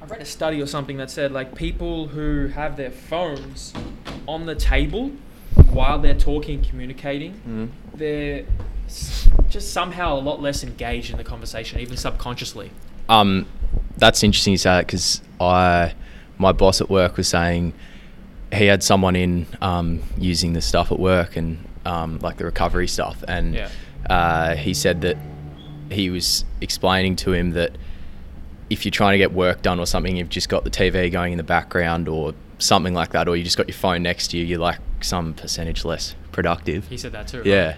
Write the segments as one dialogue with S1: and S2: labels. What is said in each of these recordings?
S1: I read a study or something that said like people who have their phones on the table while they're talking, communicating,
S2: Mm.
S1: they're s- just somehow a lot less engaged in the conversation, even subconsciously.
S2: Um, that's interesting you say that because I, my boss at work was saying he had someone in um, using the stuff at work and um, like the recovery stuff, and
S1: Yeah.
S2: uh, he said that he was explaining to him that if you're trying to get work done or something, you've just got the TV going in the background or something like that, or you just got your phone next to you, you're like some percentage less productive.
S1: He said that too. right?
S2: Yeah.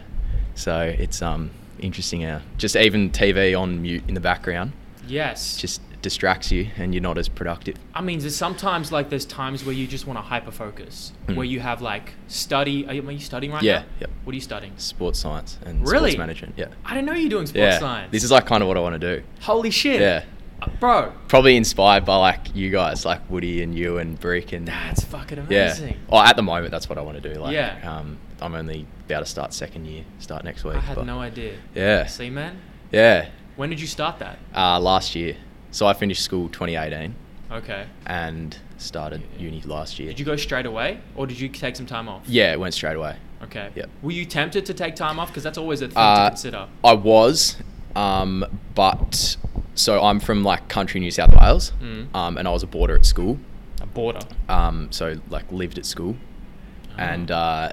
S2: So it's um interesting. Uh, just even TV on mute in the background
S1: Yes.
S2: just distracts you and you're not as productive.
S1: I mean, there's sometimes like there's times where you just want to hyper focus,
S2: Mm.
S1: where you have like study. Are you, are you studying right
S2: Yeah,
S1: now?
S2: yep.
S1: What are you studying?
S2: Sports science and
S1: Really?
S2: sports management. Yeah.
S1: I didn't know you were doing sports
S2: yeah.
S1: science.
S2: This is like kind of what I want to do.
S1: holy shit.
S2: Yeah.
S1: Uh, bro,
S2: Probably inspired by like you guys, like Woody and you and Brick and
S1: that's fucking
S2: yeah.
S1: amazing.
S2: Oh, at the moment that's what I want to do. Like,
S1: Yeah.
S2: um, I'm only about to start second year, start next week.
S1: I had
S2: but-
S1: no idea.
S2: Yeah.
S1: See, man,
S2: Yeah.
S1: when did you start that?
S2: Uh, last year, so I finished school 2018
S1: Okay.
S2: and started uni last year.
S1: Did you go straight away, or did you take some time off?
S2: Yeah, it went straight away.
S1: Okay.
S2: Yep.
S1: Were you tempted to take time off? Because that's always a thing
S2: Uh,
S1: to consider.
S2: I was, um, but so I'm from like country New South Wales,
S1: Mm.
S2: um, and I was a boarder at school,
S1: A border.
S2: um, so like lived at school,
S1: Oh,
S2: and uh,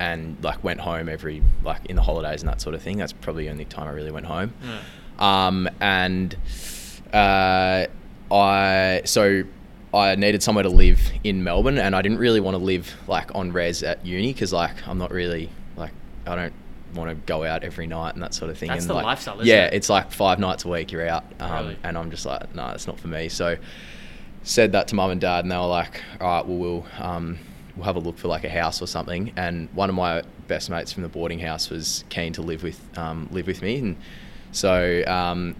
S2: and like went home every like in the holidays and that sort of thing. That's probably the only time I really went home.
S1: Yeah.
S2: Um, and uh, I so I needed somewhere to live in Melbourne, and I didn't really want to live like on res at uni because like I'm not really like I don't want to go out every night and that sort of thing.
S1: That's
S2: and,
S1: the
S2: like,
S1: lifestyle, isn't
S2: yeah,
S1: it?
S2: it's like five nights a week you're out, um,
S1: Really?
S2: and I'm just like, no, nah, it's not for me. So said that to mum and dad, and they were like, all right, well we'll um, we'll have a look for like a house or something. And one of my best mates from the boarding house was keen to live with um, live with me, and so um,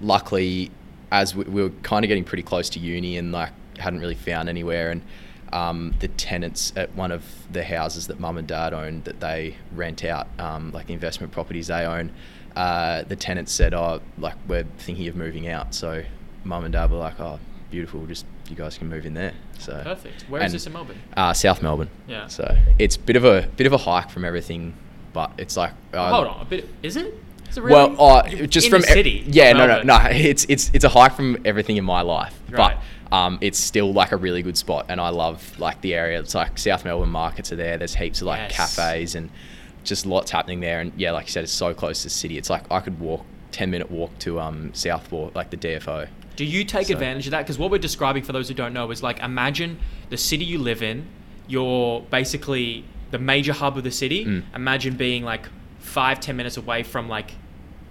S2: luckily, as we, we were kind of getting pretty close to uni and like hadn't really found anywhere, and um, the tenants at one of the houses that mum and dad own that they rent out, um, like investment properties they own, uh, the tenants said, "Oh, like we're thinking of moving out." So mum and dad were like, "Oh, beautiful, just you guys can move in there." So
S1: Perfect. Where is
S2: and-
S1: this in Melbourne?
S2: Uh, South Melbourne.
S1: Yeah.
S2: So it's a bit of a bit of a hike from everything, but it's like uh,
S1: Hold on. A bit. Is it? Is it really?
S2: well, uh,
S1: You-
S2: just
S1: in
S2: from
S1: the
S2: e-
S1: city.
S2: yeah, no, no,
S1: Melbourne.
S2: no. It's it's it's a hike from everything in my life,
S1: Right.
S2: but um, it's still like a really good spot, and I love like the area. It's like South Melbourne markets are there. There's heaps of like
S1: Yes.
S2: cafes and just lots happening there. And yeah, like you said, it's so close to the city. It's like I could walk ten minute walk to um Southport, like the DFO.
S1: Do you take
S2: So-
S1: advantage of that? Because what we're describing for those who don't know is like imagine the city you live in. You're basically the major hub of the city.
S2: Mm.
S1: Imagine being like five, ten minutes away from like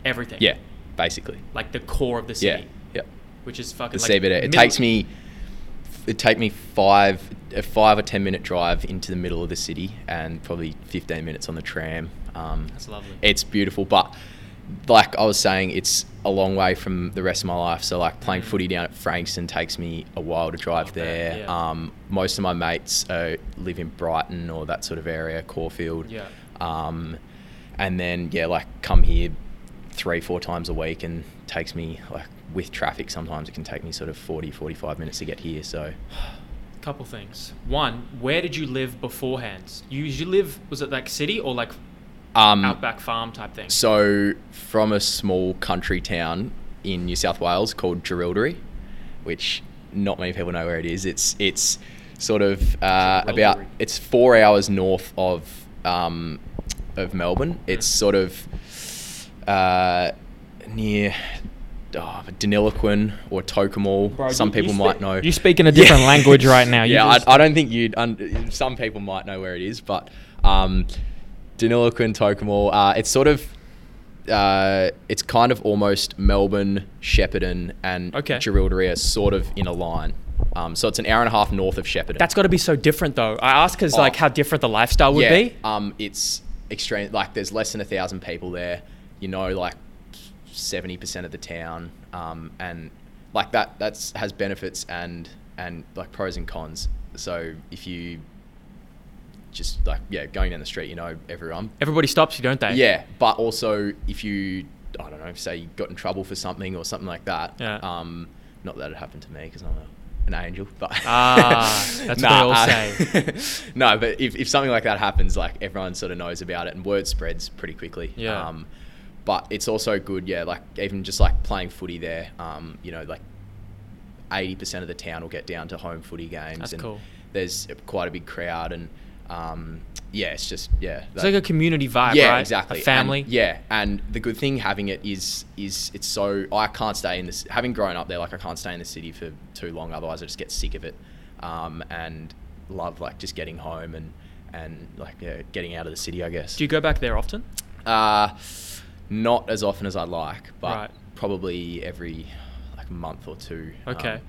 S1: everything.
S2: Yeah, basically.
S1: Like the core of the
S2: Yeah,
S1: city,
S2: yeah.
S1: which is fucking
S2: The
S1: like
S2: CBD. It
S1: middle-
S2: takes me. It take me five a five or ten minute drive into the middle of the city, and probably fifteen minutes on the tram. Um,
S1: That's lovely.
S2: it's beautiful. But like I was saying, it's a long way from the rest of my life. So like playing
S1: Mm.
S2: footy down at Frankston takes me a while to drive
S1: I bet,
S2: there.
S1: yeah.
S2: Um, most of my mates uh, live in Brighton or that sort of area, Caulfield.
S1: Yeah.
S2: Um, and then yeah, like come here three, four times a week and takes me like with traffic sometimes it can take me sort of 40 45 minutes to get here so
S1: Couple things. One, where did you live beforehand? You you live was it like city or like
S2: um
S1: outback farm type thing?
S2: So, from a small country town in New South Wales called Gerildery, which not many people know where it is. It's it's sort of uh, about
S1: Gerildery.
S2: it's four hours north of um, of Melbourne. It's sort of uh, near oh, Deniliquin or Tokemall.
S1: Bro,
S2: Some
S1: you- you
S2: people might
S1: spe-
S2: know.
S1: you speak in a different language right now. You
S2: yeah,
S1: just-
S2: I, I don't think you'd. Un- some people might know where it is, but um, Deniliquin, Tokemall. Uh, it's sort of. Uh, it's kind of almost Melbourne, Shepparton, and
S1: Okay.
S2: Gerildery are sort of in a line. Um, so it's an hour and a half north of Shepparton.
S1: That's got to be so different though. I ask because
S2: Oh.
S1: like how different the lifestyle would
S2: yeah,
S1: be.
S2: Um, it's extreme. Like there's less than a thousand people there. You know, like seventy percent of the town, um, and like that that's has benefits and and like pros and cons. So if you just like yeah, going down the street, you know everyone.
S1: Everybody stops you, don't they?
S2: Yeah, but also if you I don't know, say you got in trouble for something or something like that.
S1: Yeah.
S2: Um, Not that it happened to me because I'm a, an angel, but
S1: Ah, that's what they all
S2: say. no, but if, if something like that happens, like everyone sort of knows about it, and word spreads pretty quickly.
S1: Yeah.
S2: Um, but it's also good, yeah. Like even just like playing footy there, um, you know, like eighty percent of the town will get down to home footy games.
S1: That's
S2: and
S1: cool.
S2: There's quite a big crowd, and um, yeah, it's just yeah.
S1: It's
S2: that-
S1: like a community vibe,
S2: yeah,
S1: right?
S2: exactly.
S1: A family.
S2: And, yeah, and the good thing having it is is it's so I can't stay in this. Having grown up there, like I can't stay in the city for too long, otherwise I just get sick of it. Um, and love like just getting home and and like yeah, getting out of the city, I guess.
S3: Do you go back there often?
S2: Uh, not as often as I'd like, but
S1: Right.
S2: probably every like month or two.
S1: Okay.
S2: Um,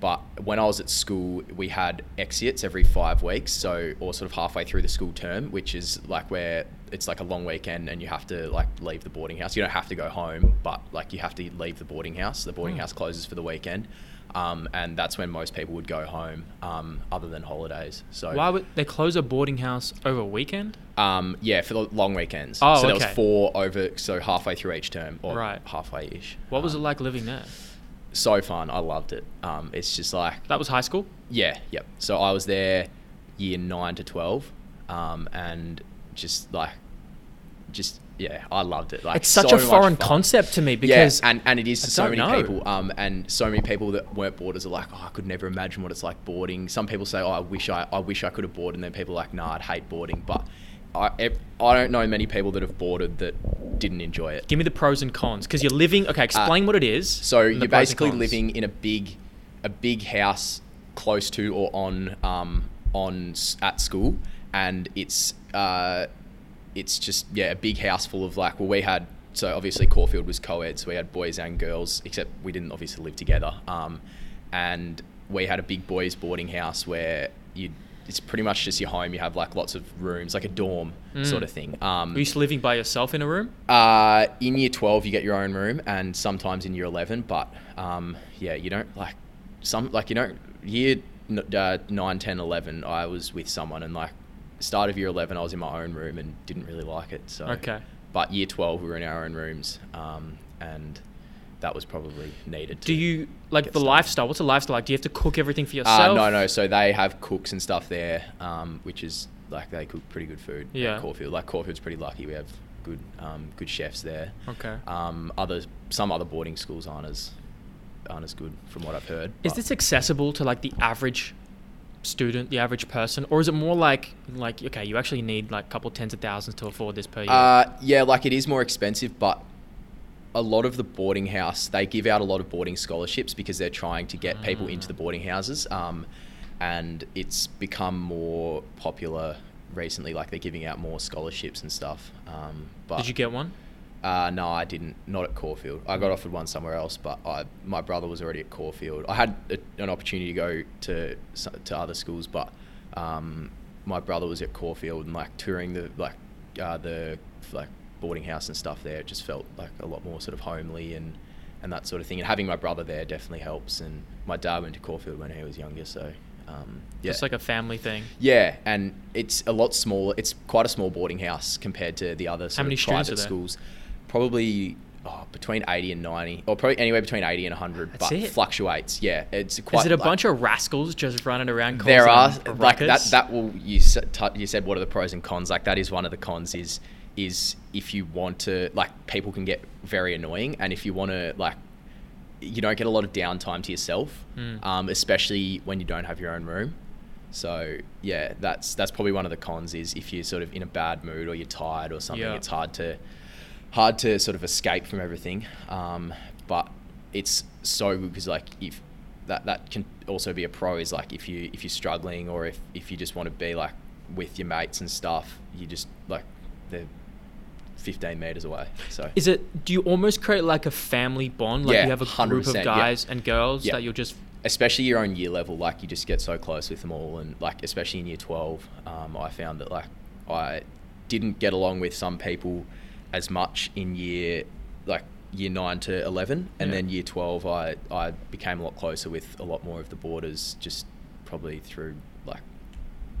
S2: but when I was at school, we had exits every five weeks, so or sort of halfway through the school term, which is like where it's like a long weekend and you have to like leave the boarding house. You don't have to go home, but like you have to leave the boarding house. The boarding
S1: Hmm.
S2: house closes for the weekend, um, and that's when most people would go home, um, other than holidays. So
S1: Why would they close a boarding house over a weekend?
S2: um, yeah, for the long weekends.
S1: Oh,
S2: so there
S1: okay.
S2: was four over, so halfway through each term, or
S1: Right.
S2: halfway ish.
S1: What was it like living there?
S2: So fun, I loved it. Um, it's just like
S1: That was high school.
S2: yeah, yep. So I was there year nine to twelve, um, and just like, just yeah, I loved it. Like
S1: it's such
S2: so
S1: a
S2: much
S1: foreign
S2: fun.
S1: concept to me because
S2: yeah, and, and it is
S1: I
S2: to so
S1: don't
S2: many
S1: know.
S2: people. Um, and so many people that weren't boarders are like, oh, I could never imagine what it's like boarding. Some people say, oh, I wish I, I wish I could have boarded. And then people are like, nah, I'd hate boarding. But I, ev- I don't know many people that have boarded that didn't enjoy it.
S1: give me the pros and cons because you're living. Okay, explain what it is.
S2: Uh, So
S1: and the
S2: you're
S1: pros and
S2: basically
S1: cons.
S2: living in a big, a big house close to or on um, on s- at school, and it's uh, it's just yeah a big house full of like well we had so obviously Caulfield was co-ed so we had boys and girls except we didn't obviously live together um, and we had a big boys boarding house where you it's pretty much just your home you have like lots of rooms like a dorm sort of thing um,
S1: Mm. Were you just living by yourself in a room?
S2: uh, in year 12, you get your own room, and sometimes in year 11, but um, yeah, you don't like some, like, you don't, year n- uh, 9, 10, 11, I was with someone, and like, start of year 11, I was in my own room and didn't really like it. So,
S1: Okay.
S2: But year 12, we were in our own rooms, um, and that was probably needed.
S1: Do
S2: to-
S1: you like
S2: Get
S1: the
S2: started.
S1: lifestyle? What's the lifestyle like? Do you have to cook everything for
S2: Uh,
S1: yourself?
S2: no, no. So they have cooks and stuff there, um, which is like they cook pretty good food. at
S1: Yeah.
S2: Caulfield. Like Caulfield's pretty lucky. We have good, um, good chefs there.
S1: Okay.
S2: Um, other some other boarding schools aren't as aren't as good from what I've heard.
S1: Is
S2: but-
S1: this accessible to like the average student, the average person, or is it more like like okay, you actually need like a couple tens of thousands to afford this per year?
S2: Uh, yeah, like it is more expensive, but a lot of the boarding house they give out a lot of boarding scholarships because they're trying to get people
S1: Ah.
S2: into the boarding houses. Um, and it's become more popular recently. Like they're giving out more scholarships and stuff. Um, but
S1: Did you get one?
S2: Uh, no, I didn't. Not at Caulfield. I got offered one somewhere else, but I, my brother was already at Caulfield. I had a, an opportunity to go to s- to other schools, but um, my brother was at Caulfield and like touring the like uh, the like boarding house and stuff there. It just felt like a lot more sort of homely and and that sort of thing. And having my brother there definitely helps. And my dad went to Caulfield when he was younger, so um, yeah,
S1: Just like a family thing.
S2: yeah, and it's a lot smaller. It's quite a small boarding house compared to the other sort
S1: many
S2: of
S1: students
S2: private
S1: are there?
S2: schools. Probably oh, between 80 and 90, or probably anywhere between 80 and 100,
S1: That's
S2: but
S1: it.
S2: fluctuates. Yeah, it's quite.
S1: is it a
S2: like-
S1: bunch of rascals just running around? Causing
S2: There are
S1: a
S2: like that.
S1: ruckus?
S2: That will you s- t- you said what are the pros and cons? Like that is one of the cons is is if you want to like people can get very annoying, and if you want to like you don't get a lot of downtime to yourself,
S1: Mm.
S2: um, especially when you don't have your own room. So yeah, that's that's probably one of the cons is if you're sort of in a bad mood or you're tired or something,
S1: Yeah.
S2: it's hard to hard to sort of escape from everything. Um, but it's so good because like if that that can also be a pro is like if you if you're struggling or if if you just want to be like with your mates and stuff, you just like they're 15 meters away. So
S1: Is it? Do you almost create like a family bond? Like
S2: Yeah,
S1: you have a group of
S2: 100%, yeah.
S1: guys and girls
S2: Yeah.
S1: that you're just.
S2: especially your own year level, like you just get so close with them all, and like especially in year twelve, um, I found that like I didn't get along with some people as much in year like year nine to eleven, and
S1: Yeah.
S2: then year twelve, I I became a lot closer with a lot more of the boarders, just probably through like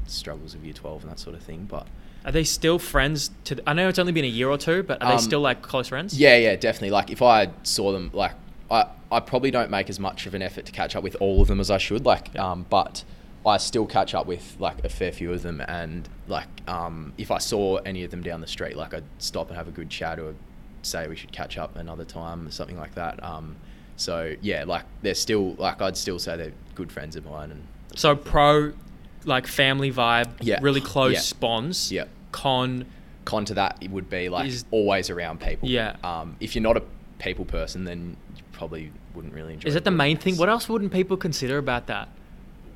S2: struggles of year twelve and that sort of thing, but.
S1: Are they still friends? To the, I know it's only been a year or two, but are they
S2: Um,
S1: still like close friends?
S2: Yeah, yeah, definitely. Like if I saw them, like I I probably don't make as much of an effort to catch up with all of them as I should. Like, um, but I still catch up with like a fair few of them, and like um, if I saw any of them down the street, like I'd stop and have a good chat or say we should catch up another time, something like that. Um, so yeah, like they're still like I'd still say they're good friends of mine, and
S1: So pro, like family vibe,
S2: Yeah.
S1: really close
S2: Yeah.
S1: bonds.
S2: Yeah.
S1: Con,
S2: con to that it would be like
S1: Is-
S2: always around people.
S1: Yeah.
S2: Um, if you're not a people person, then you probably wouldn't really enjoy.
S1: is that the
S2: doing
S1: main
S2: it.
S1: thing? What else wouldn't people consider about that?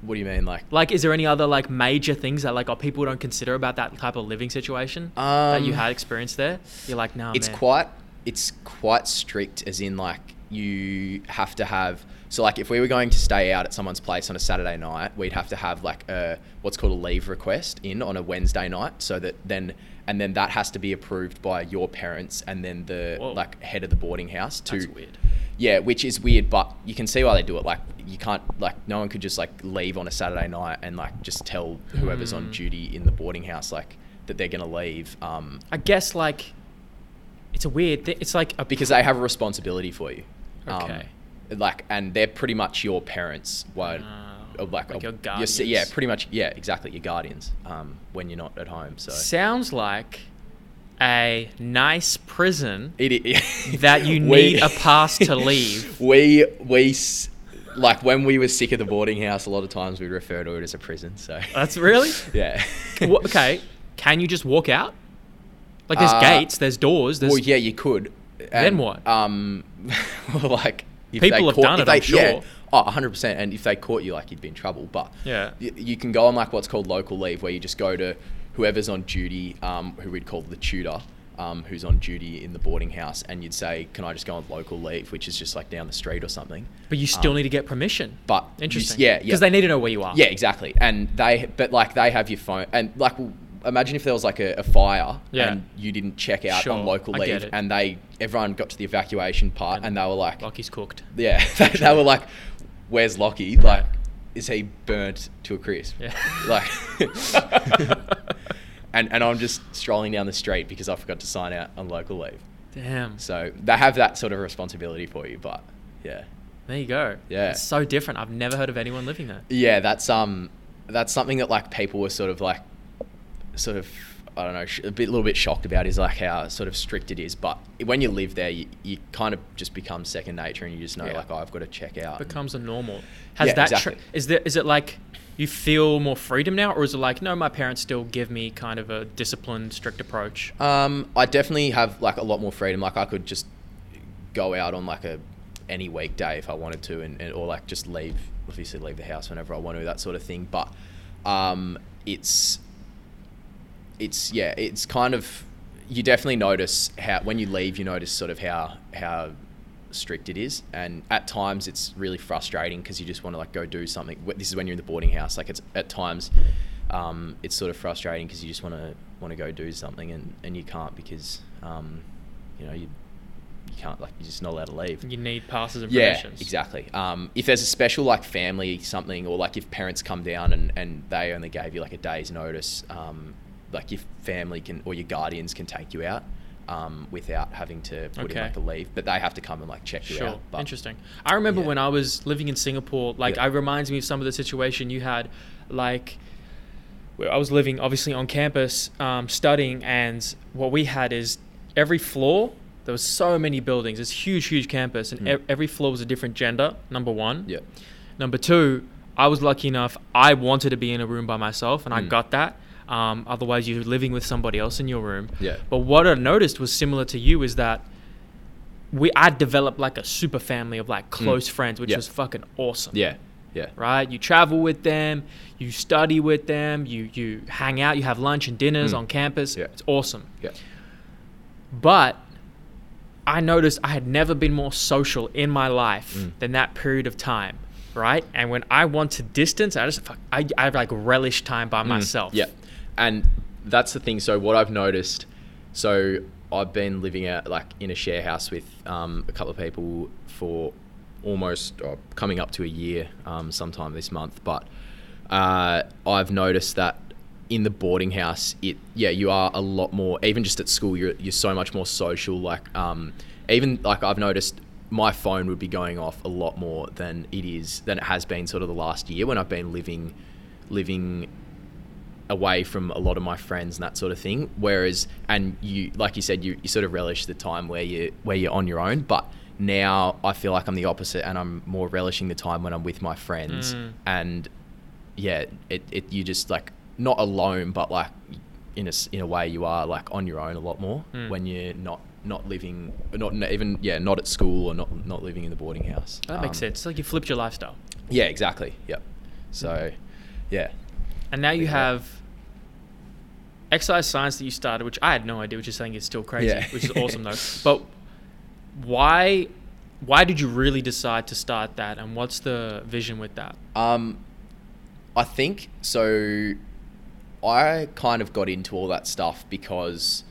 S2: What do you mean, like?
S1: Like, is there any other like major things that like oh, people don't consider about that type of living situation that you
S2: Um,
S1: had experience there? You're like, nah,
S2: it's
S1: oh, man.
S2: quite it's quite strict as in like you have to have so like if we were going to stay out at someone's place on a Saturday night, we'd have to have like a what's called a leave request in on a Wednesday night so that then and then that has to be approved by your parents and then the
S1: Whoa.
S2: like head of the boarding house to
S1: That's weird.
S2: yeah, which is weird, but you can see why they do it. Like, you can't, like, no one could just, like, leave on a Saturday night and, like, just tell whoever's on
S1: Mm.
S2: duty in the boarding house, like, that they're going to leave. Um,
S1: I guess like, it's a weird. Th- it's like a
S2: because they have a responsibility for you. Um,
S1: Okay.
S2: like, and they're pretty much your parents. While,
S1: Oh,
S2: uh, like,
S1: like
S2: uh,
S1: your
S2: you're se- yeah,
S1: guardians.
S2: pretty much. Yeah, exactly. Your guardians um, when you're not at home. So
S1: sounds like a nice prison.
S2: it, it-
S1: That you
S2: we-
S1: need a pass to leave.
S2: we we s- like when we were sick of the boarding house. A lot of times we refer to it as a prison. So
S1: That's really.
S2: yeah.
S1: Wha- okay, can you just walk out? Like there's
S2: Uh,
S1: gates, there's doors, there's
S2: Well, yeah, you could.
S1: Then
S2: And,
S1: what?
S2: Um, well, like if
S1: People have done
S2: if
S1: it, I'm
S2: yeah.
S1: sure.
S2: Oh, 100%. And if they caught you, like, you'd be in trouble. But
S1: Yeah.
S2: y- you can go on, like, what's called local leave, where you just go to whoever's on duty, um, who we'd call the tutor, um, who's on duty in the boarding house, and you'd say, Can I just go on local leave, which is just like down the street or something.
S1: but you still need to get permission.
S2: Um, But you s-
S1: Interesting.
S2: yeah, yeah.
S1: Because they need to know where you are.
S2: Yeah, exactly. And they, but like they have your phone, and like imagine if there was like a, a fire
S1: Yeah.
S2: and you didn't check out
S1: Sure,
S2: on local
S1: I get
S2: leave,
S1: it.
S2: and they everyone got to the evacuation part, and, they were like,
S1: Lucky's cooked.
S2: yeah, they, they were like, where's Lockie? Like, is he burnt to a crisp?
S1: Yeah.
S2: Like, and and I'm just strolling down the street because I forgot to sign out on local leave.
S1: Damn.
S2: So they have that sort of responsibility for you, but yeah.
S1: There you go.
S2: Yeah.
S1: It's so different. I've never heard of anyone living there.
S2: yeah that's um that's something that like people were sort of like sort of i don't know sh- a bit, little bit shocked about is like how sort of strict it is but when you live there you, you kind of just become second nature and you just know
S1: Yeah.
S2: like oh, i've got to check out
S1: Becomes a normal. Has
S2: Yeah,
S1: that?
S2: exactly.
S1: Tr- is there? Is it like you feel more freedom now, or is it like no, my parents still give me kind of a disciplined, strict approach?
S2: um i definitely have like a lot more freedom like i could just go out on like a any weekday if i wanted to and, and or like just leave obviously leave the house whenever i want to that sort of thing but um it's it's yeah, it's kind of you definitely notice how when you leave, you notice sort of how how strict it is, and at times it's really frustrating because you just want to like go do something. Wh- This is when you're in the boarding house. Like it's at times, um, it's sort of frustrating because you just want to want to go do something and and you can't because um, you know you you can't like you're just not allowed to leave.
S1: You need passes and
S2: Yeah,
S1: permissions.
S2: exactly. Um, if there's a special like family something, or like if parents come down and, and they only gave you like a day's notice, um, like your family can or your guardians can take you out um, without having to put in
S1: Okay.
S2: like a leave, but they have to come and like check you
S1: Sure.
S2: out. But
S1: Interesting. I remember
S2: yeah.
S1: when I was living in Singapore, like
S2: Yeah.
S1: it reminds me of some of the situation you had, like where I was living obviously on campus, um, studying, and what we had is every floor there was so many buildings. It's huge, huge campus, and
S2: Mhm.
S1: e- every floor was a different gender. Number one.
S2: Yeah,
S1: Number two, I was lucky enough. I wanted to be in a room by myself, and I
S2: Mm.
S1: got that. Um, otherwise, you're living with somebody else in your room.
S2: Yeah.
S1: But what I noticed was similar to you is that we I developed like a super family of like close friends, which
S2: Hmm.
S1: was
S2: Yeah.
S1: fucking awesome.
S2: yeah, yeah,
S1: Right. You travel with them. You study with them. You you hang out. You have lunch and dinners
S2: Mm.
S1: on campus.
S2: Yeah.
S1: It's awesome.
S2: yeah,
S1: But I noticed I had never been more social in my life
S2: Mm.
S1: than that period of time, right? And when I want to distance, I just fuck- I, I like relish time by myself.
S2: Mm. yeah. And that's the thing. So what I've noticed, so I've been living out like in a share house with um, a couple of people for almost uh, coming up to a year um, sometime this month, but uh, I've noticed that in the boarding house, it yeah, you are a lot more. Even just at school, you're you're so much more social. Like um, even like I've noticed my phone would be going off a lot more than it is than it has been sort of the last year when I've been living living away from a lot of my friends and that sort of thing. Whereas, and you, like you said, you, you sort of relish the time where you where you're on your own. But now I feel like I'm the opposite, and I'm more relishing the time when I'm with my friends.
S1: Mm.
S2: And yeah, it, it you just like not alone, but like in a s- in a way you are like on your own a lot more
S1: Mm.
S2: when you're not not living not not even yeah not at school or not not living in the boarding house.
S1: That makes
S2: Um,
S1: sense. It's like you flipped your lifestyle.
S2: Yeah, exactly. Yep.
S1: Mm.
S2: So, yeah,
S1: And now you
S2: Yeah.
S1: have exercise science that you started, which I had no idea, which is saying it's still crazy,
S2: Yeah.
S1: which is awesome though. But why why did you really decide to start that and what's the vision with that?
S2: Um, I think so. I kind of got into all that stuff because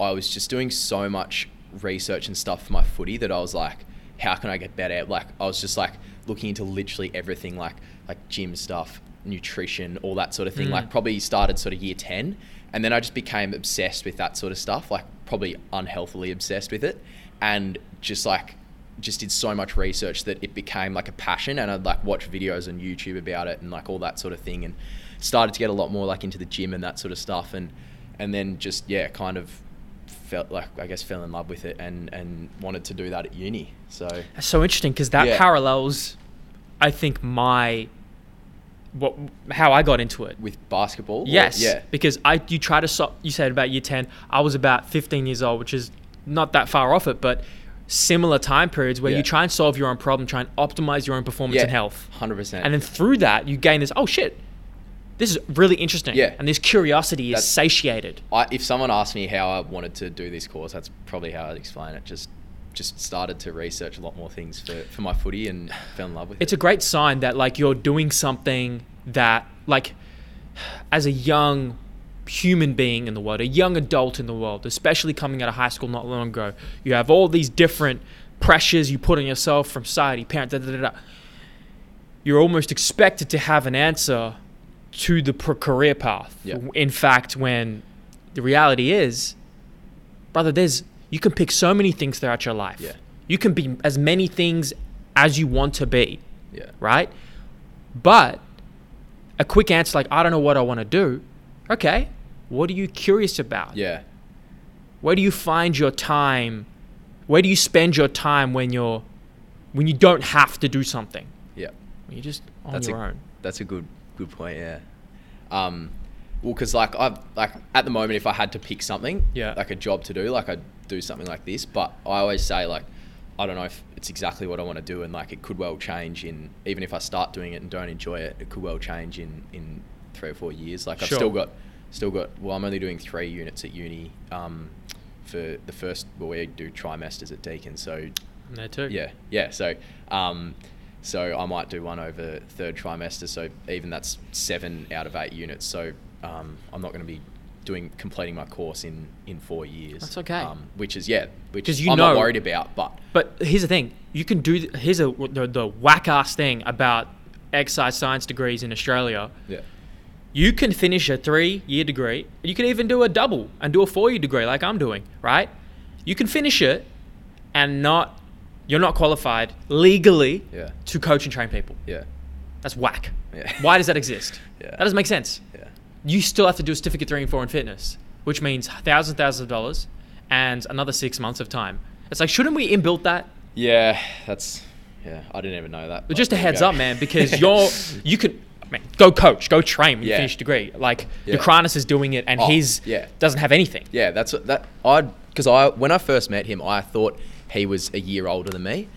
S2: I was just doing so much research and stuff for my footy that I was like, how can I get better? Like I was just like looking into literally everything, like like gym stuff, nutrition, all that sort of thing.
S1: Mm.
S2: Like probably started sort of year ten, and then I just became obsessed with that sort of stuff. Like probably unhealthily obsessed with it, and just like just did so much research that it became like a passion and I'd like watch videos on YouTube about it and like all that sort of thing and started to get a lot more like into the gym and that sort of stuff and and then just yeah kind of felt like I guess fell in love with it and and wanted to do that at uni so
S1: That's so interesting because that
S2: Yeah.
S1: parallels I think my what how I got into it.
S2: with basketball or-
S1: Yes.
S2: yeah
S1: Because I you try to stop. You said about year ten. I was about fifteen years old, which is not that far off it, but similar time periods where
S2: Yeah.
S1: you try and solve your own problem, try and optimize your own performance and health,
S2: 100%
S1: and then through that you gain this. Oh shit, this is really interesting.
S2: Yeah.
S1: And this curiosity is
S2: That's-
S1: satiated.
S2: I, if someone asked me how I wanted to do this course, that's probably how I'd explain it. Just just started to research a lot more things for, for my footy and fell in love with
S1: It's
S2: it.
S1: a great sign that like you're doing something that like as a young human being in the world, a young adult in the world, especially coming out of high school not long ago, you have all these different pressures you put on yourself from society, parents, da da da. da. You're almost expected to have an answer to the pro- career path.
S2: Yeah.
S1: In fact, when the reality is, brother, there's you can pick so many things throughout your life.
S2: Yeah.
S1: You can be as many things as you want to be
S2: yeah.
S1: right? But a quick answer like, I don't know what I want to do. Okay, what are you curious about?
S2: Yeah.
S1: Where do you find your time? Where do you spend your time when you're when you don't have to do something?
S2: Yeah.
S1: When you're just on
S2: That's a-
S1: your own.
S2: That's a good good point, yeah. Um well, because like I've like at the moment, if I had to pick something,
S1: Yeah.
S2: like a job to do, like I'd do something like this. But I always say like, I don't know if it's exactly what I want to do, and like it could well change in even if I start doing it and don't enjoy it, it could well change in in three or four years. Like I've
S1: Sure.
S2: still got still got well, I'm only doing three units at uni um, for the first well, we do trimesters at Deakin, so
S1: I'm there too.
S2: yeah, yeah. So, um, so I might do one over third trimester. So even that's seven out of eight units. So um, I'm not going to be doing completing my course in in four years.
S1: That's okay.
S2: Um, which is yeah, which
S1: 'Cause you
S2: I'm not
S1: know-
S2: worried about. But
S1: But here's the thing: you can do. th- Here's a, the, the whack ass thing about exercise science degrees in Australia.
S2: yeah,
S1: you can finish a three year degree. You can even do a double and do a four year degree like I'm doing, right? You can finish it and not, you're not qualified legally
S2: yeah,
S1: to coach and train people.
S2: yeah,
S1: That's whack.
S2: Yeah.
S1: Why does that exist?
S2: Yeah.
S1: That doesn't make sense.
S2: yeah,
S1: You still have to do a certificate three and four in fitness, which means thousands, thousands of dollars and another six months of time. It's like, shouldn't we inbuilt that?
S2: yeah. That's yeah. I didn't even know that.
S1: But
S2: but
S1: just a
S2: there you
S1: heads
S2: go.
S1: up, man, because you're you could man, go coach, go train when you
S2: Yeah.
S1: finish your degree. Like
S2: Yeah.
S1: Dukranis is doing it, and
S2: Oh,
S1: he's
S2: yeah.
S1: doesn't have anything.
S2: Yeah, that's what that I because I when I first met him, I thought he was a year older than me,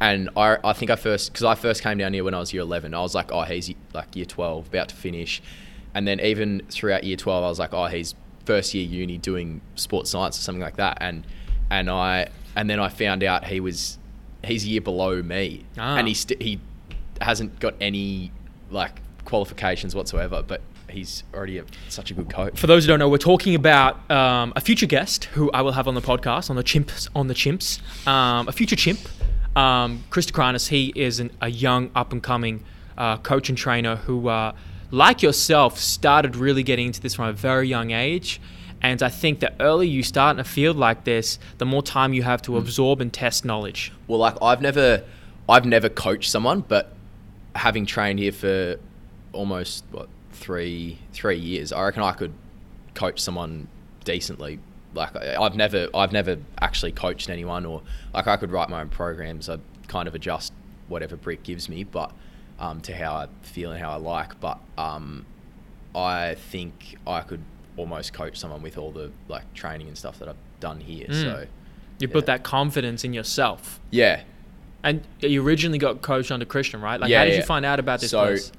S2: and I I think I first because I first came down here when I was year eleven. I was like, oh, he's like year twelve, about to finish, and then even throughout year twelve, I was like, oh, he's first year uni doing sports science or something like that, and and I and then I found out he was he's a year below me,
S1: Ah.
S2: and he st- he hasn't got any like qualifications whatsoever, but. He's already a, such a good coach.
S1: For those who don't know, we're talking about um, a future guest who I will have on the podcast on the chimps on the chimps, um, a future chimp, um, Chris Dukranis. He is an, a young up and coming uh, coach and trainer who, uh, like yourself, started really getting into this from a very young age, And I think the earlier you start in a field like this, the more time you have to
S2: Mm.
S1: absorb and test knowledge.
S2: Well, like I've never, I've never coached someone, but having trained here for almost what three three years, I reckon I could coach someone decently. Like I- I've never, I've never actually coached anyone, or like I could write my own programs. I kind of adjust whatever Brick gives me, but um, to how I feel and how I like. But um, I think I could almost coach someone with all the like training and stuff that I've done here.
S1: Mm.
S2: So
S1: You build
S2: Yeah.
S1: that confidence in yourself.
S2: yeah,
S1: And you originally got coached under Christian, right? Like,
S2: Yeah,
S1: how did
S2: yeah.
S1: you find out about this
S2: So-
S1: place?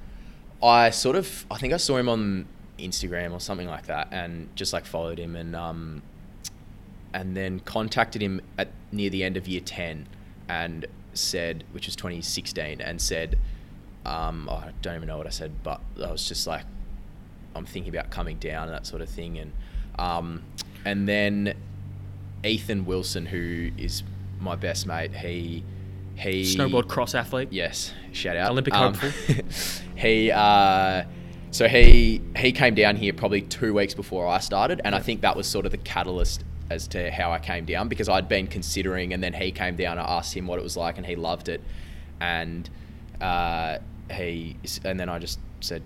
S2: I sort of I think I saw him on Instagram or something like that, and just like followed him and um, and then contacted him at near the end of year ten, and said which was 2016, and said, um, I don't even know what I said, but I was just like, I'm thinking about coming down and that sort of thing, and um, and then Ethan Wilson, who is my best mate, he he
S1: Snowboard cross athlete.
S2: Yes, shout out Um,
S1: Olympic hopeful.
S2: he uh, so he he came down here probably two weeks before I started, and I think that was sort of the catalyst as to how I came down because I'd been considering, and then he came down. I asked him what it was like, and he loved it, and uh, he and then I just said,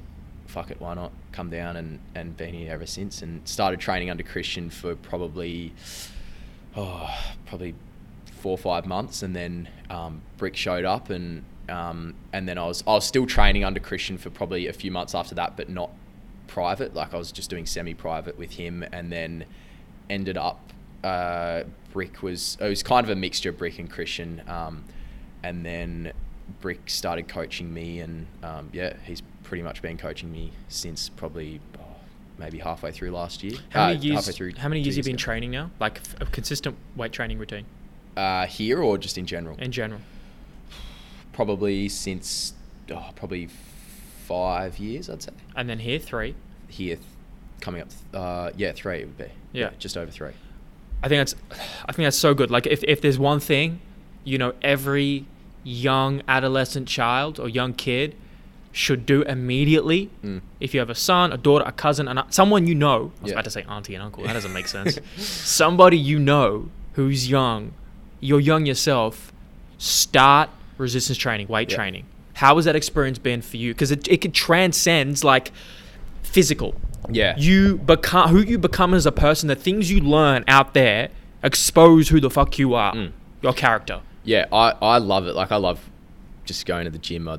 S2: "Fuck it, why not come down?" and and been here ever since, and started training under Christian for probably oh, probably four or five months, and then um, Brick showed up, and um, and then I was I was still training under Christian for probably a few months after that, but not private. Like I was just doing semi-private with him, and then ended up uh, Brick was it was kind of a mixture of Brick and Christian, um, and then Brick started coaching me, and um, yeah, he's pretty much been coaching me since probably. oh, Maybe halfway through last year.
S1: How
S2: Uh,
S1: many
S2: halfway
S1: years?
S2: through
S1: How many
S2: two
S1: years you been
S2: ago.
S1: training now? Like f- a consistent weight training routine
S2: uh, here or just in general?
S1: in general.
S2: probably since oh, probably five years, I'd say.
S1: And then here three.
S2: Here, th- coming up, uh, yeah, three it would be.
S1: Yeah.
S2: just over three.
S1: I think that's, I think that's so good. Like if if there's one thing, you know, every young adolescent child or young kid should do immediately.
S2: Mm.
S1: If you have a son, a daughter, a cousin, and someone you know, I was
S2: Yeah.
S1: about to say auntie and uncle. That doesn't make sense. Somebody you know who's young, you're young yourself. Start resistance training, weight
S2: Yeah.
S1: training. How has that experience been for you? Because it it could transcends like physical
S2: Yeah,
S1: you become who you become as a person the things you learn out there expose who the fuck you are
S2: Mm.
S1: your character
S2: yeah. I I love it. Like I love just going to the gym. I,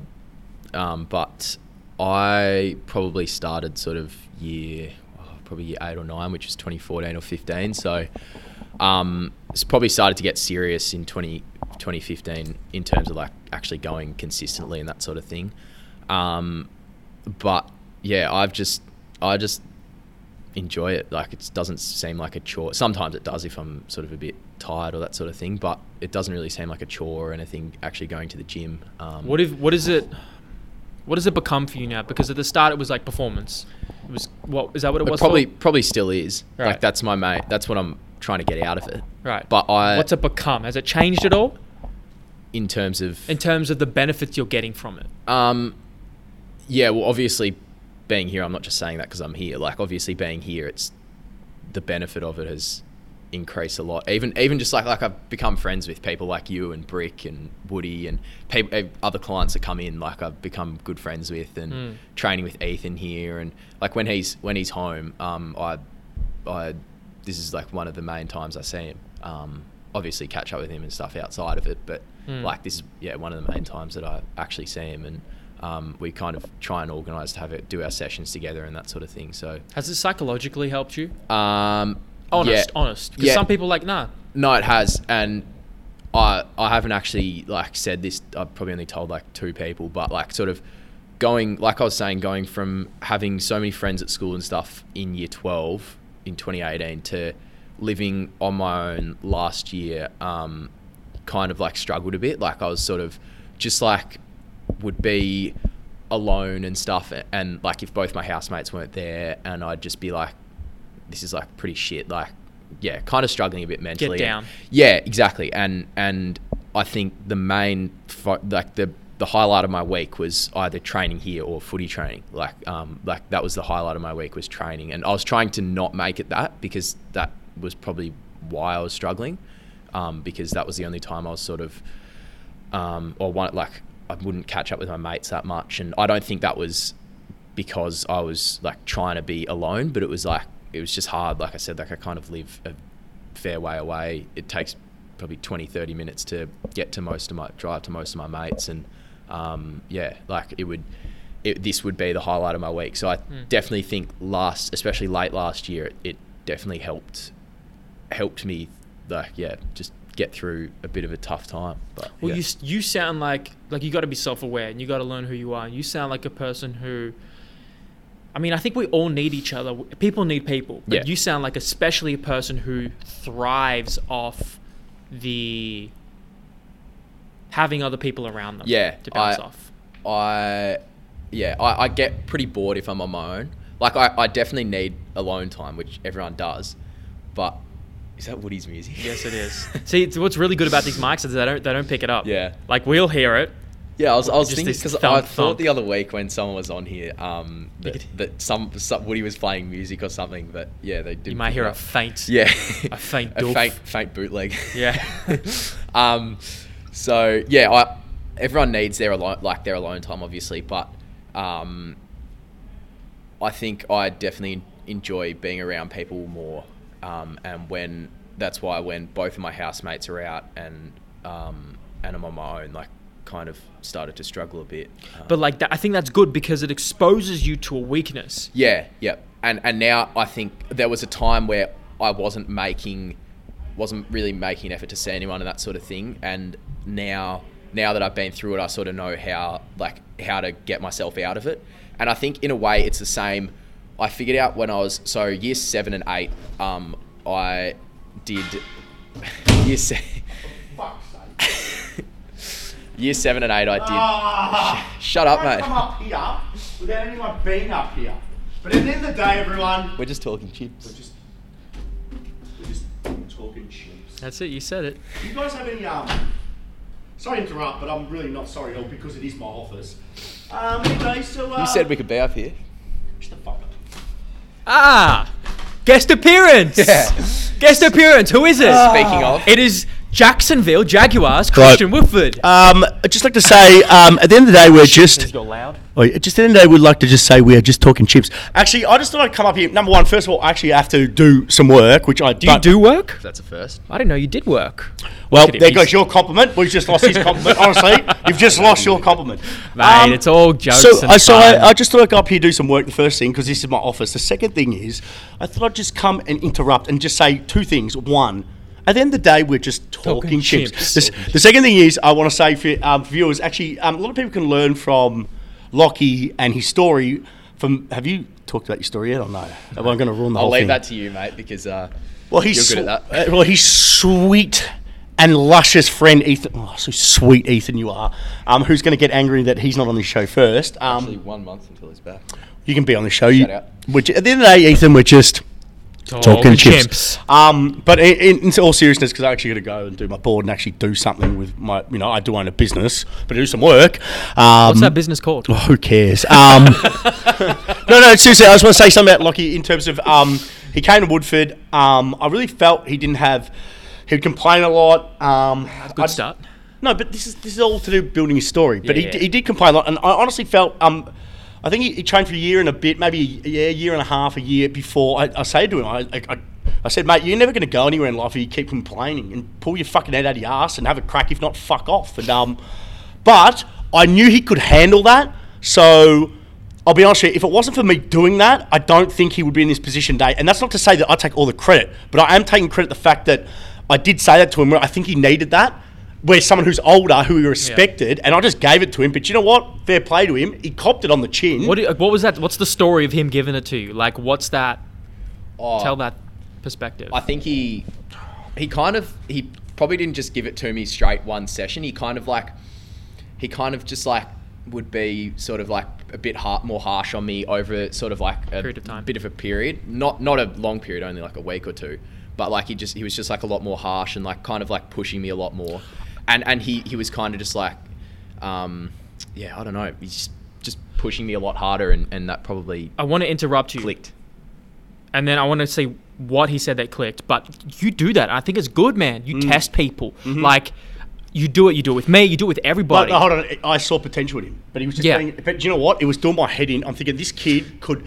S2: um, but I probably started sort of year, oh, probably year eight or nine, which was 2014 or 15. So, um, it's probably started to get serious in 20, 2015 in terms of like actually going consistently and that sort of thing. Um, but yeah, I've just I just enjoy it. Like it doesn't seem like a chore. Sometimes it does if I'm sort of a bit tired or that sort of thing, but it doesn't really seem like a chore or anything. Actually going to the gym. Um,
S1: what if what is it what does it become for you now because at the start it was like performance it was what is that what it
S2: It
S1: was
S2: probably
S1: for?
S2: probably still is.
S1: Right.
S2: Like that's my mate. That's what I'm trying to get out of it.
S1: right
S2: But I,
S1: what's it become has it changed at all
S2: in terms of
S1: in terms of the benefits you're getting from it
S2: Um, yeah, well, obviously, being here, I'm not just saying that because I'm here. Like, obviously, being here, it's the benefit of it has increased a lot. Even even just like like I've become friends with people like you and Brick and Woody and people, other clients that come in. Like I've become good friends with and
S1: Mm.
S2: training with Ethan here and like when he's when he's home, um, I I this is like one of the main times I see him. Um, obviously catch up with him and stuff outside of it, but
S1: Mm.
S2: like this is yeah one of the main times that I actually see him and um, we kind of try and organise to have it do our sessions together and that sort of thing. So
S1: has it psychologically helped you
S2: um, yeah.
S1: honest honest because
S2: Yeah.
S1: some people like nah
S2: No, it has, and I I haven't actually like said this. I've probably only told like two people, but like sort of going like I was saying, going from having so many friends at school and stuff in year twelve in twenty eighteen to living on my own last year, um, kind of like struggled a bit. Like I was sort of just like would be alone and stuff, and like if both my housemates weren't there, and I'd just be like this is like pretty shit. Like, yeah, kind of struggling a bit mentally.
S1: down.
S2: Yeah, exactly. And and I think the main fo- like the the highlight of my week was either training here or footy training. Like, um, like that was the highlight of my week was training, and I was trying to not make it that because that was probably why I was struggling, um, because that was the only time I was sort of, um, or one like I wouldn't catch up with my mates that much, and I don't think that was because I was like trying to be alone, but it was like it was just hard. Like I said, like I kind of live a fair way away. It takes probably 20 30 minutes to get to most of my drive to most of my mates and um, yeah like it would it, this would be the highlight of my week so i mm. definitely think last especially late last year it, it, definitely helped helped me like yeah just get through a bit of a tough time but
S1: well
S2: yeah.
S1: you you sound like like you got to be self-aware and you got to learn who you are and you sound like a person who I mean, I think we all need each other. People need people. But yeah. you sound like especially a person who thrives off the having other people around them.
S2: Yeah,
S1: to bounce
S2: I,
S1: off.
S2: I yeah, I, I, get pretty bored if I'm on my own. Like I, I definitely need alone time, which everyone does. But is that Woody's music?
S1: Yes, it is. See, what's really good about these mics is they don't they don't pick it up.
S2: Yeah,
S1: like we'll hear it.
S2: Yeah, I was, I was thinking because I thought the other week when someone was on here um, that, that some, some, Woody was playing music or something, but yeah, they did.
S1: You might hear up. a faint,
S2: yeah,
S1: a faint,
S2: a faint, faint bootleg.
S1: Yeah.
S2: um, so yeah, I, everyone needs their alone, like their alone time, obviously, but um, I think I definitely enjoy being around people more, um, and when that's why when both of my housemates are out and um, and I'm on my own, like kind of started to struggle a bit.
S1: Um, but like that, I think that's good because it exposes you to a weakness.
S2: Yeah, yeah. And and now I think there was a time where I wasn't making, wasn't really making an effort to see anyone and that sort of thing. And now now that I've been through it, I sort of know how like how to get myself out of it. And I think in a way it's the same. I figured out when I was so year seven and eight. Um, I did year seven. Year seven and eight, I did.
S4: Oh.
S2: Ah, Sh- shut up, mate.
S5: Come up here without anyone being up here. But at the end of the day, everyone,
S2: we're just talking chips.
S5: We're just, we're just talking chips.
S1: That's it. You said it.
S5: You guys have any? Um, sorry to interrupt, but I'm really not sorry at all because it is my office. Um, anyway, so uh,
S2: you said we could be up here.
S5: Shut the fuck up.
S1: Ah, guest appearance.
S2: Yeah.
S1: Guest appearance. Who is it?
S2: Ah. Speaking of,
S1: it is Jacksonville Jaguars, Christian right. Woodford.
S4: Um, I'd just like to say, um, at the end of the day, we're just.
S5: loud.
S4: Oh, just at the end of the day, we'd like to just say we are just talking chips. Actually, I just thought I'd come up here. Number one, first of all, I actually have to do some work, which I
S1: do. You do work?
S2: That's a first.
S1: I didn't know you did work.
S4: Well, there easy. goes your compliment. We've just lost his compliment. Honestly, you've just lost your compliment.
S1: Mate, um, it's all jokes.
S4: So, uh,
S1: I,
S4: so I, I, just thought I'd go up here do some work, the first thing, because this is my office. The second thing is, I thought I'd just come and interrupt and just say two things. One, at the end of the day, we're just talking, talking chips. chips. The, talking the second thing is, I want to say for um, viewers, actually, um, a lot of people can learn from Lockie and his story. From have you talked about your story yet? Or no? Am I going to ruin the
S2: I'll
S4: whole
S2: leave
S4: thing?
S2: that to you, mate, because uh,
S4: well, he's
S2: you're good at
S4: that. well, he's sweet and luscious friend Ethan. Oh, so sweet, Ethan, you are. Um, who's going to get angry that he's not on the show first? Um,
S2: Actually, one month until he's back.
S4: You can be on the show. you, out. Which, at the end of the day, Ethan, we're just
S1: Oh,
S4: talking chips. chips. Um, but in, in, all seriousness, because I actually got to go and do my board and actually do something with my, you know, I do own a business, but I do some work. Um,
S1: What's that business called?
S4: Oh, who cares? Um, no, no, seriously, I just want to say something about Lockie in terms of um, he came to Woodford. um, I really felt he didn't have. He'd complain a lot. um,
S1: Good I'd, start.
S4: No, but this is this is all to do building his story. But yeah, he, yeah. he did complain a lot, and I honestly felt. um, I think he, he, trained for a year and a bit, maybe a year, year and a half, a year before. I, I said to him, I, I, I said, mate, you're never going to go anywhere in life if you keep complaining and pull your fucking head out of your ass and have a crack. If not, fuck off. And um, but I knew he could handle that. So I'll be honest with you, if it wasn't for me doing that, I don't think he would be in this position today. And that's not to say that I take all the credit, but I am taking credit the fact that I did say that to him. I think he needed that where someone who's older, who we respected, yeah. and I just gave it to him. But you know what? Fair play to him. He copped it on the chin.
S1: What, you, what was that? What's the story of him giving it to you? Like, what's that? Oh, tell that perspective.
S2: I think he he kind of he probably didn't just give it to me straight one session. He kind of like he kind of just like would be sort of like a bit har- more harsh on me over sort of like a
S1: period of time.
S2: bit of a period, not not a long period, only like a week or two. But like he just he was just like a lot more harsh and like kind of like pushing me a lot more and and he he was kind of just like um, yeah, I don't know. He's just, just pushing me a lot harder, and, and that probably
S1: I want to interrupt you,
S2: clicked.
S1: and then I want to see what he said that clicked. But you do that. I think it's good, man. You
S4: Mm.
S1: test people. Like you do it. You do it with me. You do it with
S4: Mm-hmm. But
S1: everybody.
S4: hold on, I saw potential in him, but he was just
S1: Yeah.
S4: being. But do you know what? It was doing my head in. I'm thinking this kid could,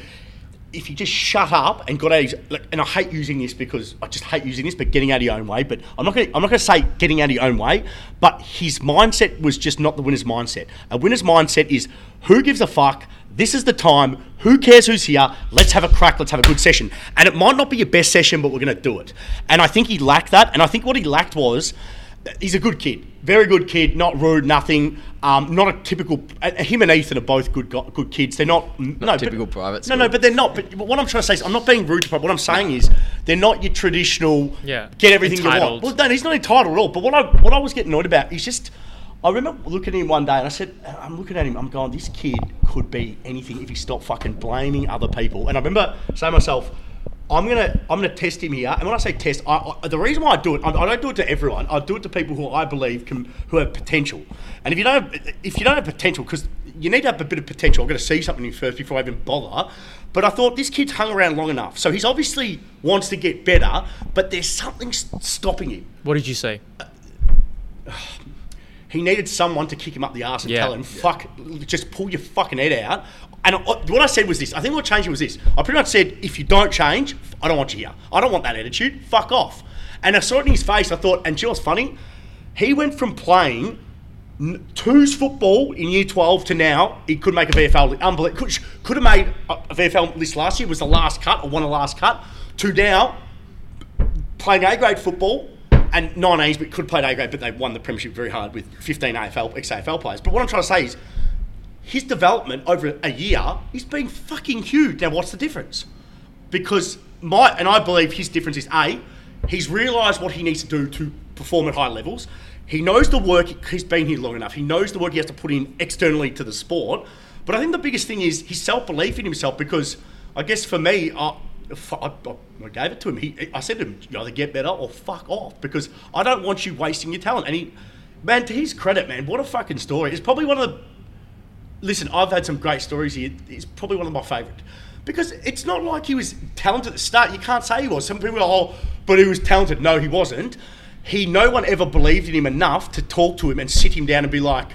S4: if he just shut up and got out. Of his, like, and I hate using this because I just hate using this. But getting out of your own way. But I'm not. Gonna, I'm not going to say getting out of your own way. But his mindset was just not the winner's mindset. A winner's mindset is who gives a fuck. This is the time. Who cares who's here? Let's have a crack. Let's have a good session. And it might not be your best session, but we're going to do it. And I think he lacked that. And I think what he lacked was he's a good kid, very good kid, not rude, nothing. Um, not a typical. Uh, him and Ethan are both good go- good kids. They're not, n- no but-
S2: typical private
S4: No, no,
S2: school.
S4: but they're not. But what I'm trying to say is, I'm not being rude to. But what I'm saying is, they're not your traditional.
S1: Yeah.
S4: Get everything
S1: Entitled.
S4: you want. Well, no, he's not entitled at all. But what I what I was getting annoyed about is just. I remember looking at him one day and I said, uh, I'm looking at him, I'm going, this kid could be anything if he stopped fucking blaming other people. And I remember saying to myself, I'm gonna I'm gonna test him here. And when I say test, I, I, the reason why I do it, I, I don't do it to everyone. I do it to people who I believe can who have potential. And if you don't have, if you don't have potential, because you need to have a bit of potential. I'm gonna see something in you first before I even bother. But I thought this kid's hung around long enough, so he's obviously wants to get better. But there's something s- stopping him.
S1: what did you say?
S4: He needed someone to kick him up the arse and
S1: Yeah.
S4: tell him, "Fuck, just pull your fucking head out." And I, what I said was this: I think what changed it was this. I pretty much said, "If you don't change, I don't want you here. I don't want that attitude. Fuck off." And I saw it in his face. I thought, and she was funny. He went from playing n- twos football in year 12 to now he could make a VFL list. Unbelievable. Could, could have made a a VFL list last year, was the last cut or won the last cut, to now playing A grade football and non A's, but could play A grade, but they won the Premiership very hard with 15 AFL, ex AFL players. But what I'm trying to say is his development over a year is been fucking huge. Now, what's the difference? Because my, and I believe his difference is A, he's realised what he needs to do to perform at high levels. He knows the work, he's been here long enough. He knows the work he has to put in externally to the sport. But I think the biggest thing is his self belief in himself because I guess for me, I, f- I- I- I gave it to him. He, I said to him, you either get better or fuck off because I don't want you wasting your talent. And he, man, to his credit, man, what a fucking story. It's probably one of the listen, I've had some great stories here. It's probably one of my favourite. Because it's not like he was talented at the start. You can't say he was. Some people are, oh, but he was talented. No, he wasn't. He, no one ever believed in him enough to talk to him and sit him down and be like,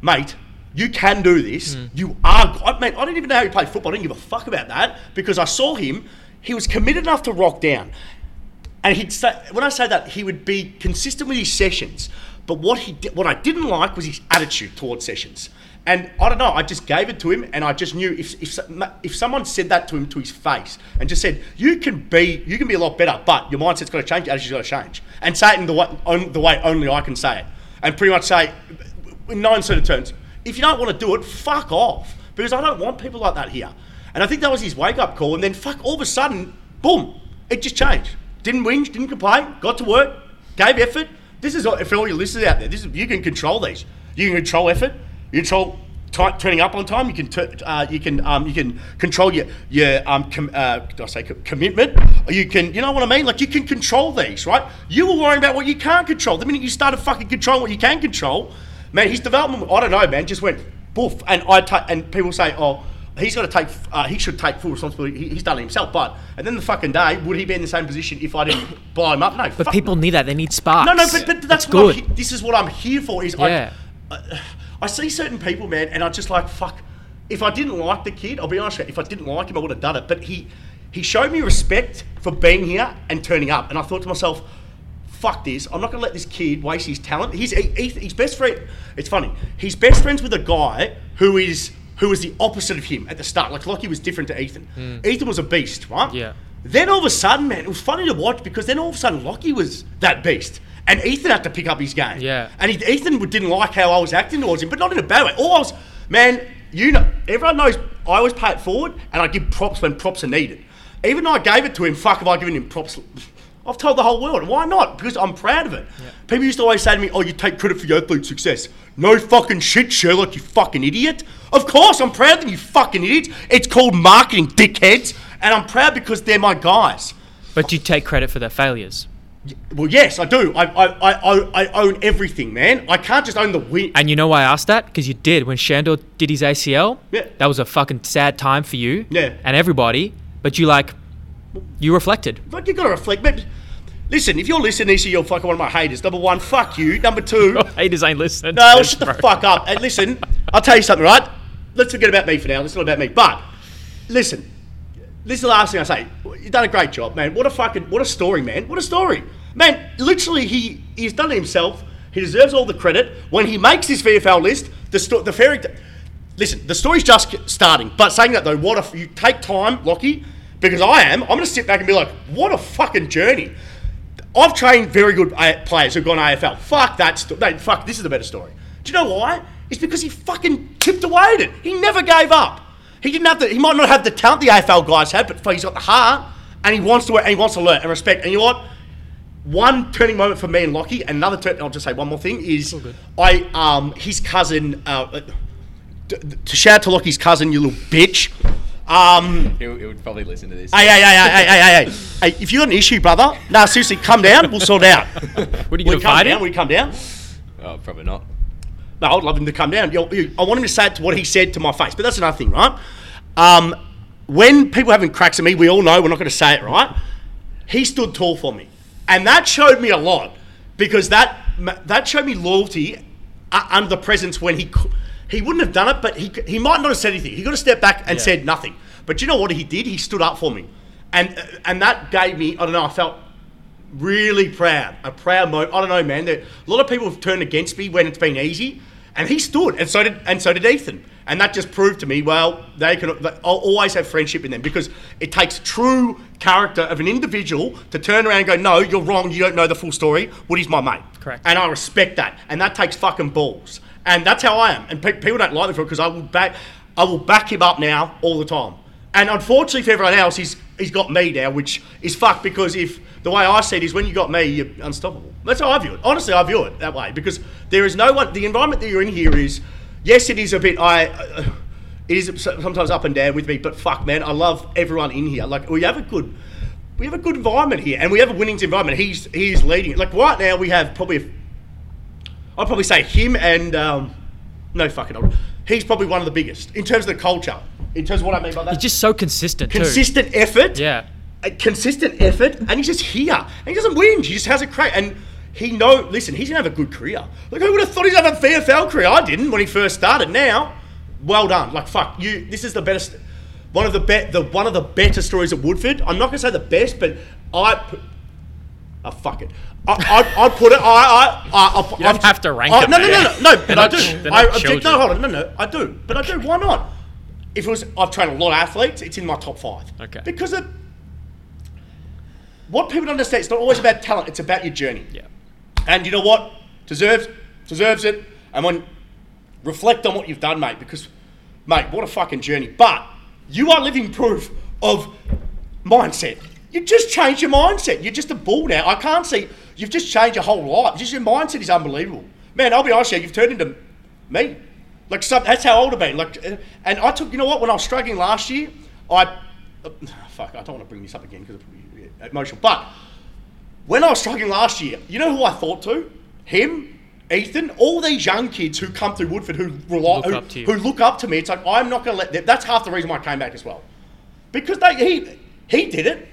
S4: mate, you can do this. You are, I, mate, I didn't even know how he played football. I didn't give a fuck about that because I saw him. He was committed enough to rock down. And he'd say, when I say that, he would be consistent with his sessions. But what he did, what I didn't like was his attitude towards sessions. And I don't know, I just gave it to him, and I just knew if, if, if someone said that to him to his face and just said, "You can be, you can be a lot better, but your mindset's got to change, your attitude's got to change," and say it in the way, on, the way only I can say it, and pretty much say, in no uncertain terms, if you don't want to do it, fuck off, because I don't want people like that here. And I think that was his wake up call, and then fuck, all of a sudden, boom, it just changed. Didn't whinge, didn't complain, got to work, gave effort. This is all- for all your listeners out there. This is you can control these. You can control effort. You control ti turning up on time. You can tur uh, you can um, you can control your your um com- uh, did I say co- commitment. You can you know what I mean. Like you can control these, right? You were worrying about what you can't control. The minute you started fucking controlling what you can control, man, his development. I don't know, man, just went boof. And I ta- and people say, oh he's got to take, uh, he should take full responsibility. He, he's done it himself. But and then the fucking day, would he be in the same position if I didn't blow him up? No,
S1: But
S4: fuck
S1: people need that. They need sparks.
S4: no, no, but, but that's
S1: It's
S4: what
S1: good.
S4: I'm, he- this is what I'm here for. Is
S1: Yeah.
S4: I, I, I see certain people, man, and I just like fuck. If I didn't like the kid, I'll be honest. With you, if I didn't like him, I would have done it. But he he showed me respect for being here and turning up, and I thought to myself. Fuck this! I'm not gonna let this kid waste his talent. He's he, he- he's best friend. It's funny. He's best friends with a guy who is who was the opposite of him at the start. Like Lockie was different to Ethan. Ethan was a beast, right?
S1: Hmm. Yeah.
S4: Then all of a sudden, man, it was funny to watch because then all of a sudden Lockie was that beast. And Ethan had to pick up his game.
S1: Yeah.
S4: And he, Ethan didn't like how I was acting towards him, but not in a bad way. All I was, man, you know, everyone knows I always pay it forward and I give props when props are needed. Even though I gave it to him, fuck, have I given him props? I've told the whole world. Why not? Because I'm proud of it. People used to always say to me, oh, you take credit for your athlete's success. No fucking shit, Sherlock, you fucking idiot. Of course, I'm proud of them, you fucking idiots. It's called marketing, dickheads. And I'm proud because they're my guys.
S1: But you take credit for their failures.
S4: Well, yes, I do. I, I, I, own- I own everything, man. I can't just own the win.
S1: And you know why I asked that? Because you did when Shandor did his ACL.
S4: Yeah.
S1: That was a fucking sad time for you.
S4: Yeah.
S1: And everybody, but you like, you reflected.
S4: But you got to reflect. Man. Listen, if you're listening, this, you're fucking one of my haters. Number one, fuck you. Number two,
S1: Haters ain't listening.
S4: no, shut the fuck up. And listen, I'll tell you something, right? Let's forget about me for now. It's not about me. But listen, this is the last thing I say. You've done a great job, man. What a fucking what a story, man. What a story, man. Literally, he he's done it himself. He deserves all the credit when he makes his VFL list. The sto- the fairy. listen, the story's just starting. But saying that though, what if you take time, Lockie? Because I am, I'm going to sit back and be like, what a fucking journey. I've trained very good A- players who've gone AFL. Fuck that story. No, fuck, this is the better story. Do you know why? It's because he fucking chipped away at it. He never gave up. He didn't have the. He might not have the talent the AFL guys had, but fuck, he's got the heart, and he wants to. work, And he wants to learn and respect. And you know what? One turning moment for me and Lockie. Another. Turn, I'll just say one more thing is I um his cousin. Uh, t- to shout out to Lockie's cousin, you little bitch. Um,
S2: He, he would probably listen to this.
S4: Hey, hey, hey, hey, hey, hey, hey, hey. If you got an issue, brother, nah, seriously, come down. We'll sort it out.
S1: What are you
S4: we
S1: going to
S4: come
S1: fight
S4: down.
S1: him?
S4: We come down.
S2: Oh, probably not.
S4: No, I'd love him to come down. You- you- I want him to say it to what he said to my face, but that's another thing, right? Um, when people having cracks at me, we all know we're not going to say it, right? He stood tall for me, and that showed me a lot because that that showed me loyalty uh, under the presence when he cou- he wouldn't have done it, but he c- he might not have said anything. He got to step back and said nothing. But you know what he did? He stood up for me, and uh, and that gave me I don't know. I felt really proud. A proud moment. I don't know, man. That a lot of people have turned against me when it's been easy, and he stood, and so did, and so did Ethan. And that just proved to me, well, they can. I'll always have friendship in them because it takes true character of an individual to turn around and go, no, you're wrong. You don't know the full story. Woody's my mate.
S1: Correct.
S4: And I respect that, and that takes fucking balls. And that's how I am. And pe- people don't like me for it because I will back, I will back him up now all the time. And unfortunately for everyone else, he's he's got me now, which is fucked because if the way I see it is when you got me, you're unstoppable. That's how I view it. Honestly, I view it that way because there is no one. The environment that you're in here is, yes, it is a bit. I. Uh, it is sometimes up and down with me, but fuck, man, I love everyone in here. Like we have a good, we have a good environment here, and we have a winnings environment. He's he is leading it. Like right now, we have probably a I'd probably say him and um, no fucking. I'll- He's probably one of the biggest in terms of the culture. In terms of what I mean by that,
S1: He's just so consistent, too.
S4: consistent effort.
S1: Yeah.
S4: a consistent effort, and he's just here. And he doesn't win. He just has a crack. And he know. Listen, he's gonna have a good career. Like who would have thought he'd have a VFL career? I didn't when he first started. Now, well done. Like fuck you. This is the best. One of the bet the one of the better stories at Woodford. I'm not gonna say the best, but I. p- Oh, fuck it. I, I, I'd put it. I, I, I, I
S1: don't have to rank
S4: I,
S1: them,
S4: no, no, no,
S1: man.
S4: no, no, no. But I
S1: not
S4: do.
S1: ch- they're
S4: I,
S1: not
S4: I do.
S1: children.
S4: No, hold on. No, no, I do. But I do. Why not? If it was, I've trained a lot of athletes. It's in my top five.
S1: Okay.
S4: Because of what people don't understand, it's not always about talent. It's about your journey.
S1: Yeah.
S4: And you know what? Deserves deserves it. And when reflect on what you've done, mate, because mate, what a fucking journey. But you are living proof of mindset. You just changed your mindset. You're just a bull now. I can't see you've just changed your whole life. Just your mindset is unbelievable. Man, I'll be honest with you, you've turned into me. Like some, that's how old I've been. Like uh, and I took you know what, when I was struggling last year, I uh, fuck, I don't want to bring this up again because it's probably yeah, uh, emotional. But when I was struggling last year, you know who I thought to? Him, Ethan, all these young kids who come through Woodford who rely,
S1: Look
S4: who,
S1: up to you.
S4: who look up to me. It's like I'm not going to let them. That's half the reason why I came back as well, because they, he he did it.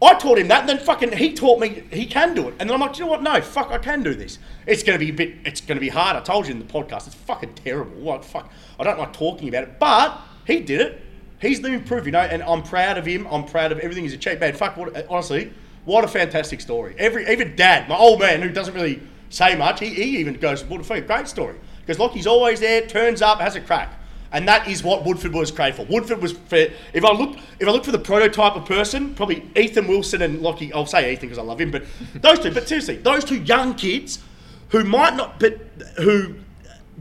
S4: I taught him that, and then fucking he taught me he can do it. And then I'm like, "Do you know what? No, fuck, I can do this. It's going to be a bit. It's going to be hard. I told you in the podcast. It's fucking terrible. What fuck? I don't like talking about it, but he did it. He's living proof, you know, and I'm proud of him. I'm proud of everything he's achieved. Man, fuck, what, honestly, what a fantastic story. Every even dad, my old man who doesn't really say much, he, he even goes, "What a fucking great story." Because Lockie's always there, turns up, has a crack, and that is what Woodford was craved for. Woodford was for, if I look if I look for the prototype of person, probably Ethan Wilson and Lockie. I'll say Ethan because I love him, but those two. But seriously, those two young kids who might not, but who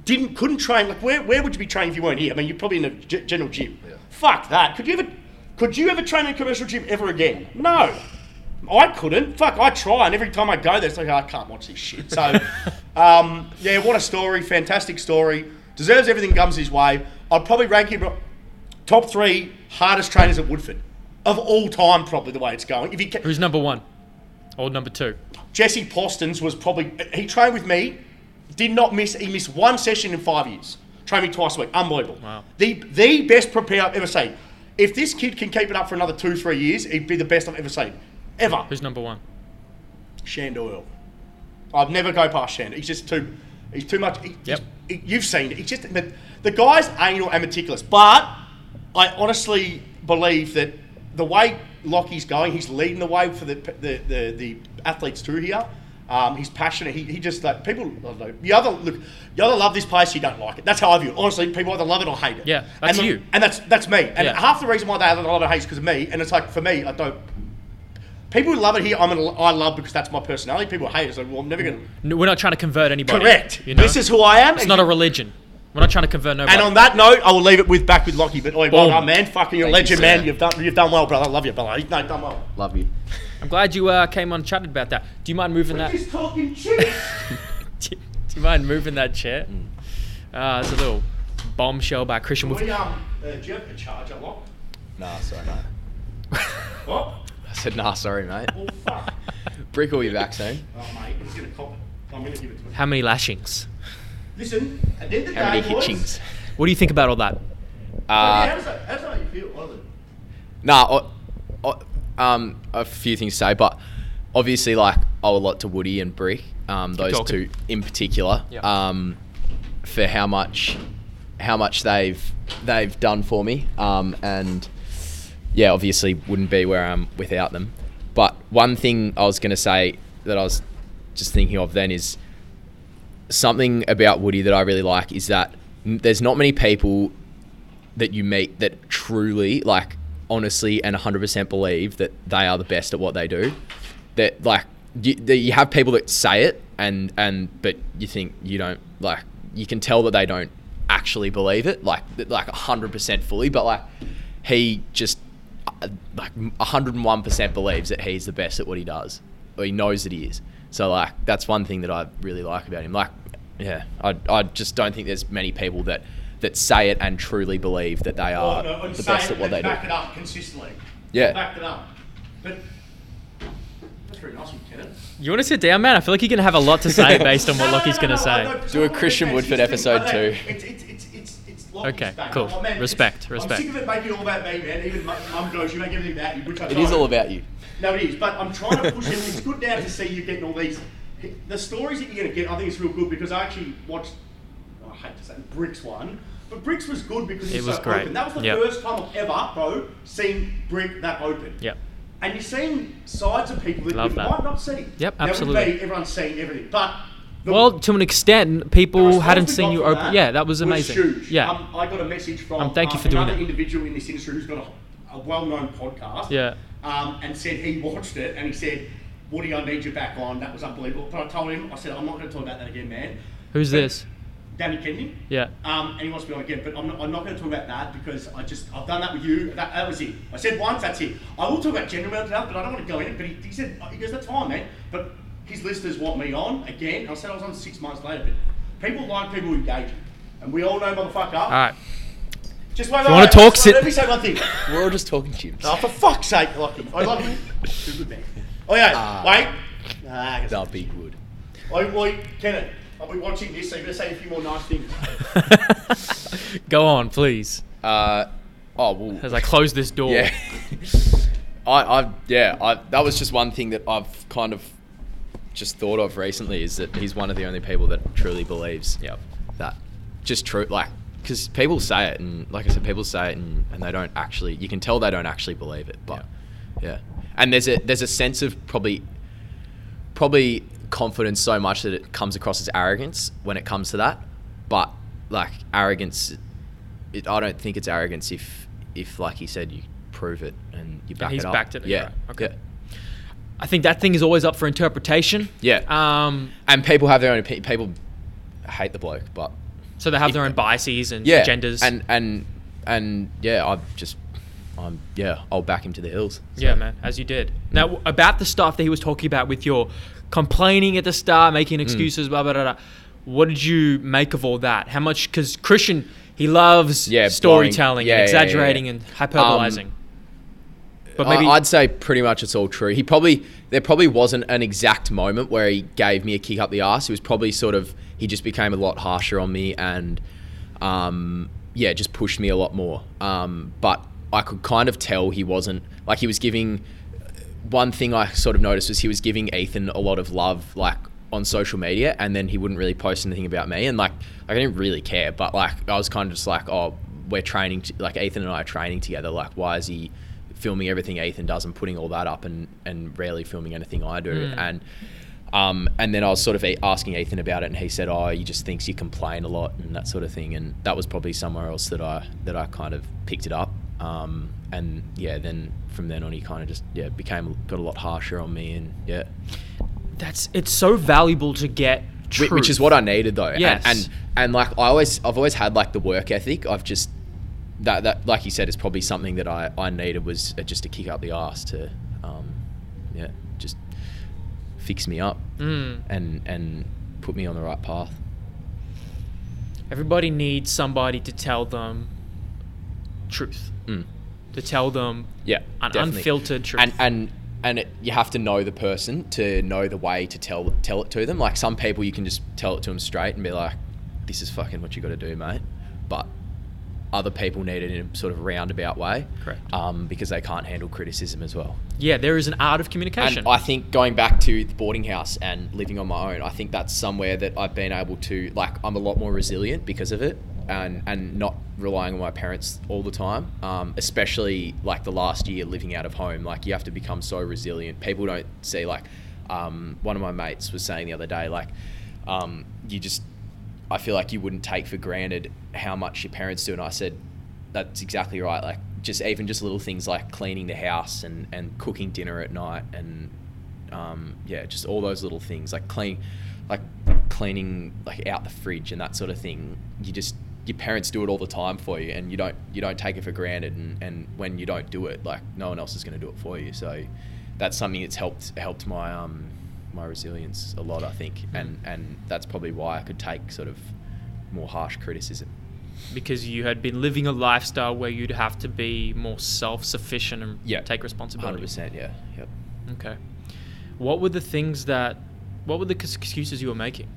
S4: didn't couldn't train. Like where, where would you be training if you weren't here? I mean, you're probably in a g- general gym. Fuck that. Could you ever could you ever train in a commercial gym ever again? No. I couldn't. Fuck, I try, and every time I go there, it's like "Oh, I can't watch this shit. So, um, yeah, what a story! Fantastic story. Deserves everything comes his way. I'd probably rank him top three hardest trainers at Woodford of all time, probably the way it's going. If he ca-
S1: Who's number one? Or number two.
S4: Jesse Postons was probably he trained with me, did not miss he missed one session in five years. Trained me twice a week, unbelievable.
S1: Wow.
S4: The the best prepared I've ever seen. If this kid can keep it up for another two three years, he'd be the best I've ever seen, ever.
S1: Who's number one?
S4: Shand Oil. I'd never go past Shand. He's just too he's too much. he-
S1: Yep.
S4: he- you've seen it. He's just the, the guy's anal and meticulous, but I honestly believe that the way Lockie's going, he's leading the way for the the, the, the athletes through here. Um, he's passionate. He, he just like people. I don't know. You either look, you either love this place, you don't like it. That's how I view it. Honestly, people either love it or hate it.
S1: Yeah, that's
S4: and the-
S1: you.
S4: and that's that's me. And
S1: Yeah.
S4: half the reason why they either love it or hate is because of me. And it's like for me, I don't. People who love it here, I'm gonna, I love because that's my personality. People who hate it, so well, I'm never gonna.
S1: No, we're not trying to convert anybody.
S4: Correct.
S1: You know?
S4: This is who I am.
S1: It's not a religion. We're not trying to convert nobody.
S4: and on that note, I will leave it with back with Lockie. But oi, well
S1: Boom.
S4: done, man. Fucking you're a
S2: Thank you,
S4: legend,
S2: sir.
S4: man. You've done you've done well, brother. I love you, brother. You've no, done well.
S2: Love you.
S1: I'm glad you uh, came on and chatted about that. Do you mind moving that?
S5: Just talking shit.
S1: Do you mind moving that chair? Ah, it's a little bombshell by Christian. Wolf.
S4: We um, uh, do you have a charger lock?
S2: Nah, sorry, mate.
S4: What?
S2: I said, nah, sorry, mate.
S4: Well, fuck.
S2: Brick will be back soon.
S4: oh, mate, he's gonna cop it. I'm gonna give it to him.
S1: How many lashings?
S4: Listen, at the end of the
S2: How
S4: day,
S2: many
S4: boys,
S2: hitchings?
S1: What do you think about all that?
S4: how
S2: Uh,
S4: does that how does that make you feel? honestly?
S2: nah, I, I, um, a few things to say, but obviously, like, I owe a lot to Woody and Brick, um, those
S1: talking.
S2: two in particular,
S1: Yeah.
S2: um, for how much, how much they've they've done for me, um, and yeah, obviously wouldn't be where I'm without them. But one thing I was going to say that I was just thinking of then is something about Woody that I really like is that n- there's not many people that you meet that truly, like, honestly and 100% believe that they are the best at what they do. That, like, you, that you have people that say it and, and, but you think you don't, like, you can tell that they don't actually believe it, like, that- like 100% fully, but, like, he just, uh, like, 101% believes that he's the best at what he does. Or he knows that he is. So, like, that's one thing that I really like about him. Like, yeah, I, I just don't think there's many people that that say it and truly believe that they
S4: Oh,
S2: are
S4: no, and
S2: the
S4: say
S2: best
S4: it
S2: at what
S4: and
S2: they do.
S4: Back it up consistently.
S2: Yeah.
S4: Back it up. But that's very nice, Lieutenant.
S1: You want to sit down, man? I feel like you're gonna have a lot to say based on what
S4: No, no,
S1: Lockie's
S4: no,
S1: gonna
S4: no,
S1: say.
S4: no, no,
S2: Do a
S4: no,
S2: Christian
S4: no,
S2: Woodford
S4: it's just
S2: episode
S4: thing,
S2: two.
S4: It's, it's, it's, it's, it's Lockie's
S1: Okay,
S4: back.
S1: cool.
S4: Oh, man, it's-
S1: Respect,
S4: I'm
S1: respect.
S4: sick of it making it all about me, man. Even mu- mum goes, you make everything about you, which I
S2: It is
S4: don't.
S2: all about you.
S4: No, it is. But I'm trying to push it. It's good now to see you getting all these. The stories that you're going to get, I think it's real good because I actually watched. oh, I hate to say the Bricks one, but Bricks was good because
S1: It
S4: he's
S1: was
S4: so
S1: great.
S4: open. That was the
S1: Yep.
S4: first time I've ever, bro, seen Brick that open.
S1: Yep.
S4: And you're seeing sides of people that
S1: Love
S4: you
S1: that.
S4: might not see.
S1: Yep,
S4: Now, with
S1: absolutely.
S4: me, everyone's seeing everything, but. the-
S1: Well, to an extent,
S4: the
S1: people
S4: response
S1: hadn't
S4: we
S1: seen
S4: got
S1: you
S4: from
S1: open. yeah, that was amazing.
S4: huge.
S1: Yeah,
S4: Um, I got a message from
S1: Um, thank you
S4: uh,
S1: for doing
S4: another
S1: that.
S4: individual in this industry who's got a, a well-known podcast.
S1: Yeah.
S4: Um, and said he watched it and he said, "Woody, I need you back on. That was unbelievable." But I told him, I said, "I'm not going to talk about that again, man."
S1: who's this?
S4: Danny Kenyon.
S1: Yeah.
S4: Um, and he wants to be on again, but I'm not, I'm not going to talk about that because I just I've done that with you. That, that was it. I said once, that's it. I will talk about general mental health, but I don't want to go in it. But he, he said he goes, that's fine, man. But his listeners want me on again. I said I was on six months later, but people like people engaging, and we all know, motherfucker.
S1: All right.
S4: Just wait.
S1: you wanna
S4: wait,
S1: talk,
S4: wait,
S1: sit-
S4: Let me say one thing.
S2: We're all just talking chimps.
S4: Oh, for fuck's sake, Lachlan. I love you. You're a good man. Oh yeah.
S2: Ah.
S4: wait. Nah, I guess-
S2: They'll be good.
S4: Oi, oi, Kenneth. I'll be watching this, so you better say a few more nice things.
S1: Go on, please.
S2: Uh, oh well.
S1: As I close this door.
S2: Yeah. I, I, yeah, I, that was just one thing that I've kind of just thought of recently is that he's one of the only people that truly believes
S1: Yep.
S2: that just true, like, because people say it and, like I said, people say it and, and they don't actually, you can tell they don't actually believe it, but yeah. And there's a, there's a sense of probably, probably confidence so much that it comes across as arrogance when it comes to that, but like arrogance it, I don't think it's arrogance if if like he said you prove it and you back
S1: he's
S2: it up.
S1: backed it,
S2: Yeah.
S1: right, okay.
S2: yeah.
S1: I think that thing is always up for interpretation.
S2: Yeah.
S1: Um.
S2: And people have their own opi- people hate the bloke, but
S1: So they have their own biases and
S2: yeah.
S1: agendas.
S2: And and and yeah, I just I'm yeah, I'll back him to the hills.
S1: Yeah, man, as you did. Now, w- about the stuff that he was talking about with your complaining at the start, making
S2: Mm.
S1: excuses, blah, blah, blah, blah. What did you make of all that? How much? Because Christian, he loves
S2: Yeah, blowing-
S1: storytelling
S2: yeah,
S1: and
S2: yeah, yeah, yeah.
S1: exaggerating and hyperbolizing.
S2: Um,
S1: but But maybe
S2: I, would say pretty much it's all true. He probably there probably wasn't an exact moment where he gave me a kick up the arse. It was probably sort of he just became a lot harsher on me and um, yeah, just pushed me a lot more. Um, but I could kind of tell he wasn't like he was giving. One thing I sort of noticed was he was giving Ethan a lot of love, like on social media, and then he wouldn't really post anything about me. And like I didn't really care, but like I was kind of just like, oh, we're training, t- like Ethan and I are training together. Like why is he? filming everything Ethan does and putting all that up and and rarely filming anything I do
S1: Mm.
S2: and um, and then I was sort of asking Ethan about it and he said oh he just thinks you complain a lot and that sort of thing and that was probably somewhere else that I that I kind of picked it up um, and yeah then from then on he kind of just yeah became got a lot harsher on me and yeah
S1: that's it's so valuable to get
S2: Whi-
S1: truth.
S2: which is what I needed though. And-
S1: Yes.
S2: And, and like I always I've always had like the work ethic. I've just that that like you said is probably something that I I needed was uh, just to kick up the ass to um yeah just fix me up
S1: Mm.
S2: and and put me on the right path.
S1: everybody needs somebody to tell them truth,
S2: Mm.
S1: to tell them
S2: Yeah,
S1: an
S2: definitely.
S1: unfiltered truth.
S2: and and and it, you have to know the person to know the way to tell tell it to them. Like some people, you can just tell it to them straight and be like, "This is fucking what you got to do, mate." But other people need it in a sort of roundabout way,
S1: Correct.
S2: Um, because they can't handle criticism as well.
S1: yeah, there is an art of communication.
S2: And I think going back to the boarding house and living on my own, I think that's somewhere that I've been able to like I'm a lot more resilient because of it, and and not relying on my parents all the time. Um, especially like the last year living out of home, like you have to become so resilient. People don't see like um, one of my mates was saying the other day, like um, you just I feel like you wouldn't take for granted how much your parents do. And I said, that's exactly right. Like just even just little things like cleaning the house and, and cooking dinner at night and um, yeah, just all those little things like clean, like cleaning like out the fridge and that sort of thing. You just your parents do it all the time for you, and you don't you don't take it for granted. And, and when you don't do it, like no one else is going to do it for you. So that's something that's helped helped my um my resilience a lot, I think. And and that's probably why I could take sort of more harsh criticism.
S1: because you had been living a lifestyle where you'd have to be more self-sufficient and
S2: Yeah.
S1: take
S2: Hundred
S1: responsibility.
S2: percent, yeah, yep.
S1: Okay. What were the things that? What were the c- excuses you were making?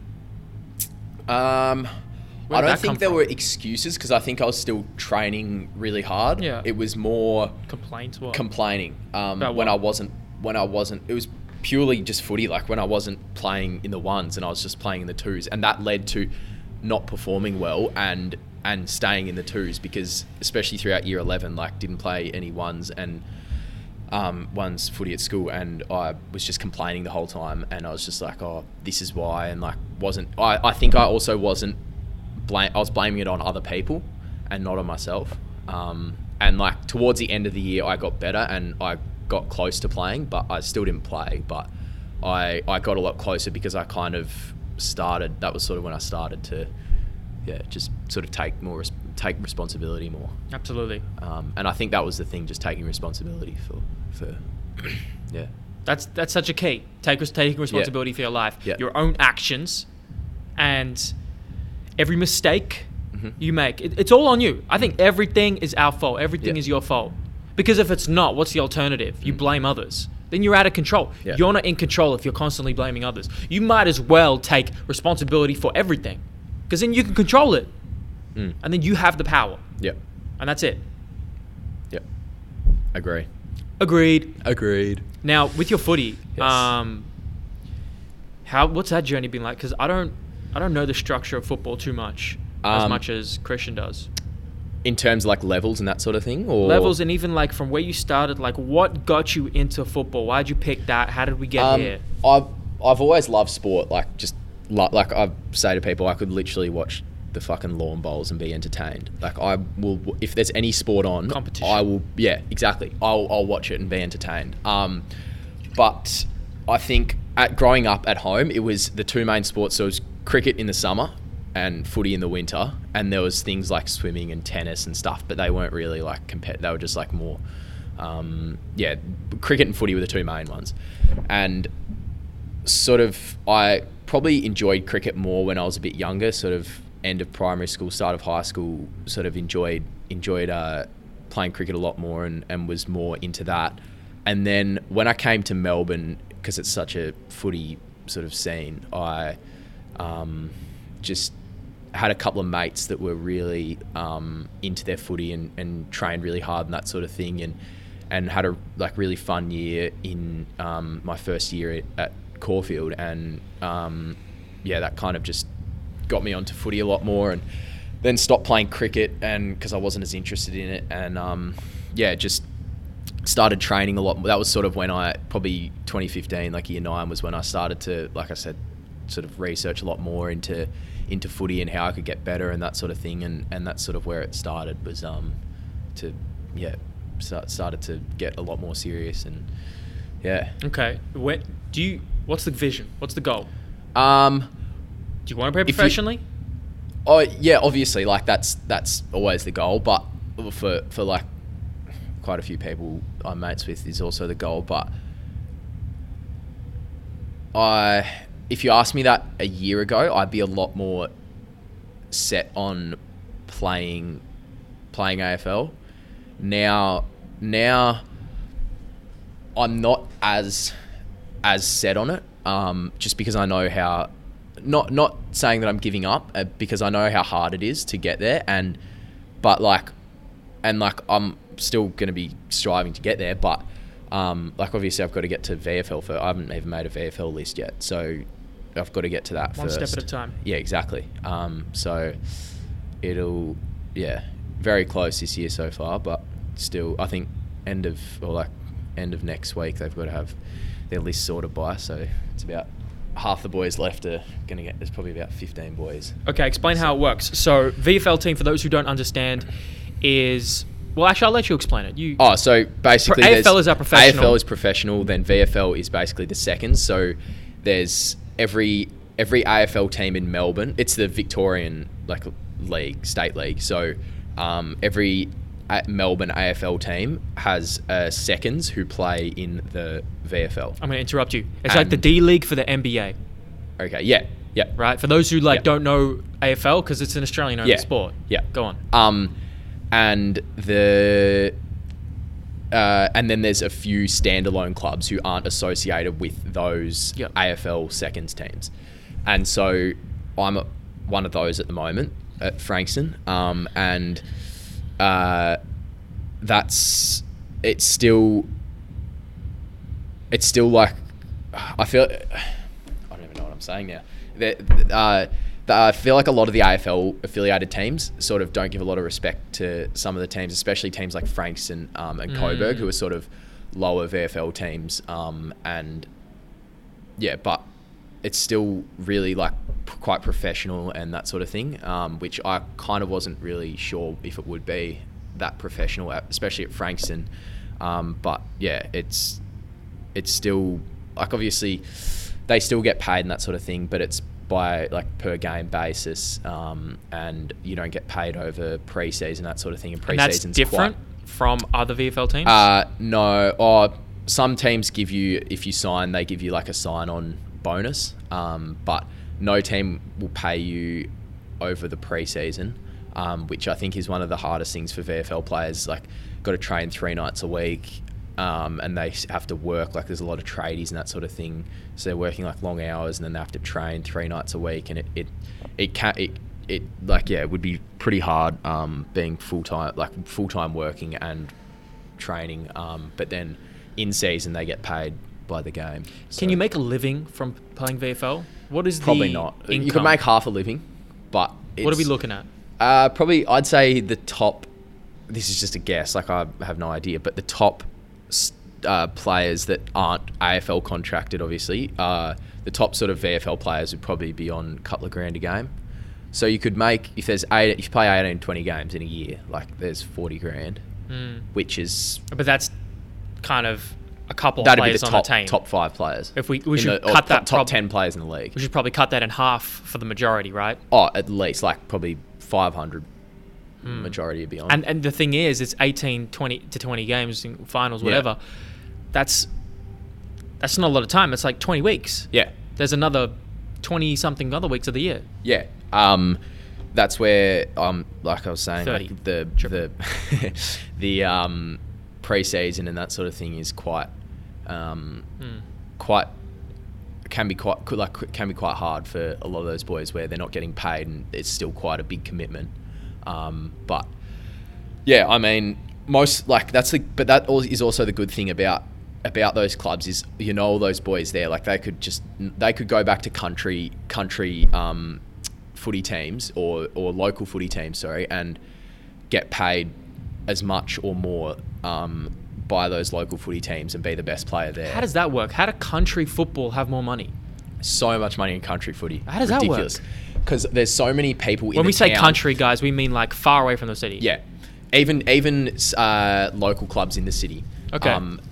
S2: Um,
S1: Where
S2: I
S1: did
S2: don't
S1: that come
S2: think there
S1: from?
S2: were excuses because I think I was still training really hard.
S1: Yeah.
S2: It was more
S1: Complaints? What?
S2: complaining um,
S1: About
S2: when
S1: what?
S2: I wasn't when I wasn't it was purely just footy like when I wasn't playing in the ones and I was just playing in the twos and that led to not performing well and and staying in the twos because especially throughout year 11 like didn't play any ones and um, one's footy at school and I was just complaining the whole time and I was just like oh this is why and like wasn't I, I think I also wasn't blame I was blaming it on other people and not on myself um, and like towards the end of the year I got better and I got close to playing but I still didn't play but I I got a lot closer because I kind of started that was sort of when I started to yeah just sort of take more res- take responsibility more
S1: Absolutely.
S2: um, and I think that was the thing, just taking responsibility for, for yeah,
S1: That's that's such a key. Take res- taking responsibility for your life,
S2: Yeah.
S1: your own actions, and every mistake
S2: Mhm.
S1: you make. It, it's all on you. I think everything is our fault. Everything
S2: Mm-hmm. Yeah. Mm.
S1: is your fault. Because if it's not, what's the alternative? You blame others. Then you're out of control.
S2: Yeah.
S1: You're not in control if you're constantly blaming others. You might as well take responsibility for everything, because then you can control it,
S2: Mm.
S1: and then you have the power,
S2: yep,
S1: and that's it.
S2: yep. Agree.
S1: Agreed.
S2: Agreed.
S1: Now, with your footy,
S2: Yes.
S1: um, how what's that journey been like? Because I don't, I don't know the structure of football too much, as
S2: Um,
S1: much as Christian does.
S2: In terms of like levels and that sort of thing, or
S1: Levels and even like from where you started, like what got you into football? Why'd you pick that? How did we get
S2: um,
S1: here?
S2: I've I've always loved sport. Like just lo- like I say to people, I could literally watch the fucking lawn bowls and be entertained. Like I will, if there's any sport on,
S1: Competition.
S2: I will. Yeah, exactly. I'll I'll watch it and be entertained. Um, but I think at growing up at home, it was the two main sports. So it was cricket in the summer and footy in the winter, and there was things like swimming and tennis and stuff. But they weren't really like compet. They were just like more, um, yeah, cricket and footy were the two main ones, and sort of I probably enjoyed cricket more when I was a bit younger, sort of end of primary school, start of high school, sort of enjoyed enjoyed uh, playing cricket a lot more and, and was more into that. And then when I came to Melbourne, because it's such a footy sort of scene, I um, just had a couple of mates that were really um, into their footy and, and trained really hard and that sort of thing, and and had a like really fun year in um, my first year at, at Caulfield, and um, yeah, that kind of just got me onto footy a lot more, and then stopped playing cricket and because I wasn't as interested in it, and um, yeah, just started training a lot. That was sort of when I probably 2015, like year nine, was when I started to, like I said, sort of research a lot more into into footy and how I could get better and that sort of thing, and and that's sort of where it started was um to yeah start, started to get a lot more serious and yeah
S1: Okay. Where, do you? What's the vision? What's the goal?
S2: um
S1: Do you want to play
S2: you-
S1: professionally?
S2: oh yeah obviously like that's that's always the goal but for for like quite a few people I'm mates with is also the goal but I if you asked me that a year ago I'd be a lot more set on playing playing AFL now now I'm not as as set on it, um, just because I know how. Not not saying that I'm giving up, uh, because I know how hard it is to get there, and but like, and like I'm still going to be striving to get there, but um, like obviously I've got to get to VFL for. I haven't even made a VFL list yet, so I've got to get to that
S1: One
S2: first.
S1: step at a time.
S2: Yeah, exactly. Um, so it'll yeah, very close this year so far, but still I think end of or like end of next week they've got to have their list sorted by. So it's about half the boys left are gonna get. There's probably about 15 boys.
S1: Okay, explain how it works. So VFL team, for those who don't understand, is well. Actually, I'll let you explain it. You
S2: Oh, so basically,
S1: Pro-
S2: there's-
S1: AFL is our professional.
S2: AFL is professional. Then VFL is basically the second. So there's every every AFL team in Melbourne. It's the Victorian like league, state league. So um, every a- Melbourne AFL team has uh, seconds who play in the VFL.
S1: I'm going to interrupt you. It's like the
S2: And-
S1: D League for the NBA,
S2: Okay, yeah, yeah,
S1: right? For those who like
S2: Yeah.
S1: don't know AFL because it's an Australian only
S2: Yeah.
S1: sport.
S2: Yeah.
S1: Go on.
S2: Um, and the uh, and then there's a few standalone clubs who aren't associated with those
S1: Yep.
S2: AFL seconds teams, and so I'm a- one of those at the moment at Frankston, um, and uh, that's it's still it's still like I feel I don't even know what I'm saying now. That uh, the- I feel like a lot of the AFL affiliated teams sort of don't give a lot of respect to some of the teams, especially teams like Frankston um, and Coburg, who are sort of lower VFL teams. Um, and yeah, but it's still really like p- quite professional and that sort of thing, um, which I kind of wasn't really sure if it would be that professional, at- especially at Frankston. Um, but yeah, it's it's still like obviously they still get paid and that sort of thing, but it's by like per game basis, um, and you don't get paid over pre-season that sort of thing. And
S1: And that's
S2: pre-season's
S1: different
S2: Quite,
S1: from other VFL teams.
S2: uh, no, or some teams give you if you sign, they give you like a sign-on bonus, um, but no team will pay you over the preseason, um, which I think is one of the hardest things for VFL players. Like, got to train three nights a week, um, and they s- have to work. Like, there's a lot of tradies and that sort of thing, so they're working like long hours, and then they have to train three nights a week, and it it it can it it like yeah, it would be pretty hard um, being full time like full time working and training, um, but then in season they get paid by the game.
S1: Can
S2: So
S1: you make a living from playing VFL? What is
S2: probably
S1: the
S2: not?
S1: Income?
S2: You could make half a living, but it's,
S1: What are we looking at?
S2: Uh, probably I'd say the top. This is just a guess, like I have no idea, but the top s- uh, players that aren't AFL contracted, obviously, uh, the top sort of VFL players would probably be on a couple of grand a game. So you could make if there's eight, if you play 18, 20 games in a year, like there's forty grand, which is
S1: But that's kind of a couple of
S2: that'd be the
S1: players on
S2: top
S1: the team.
S2: top five players.
S1: If we- we
S2: in
S1: should
S2: the, or
S1: cut
S2: top,
S1: that
S2: top
S1: prob-
S2: ten players in the league.
S1: We should probably cut that in half for the majority, right?
S2: Oh, at least like probably five hundred majority would be on.
S1: Hmm. And and the thing is, it's 18, 20 to 20 games, in finals,
S2: Yeah.
S1: whatever. That's that's not a lot of time. It's like 20 weeks.
S2: yeah,
S1: There's another 20 something other weeks of the year.
S2: Yeah. Um, that's where um, like I was saying,
S1: 30.
S2: like the
S1: Sure.
S2: the the um, pre-season and that sort of thing is quite, um, quite can be quite could, like can be quite hard for a lot of those boys where they're not getting paid and it's still quite a big commitment. Um, but yeah, I mean most like that's the but that al- is also the good thing about about those clubs is you know all those boys there like they could just they could go back to country country um, footy teams or or local footy teams sorry and get paid as much or more um, by those local footy teams and be the best player there
S1: How does that work? How do country football have more money?
S2: so much money in country footy.
S1: How does that work?
S2: Because there's so many people. in
S1: When
S2: the
S1: we say
S2: town-
S1: country, guys, we mean like far away from the city.
S2: yeah, even even uh, local clubs in the city. Um,
S1: Okay.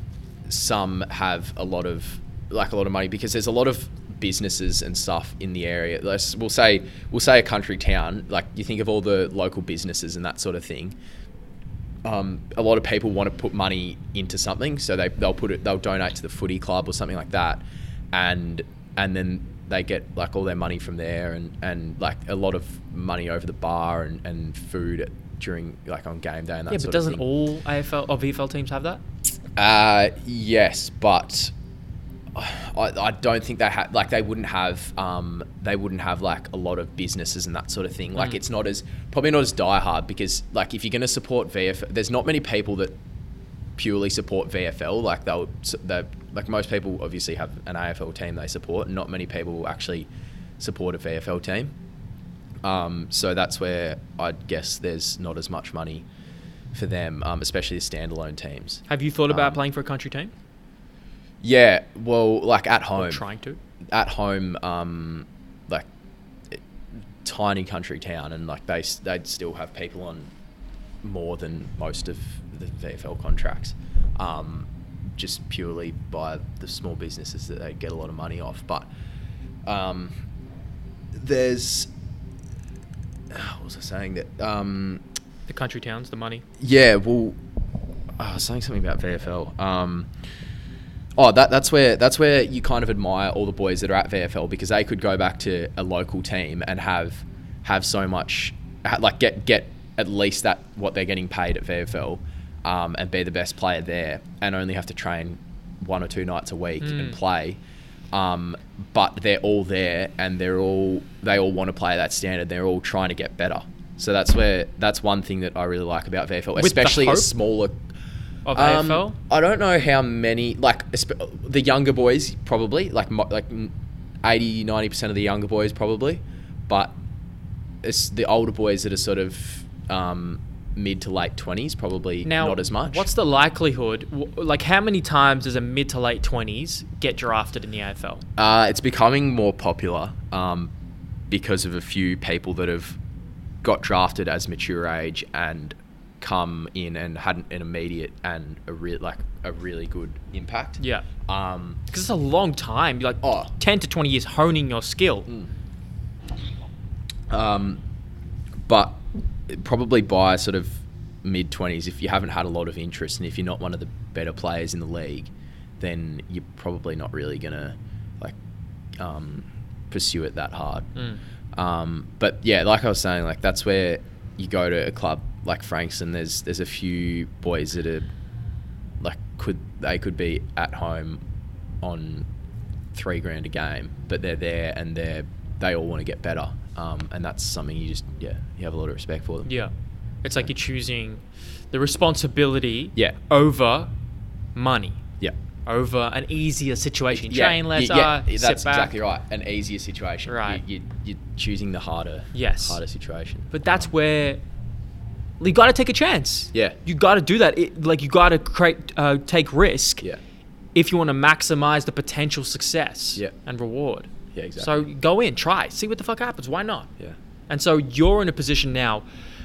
S2: some have a lot of like a lot of money because there's a lot of businesses and stuff in the area. Let's, we'll say we'll say a country town. Like you think of all the local businesses and that sort of thing. um, a lot of people want to put money into something, so they they'll put it they'll donate to the footy club or something like that, and and then they get like all their money from there and and like a lot of money over the bar and and food at, during like on game day and that
S1: Yeah,
S2: sort
S1: but
S2: of
S1: doesn't
S2: thing.
S1: all AFL or VFL E teams have that?
S2: Uh, yes, but uh, I, I don't think they had like they wouldn't have um they wouldn't have like a lot of businesses and that sort of thing. Like it's not as probably not as diehard because like if you're going to support VFL, there's not many people that purely support VFL. Like they'll they like most people obviously have an AFL team they support, and not many people will actually support a VFL team. Um, so that's where I guess there's not as much money for them, um, especially the standalone teams.
S1: Have you thought about
S2: Um,
S1: playing for a country team?
S2: Yeah, well, like at home,
S1: Trying to.
S2: at home, um, like it- tiny country town, and like they s- they'd still have people on more than most of the VFL contracts, um, just purely by the small businesses that they get a lot of money off. But um, there's what was I saying that um,
S1: The country towns, the money.
S2: yeah, well, oh, I was saying something about VFL. Um, oh, that that's where that's where you kind of admire all the boys that are at VFL because they could go back to a local team and have have so much ha- like get get at least that what they're getting paid at VFL um, and be the best player there and only have to train one or two nights a week
S1: Mm.
S2: and play. Um, but they're all there and they're all they all want to play that standard. They're all trying to get better. So that's where that's one thing that I really like about VFL,
S1: the
S2: especially a
S1: hope?
S2: smaller
S1: Of
S2: um,
S1: AFL?
S2: I don't know how many, like esp- the younger boys probably, like mo- like mm, 80, 90 percent of the younger boys probably, but it's the older boys that are sort of um, mid to late twenties probably
S1: Now,
S2: not as much.
S1: What's the likelihood? w- Like, how many times does a mid to late 20s get drafted in the AFL?
S2: Uh, it's becoming more popular um, because of a few people that have got drafted as mature age and come in and had an immediate and a real like a really good impact.
S1: Yeah.
S2: Um,
S1: Because it's a long time. You're like
S2: Oh. Hmm.
S1: 10 to 20 years honing your skill.
S2: um, but probably by sort of mid 20s if you haven't had a lot of interest and if you're not one of the better players in the league then you're probably not really gonna like um, pursue it that hard um, but yeah like I was saying like that's where you go to a club like Frankston there's there's a few boys that are like could they could be at home on three grand a game, but they're there and they're they all want to get better, um, and that's something you just yeah you have a lot of respect for them.
S1: Yeah. It's like you're choosing the responsibility
S2: Yeah.
S1: over money,
S2: yeah,
S1: over an easier situation. Train less,
S2: yeah,
S1: uh, sit
S2: that's
S1: back.
S2: exactly right. An easier situation,
S1: Right.
S2: You, you, are choosing the harder
S1: Yes.
S2: harder situation.
S1: But that's where you got to take a chance.
S2: Yeah.
S1: You got to do that. It, like you got to create, uh, take risk.
S2: Yeah,
S1: If you want to maximize the potential success.
S2: Yeah.
S1: And reward.
S2: yeah, exactly.
S1: So go in, try, see what the fuck happens. Why not?
S2: yeah,
S1: And so you're in a position now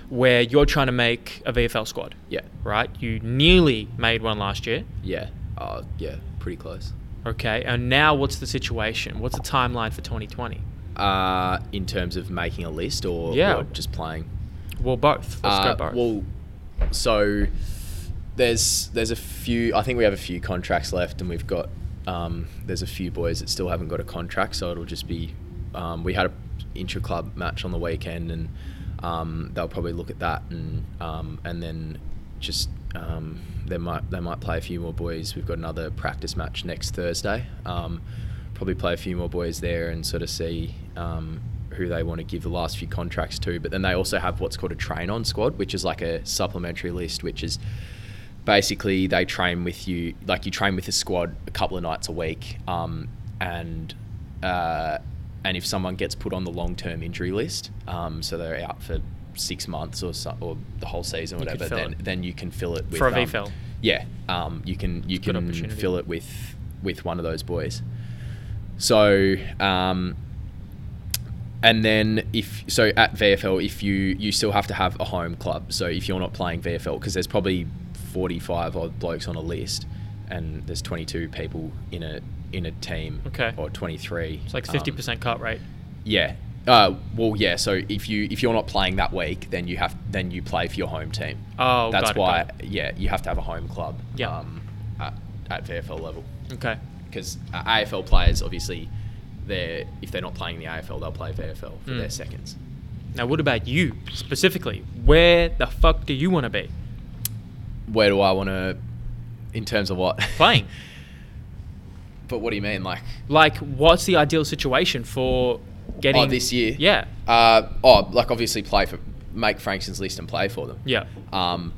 S1: where you're trying to make a VFL squad,
S2: yeah,
S1: right? You nearly made one last year.
S2: yeah, uh, yeah, pretty close.
S1: Okay. And now what's the situation? What's the timeline for 2020?
S2: Uh, in terms of making a list or,
S1: Yeah.
S2: or just playing.
S1: Well, both. Let's
S2: Uh,
S1: go both.
S2: Well, so there's there's a few. I think we have a few contracts left, and we've got um, there's a few boys that still haven't got a contract. So it'll just be um, we had a intra club match on the weekend, and um, they'll probably look at that, and um, and then just um, they might they might play a few more boys. We've got another practice match next Thursday. Um, probably play a few more boys there and sort of see um, who they want to give the last few contracts to. But then they also have what's called a train on squad, which is like a supplementary list, which is basically they train with you like you train with the squad a couple of nights a week, um, and uh, and if someone gets put on the long term injury list, um, so they're out for six months or so, or the whole season or
S1: You could
S2: whatever,
S1: fill
S2: then
S1: it.
S2: then you can fill it with
S1: For a
S2: um,
S1: VFL.
S2: Yeah, um, you can you
S1: It's a good
S2: can
S1: opportunity.
S2: fill it with with one of those boys. So, um, and then if so at VFL, if you you still have to have a home club. So if you're not playing VFL, because there's probably 45 odd blokes on a list, and there's 22 people in a in a team.
S1: Okay.
S2: Or 23.
S1: It's like
S2: um,
S1: 50% cut rate.
S2: yeah. Uh, well, yeah. So if you if you're not playing that week, then you have then you play for your home team.
S1: Oh, got
S2: That's
S1: it, got
S2: why.
S1: it.
S2: Yeah, you have to have a home club.
S1: Yeah.
S2: Um, at, at VFL level,
S1: Okay.
S2: because AFL players obviously, they're if they're not playing the AFL, they'll play VFL for
S1: Mm.
S2: their seconds.
S1: Now, what about you specifically? Where the fuck do you want to be
S2: Where do I want to, in terms of what
S1: playing?
S2: but what do you mean, like?
S1: like, what's the ideal situation for getting
S2: Oh, this year.
S1: Yeah,
S2: Uh, oh, like obviously play for make Frankston's list and play for them.
S1: yeah.
S2: Um,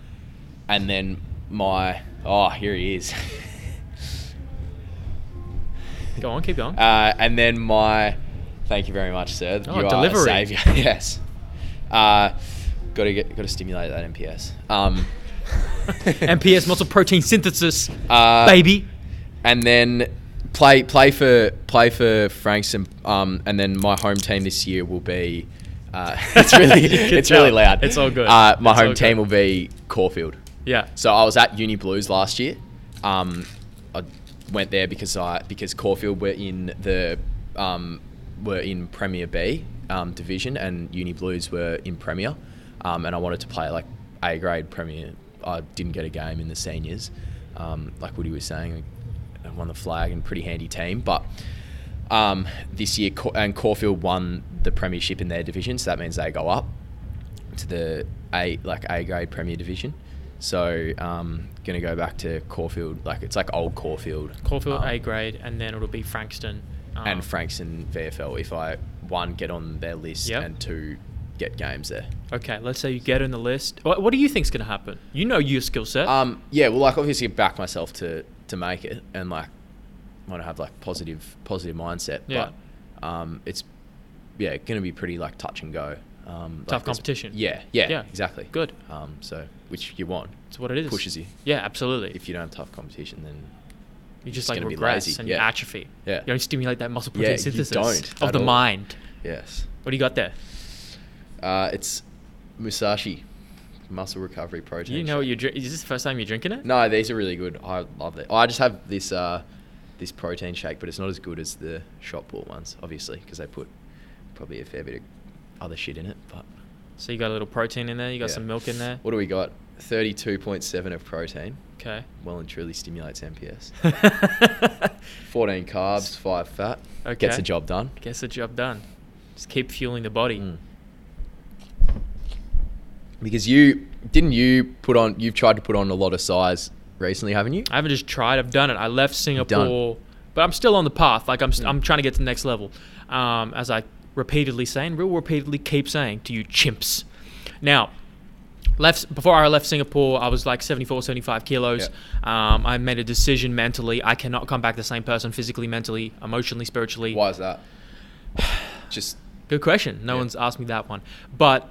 S2: and then my oh here he is.
S1: Go on, keep going.
S2: Uh, and then my thank you very much, sir.
S1: Oh,
S2: you
S1: delivery.
S2: are a savior. yes. Uh, got to get got to stimulate that MPS. Um,
S1: MPS muscle protein synthesis,
S2: Uh,
S1: baby.
S2: and then play play for play for Frankston. Um, and then my home team this year will be. Uh, it's really
S1: You can
S2: it's really
S1: tell.
S2: loud.
S1: It's all good.
S2: Uh, my
S1: It's all
S2: home team
S1: good.
S2: will be Caulfield.
S1: Yeah.
S2: So I was at Uni Blues last year. Um, I went there because I because Caulfield were in the um, were in Premier B um, division and Uni Blues were in Premier, um, and I wanted to play like A grade Premier. I didn't get a game in the seniors, um, like Woody was saying. I won the flag and pretty handy team, but um, this year Cau- and Caulfield won the premiership in their division, so that means they go up to the A like A grade Premier Division. So um, gonna go back to Caulfield, like it's like old Caulfield,
S1: Caulfield
S2: um,
S1: A grade, and then it'll be Frankston. Um,
S2: and Frankston VFL. If I one get on their list
S1: Yep.
S2: and two get games there.
S1: Okay, let's say you get in the list. What, what do you think's going to happen? You know your skill set.
S2: Um, yeah, well, like obviously back myself to to make it, and like want to have like positive positive mindset.
S1: Yeah.
S2: But um, it's yeah gonna be pretty like touch and go. Um,
S1: Tough
S2: like, there's-
S1: competition.
S2: Yeah, yeah,
S1: Yeah.
S2: exactly.
S1: Good.
S2: Um, so which you want.
S1: It's what it is.
S2: pushes you.
S1: Yeah, absolutely.
S2: If you don't have tough competition, then
S1: you just
S2: it's
S1: like
S2: gonna be
S1: regress
S2: lazy,
S1: and
S2: yeah.
S1: you atrophy.
S2: Yeah.
S1: You don't stimulate that muscle
S2: Yeah,
S1: protein
S2: you
S1: synthesis
S2: don't
S1: of
S2: at
S1: the
S2: all.
S1: mind.
S2: yes.
S1: What do you got there?
S2: Uh, it's Musashi muscle recovery protein.
S1: You know what
S2: shake.
S1: you're drinking? Is this the first time you're drinking it?
S2: No, these are really good. I love it. I just have this uh, this protein shake, but it's not as good as the shop bought ones, obviously, because they put probably a fair bit of other shit in it. But
S1: So you got a little protein in there. You got
S2: yeah.
S1: some milk in there.
S2: What do we got? Thirty-two point seven of protein.
S1: Okay.
S2: Well and truly stimulates MPS. Fourteen carbs, five fat.
S1: Okay.
S2: Gets the job done.
S1: Gets the job done. Just keep fueling the body.
S2: Mm. Because you didn't you put on? You've tried to put on a lot of size recently, haven't you?
S1: I haven't just tried. I've done it. I left Singapore, but I'm still on the path. Like
S2: Hmm.
S1: I'm, s am trying to get to the next level. Um, as I repeatedly say and will repeatedly keep saying to you chimps. Now, left before I left Singapore, I was like 74, 75 kilos. Um, I made a decision mentally. I cannot come back the same person physically, mentally, emotionally, spiritually.
S2: Why is that? Just
S1: Good question. No
S2: Yeah.
S1: one's asked me that one. But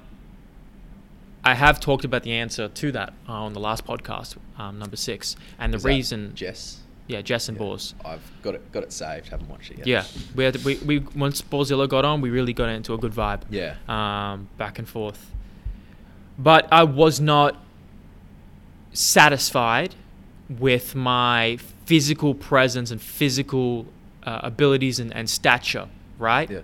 S1: I have talked about the answer to that uh, on the last podcast, um, number six. And the
S2: was that
S1: reason,
S2: Jess.
S1: yeah, Jess and
S2: Yeah.
S1: Boers.
S2: I've got it got it saved. Haven't watched it yet.
S1: Yeah, we had we, we once Borzillo got on, we really got into a good vibe.
S2: Yeah.
S1: Um, back and forth. But I was not satisfied with my physical presence and physical uh, abilities and, and stature, right?
S2: Yeah.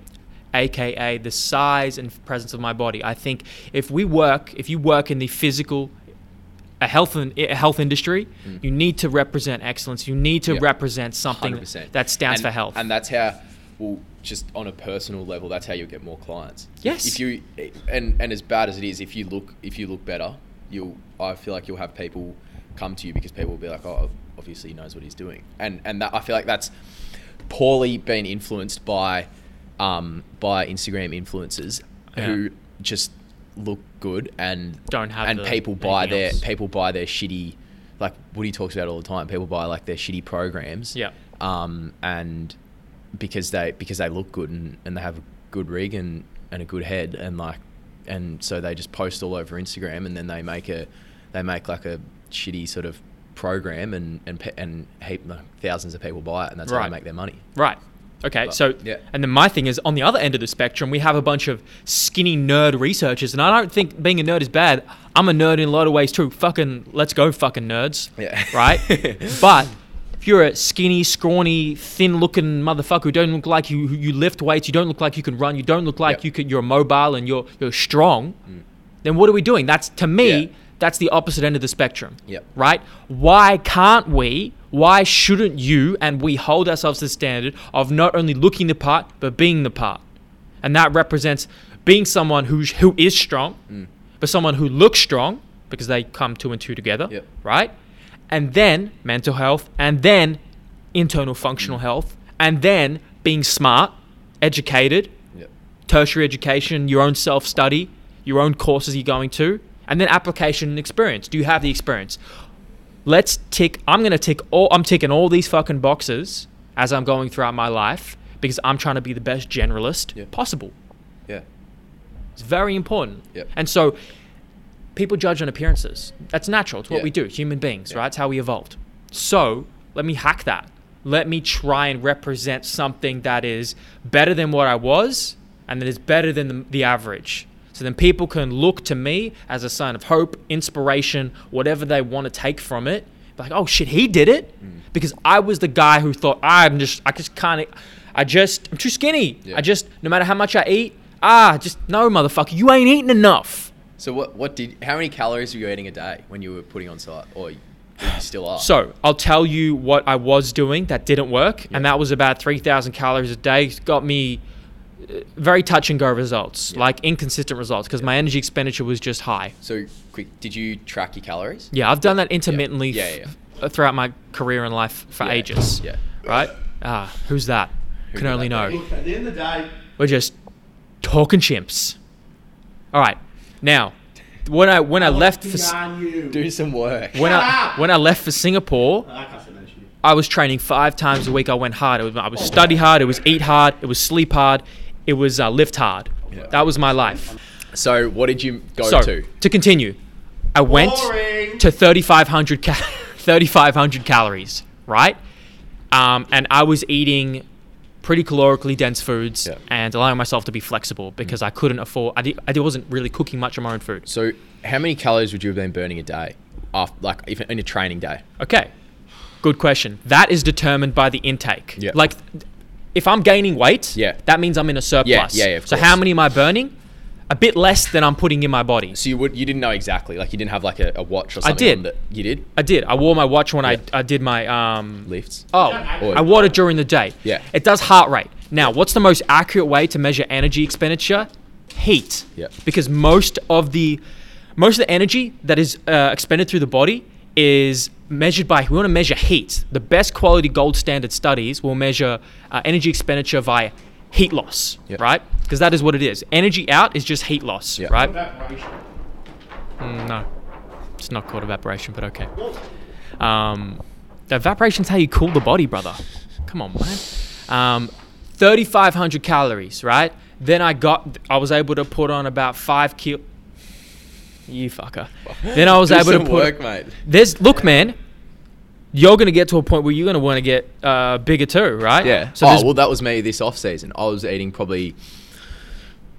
S1: AKA the size and presence of my body. I think if we work, if you work in the physical, a health in, a health industry, you need to represent excellence. You need to
S2: Mm. Yeah.
S1: represent something
S2: 100%.
S1: that stands
S2: And-
S1: for health.
S2: And that's how well just on a personal level, that's how you'll get more clients.
S1: Yes.
S2: If you and and as bad as it is, if you look if you look better, you'll I feel like you'll have people come to you because people will be like, oh, obviously he knows what he's doing, and and that I feel like that's poorly been influenced by um, by Instagram influencers who just look good and
S1: Don't have
S2: and
S1: the-
S2: people buy
S1: anything
S2: their
S1: else.
S2: people buy their shitty like Woody talks about all the time. People buy like their shitty programs,
S1: Yeah.
S2: um, and because they because they look good and, and they have a good rig and, and a good head and like and so they just post all over Instagram and then they make a they make like a shitty sort of program and and pe- and heap, thousands of people buy it and that's how
S1: Right.
S2: they make their money.
S1: Right. Okay,
S2: But-
S1: so
S2: yeah.
S1: and then my thing is on the other end of the spectrum, we have a bunch of skinny nerd researchers, and I don't think being a nerd is bad. I'm a nerd in a lot of ways too. Fucking let's go, fucking nerds.
S2: Yeah.
S1: Right. but if you're a skinny, scrawny, thin-looking motherfucker who don't look like you who- you lift weights, you don't look like you can run, you don't look like
S2: Yep.
S1: you can, you're mobile and you're you're strong, then what are we doing? That's to me.
S2: Mm. Yeah.
S1: That's the opposite end of the spectrum
S2: Yep.
S1: right? Why can't we? Why shouldn't you and we hold ourselves to the standard of not only looking the part but being the part? And that represents being someone who who is strong,
S2: Mm.
S1: but someone who looks strong because they come two and two together,
S2: Yep.
S1: right? And then mental health, and then internal
S2: Mm.
S1: functional health, and then being smart, educated,
S2: Yep.
S1: tertiary education, your own self study, your own courses you're going to, and then application and experience. Do you have the experience? Let's tick. I'm gonna tick all. I'm ticking all these fucking boxes as I'm going throughout my life because I'm trying to be the best generalist
S2: Yeah.
S1: possible.
S2: Yeah.
S1: It's very important.
S2: Yep.
S1: And so, people judge on appearances. That's natural. It's what
S2: Yeah.
S1: we do, human beings, right? It's how we evolved. So let me hack that. Let me try and represent something that is better than what I was, and that is better than the, the average. So then people can look to me as a sign of hope, inspiration, whatever they want to take from it. Be Like, oh shit, he did it,
S2: Mm.
S1: because I was the guy who thought I'm just, I just kind of, I just, I'm too skinny.
S2: Yeah.
S1: I just, no matter how much I eat, ah, just no, motherfucker, you ain't eating enough.
S2: So what what did how many calories were you eating a day when you were putting on site or you you still are?
S1: So I'll tell you what I was doing that didn't work, and that was about three thousand calories a day. Got me uh, very touch and go results, like inconsistent results, because my energy expenditure was just high.
S2: so quick, did you track your calories?
S1: Yeah, I've done that intermittently
S2: Yeah, yeah, yeah.
S1: th- uh, throughout my career and life for
S2: Yeah,
S1: ages.
S2: yeah.
S1: Right? Ah, who's that? Can
S2: did
S1: only
S2: that,
S1: know.
S5: Look, at the end of the day,
S1: We're just talking chimps. All right. Now, when I when I left for S-
S5: beyond you.
S2: Do some work.
S1: when I
S5: up.
S1: when I left for Singapore,
S5: I can't say that shit.
S1: I was training five times a week. I went hard. It was, I was study hard. It was eat hard. It was sleep hard. It was uh, lift hard.
S2: Yeah.
S1: That was my life.
S2: So what did you go
S1: So
S2: to?
S1: to continue, I went
S5: Boring.
S1: to 3,500 ca- 3,500 calories, right? Um, and I was eating pretty calorically dense foods
S2: Yeah. Mm.
S1: and allowing myself to be flexible because I couldn't afford. I, di- I di- wasn't really cooking much of my own food.
S2: So how many calories would you have been burning a day? After, like if, in a training day?
S1: Okay. Good question. That is determined by the intake.
S2: Yeah.
S1: Like, if I'm gaining weight,
S2: Yeah.
S1: that means I'm in a surplus.
S2: yeah, yeah, of
S1: so
S2: course.
S1: how many am I burning? A bit less than I'm putting in my body.
S2: So you would you didn't know exactly, like you didn't have like a, a watch or something.
S1: did.
S2: on That you did
S1: I did. I wore my watch when
S2: Yeah.
S1: I, I did my um.
S2: lifts.
S1: Oh,
S2: Or-
S1: I wore it during the day.
S2: Yeah.
S1: It does heart rate. Now, what's the most accurate way to measure energy expenditure? Heat.
S2: Yeah.
S1: Because most of the most of the energy that is uh, expended through the body is measured by. We want to measure heat. The best quality gold standard studies will measure uh, energy expenditure via heat loss.
S2: Yeah.
S1: Right. Because that is what it is. Energy out is just heat loss.
S2: Yeah.
S1: Right.
S5: Evaporation.
S1: Mm, No, it's not called evaporation, but okay. Um, evaporation's how you cool the body, brother. Come on, man. Um, 3,500 calories, right? Then I got, I was able to put on about five kil. You fucker. Then I was
S2: Do
S1: able to
S2: some
S1: put.
S2: work, mate.
S1: There's look, man. You're gonna get to a point where you're gonna want to get uh, bigger too, right?
S2: Yeah.
S1: So
S2: oh
S1: there's-
S2: well, that was me this off season. I was eating probably.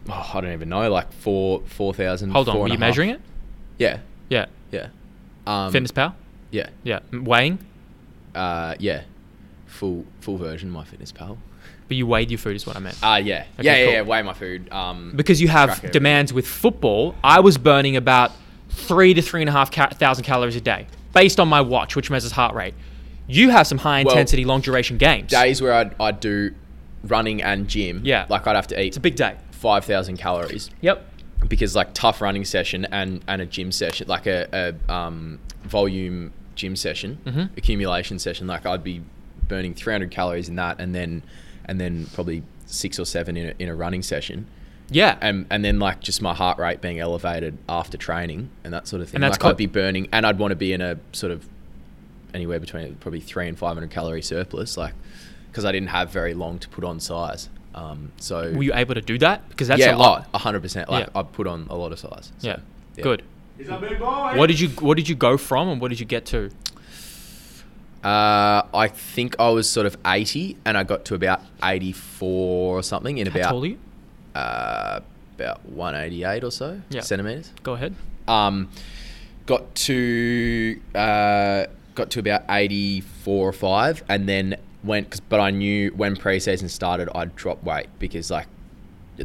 S2: Oh, I don't even know, like four, four thousand.
S1: hold on.
S2: four
S1: Were
S2: and
S1: you
S2: a half.
S1: measuring it?
S2: Yeah,
S1: Yeah.
S2: yeah. Um,
S1: Fitness power.
S2: Yeah,
S1: Yeah. M- Weighing.
S2: uh, yeah. Full, full version. My fitness pal.
S1: But you weighed your food is what I meant.
S2: Ah, yeah,
S1: Okay,
S2: yeah, yeah,
S1: cool.
S2: yeah. Weigh my food. Um,
S1: because you
S2: Track
S1: have
S2: everything.
S1: demands with football, I was burning about three to three and a half ca- thousand calories a day based on my watch, which measures heart rate. You have some high
S2: Well,
S1: intensity, long duration games.
S2: days where I'd, I'd do running and gym.
S1: Yeah.
S2: Like I'd have to eat
S1: It's a big day.
S2: five thousand calories.
S1: Yep.
S2: because like tough running session and and a gym session, like a, a um, volume gym session,
S1: Mhm.
S2: accumulation session, like I'd be burning 300 calories in that, and then and then probably six or seven in a, in a running session.
S1: Yeah.
S2: And, and then like just my heart rate being elevated after training and that sort of thing.
S1: And that's
S2: like
S1: co-
S2: I'd be burning, and I'd want to be in a sort of anywhere between probably three and five hundred calorie surplus, like because I didn't have very long to put on size. Um, so
S1: Were you able to do that? Because that's
S2: yeah,
S1: a lot.
S2: hundred percent. Like
S1: Yeah.
S2: I put on a lot of size. so,
S1: yeah. Good.
S5: Is that big boy?
S1: What did you What did you go from, and what did you get to?
S2: Uh, I think I was sort of eighty, and I got to about eighty-four or something in
S1: How
S2: about
S1: tall are you?
S2: uh, about one eighty-eight or so
S1: Yeah.
S2: centimeters.
S1: Go ahead.
S2: Um, got to uh, got to about eighty-four or five, and then went. 'cause- but I knew when preseason started, I'd drop weight because like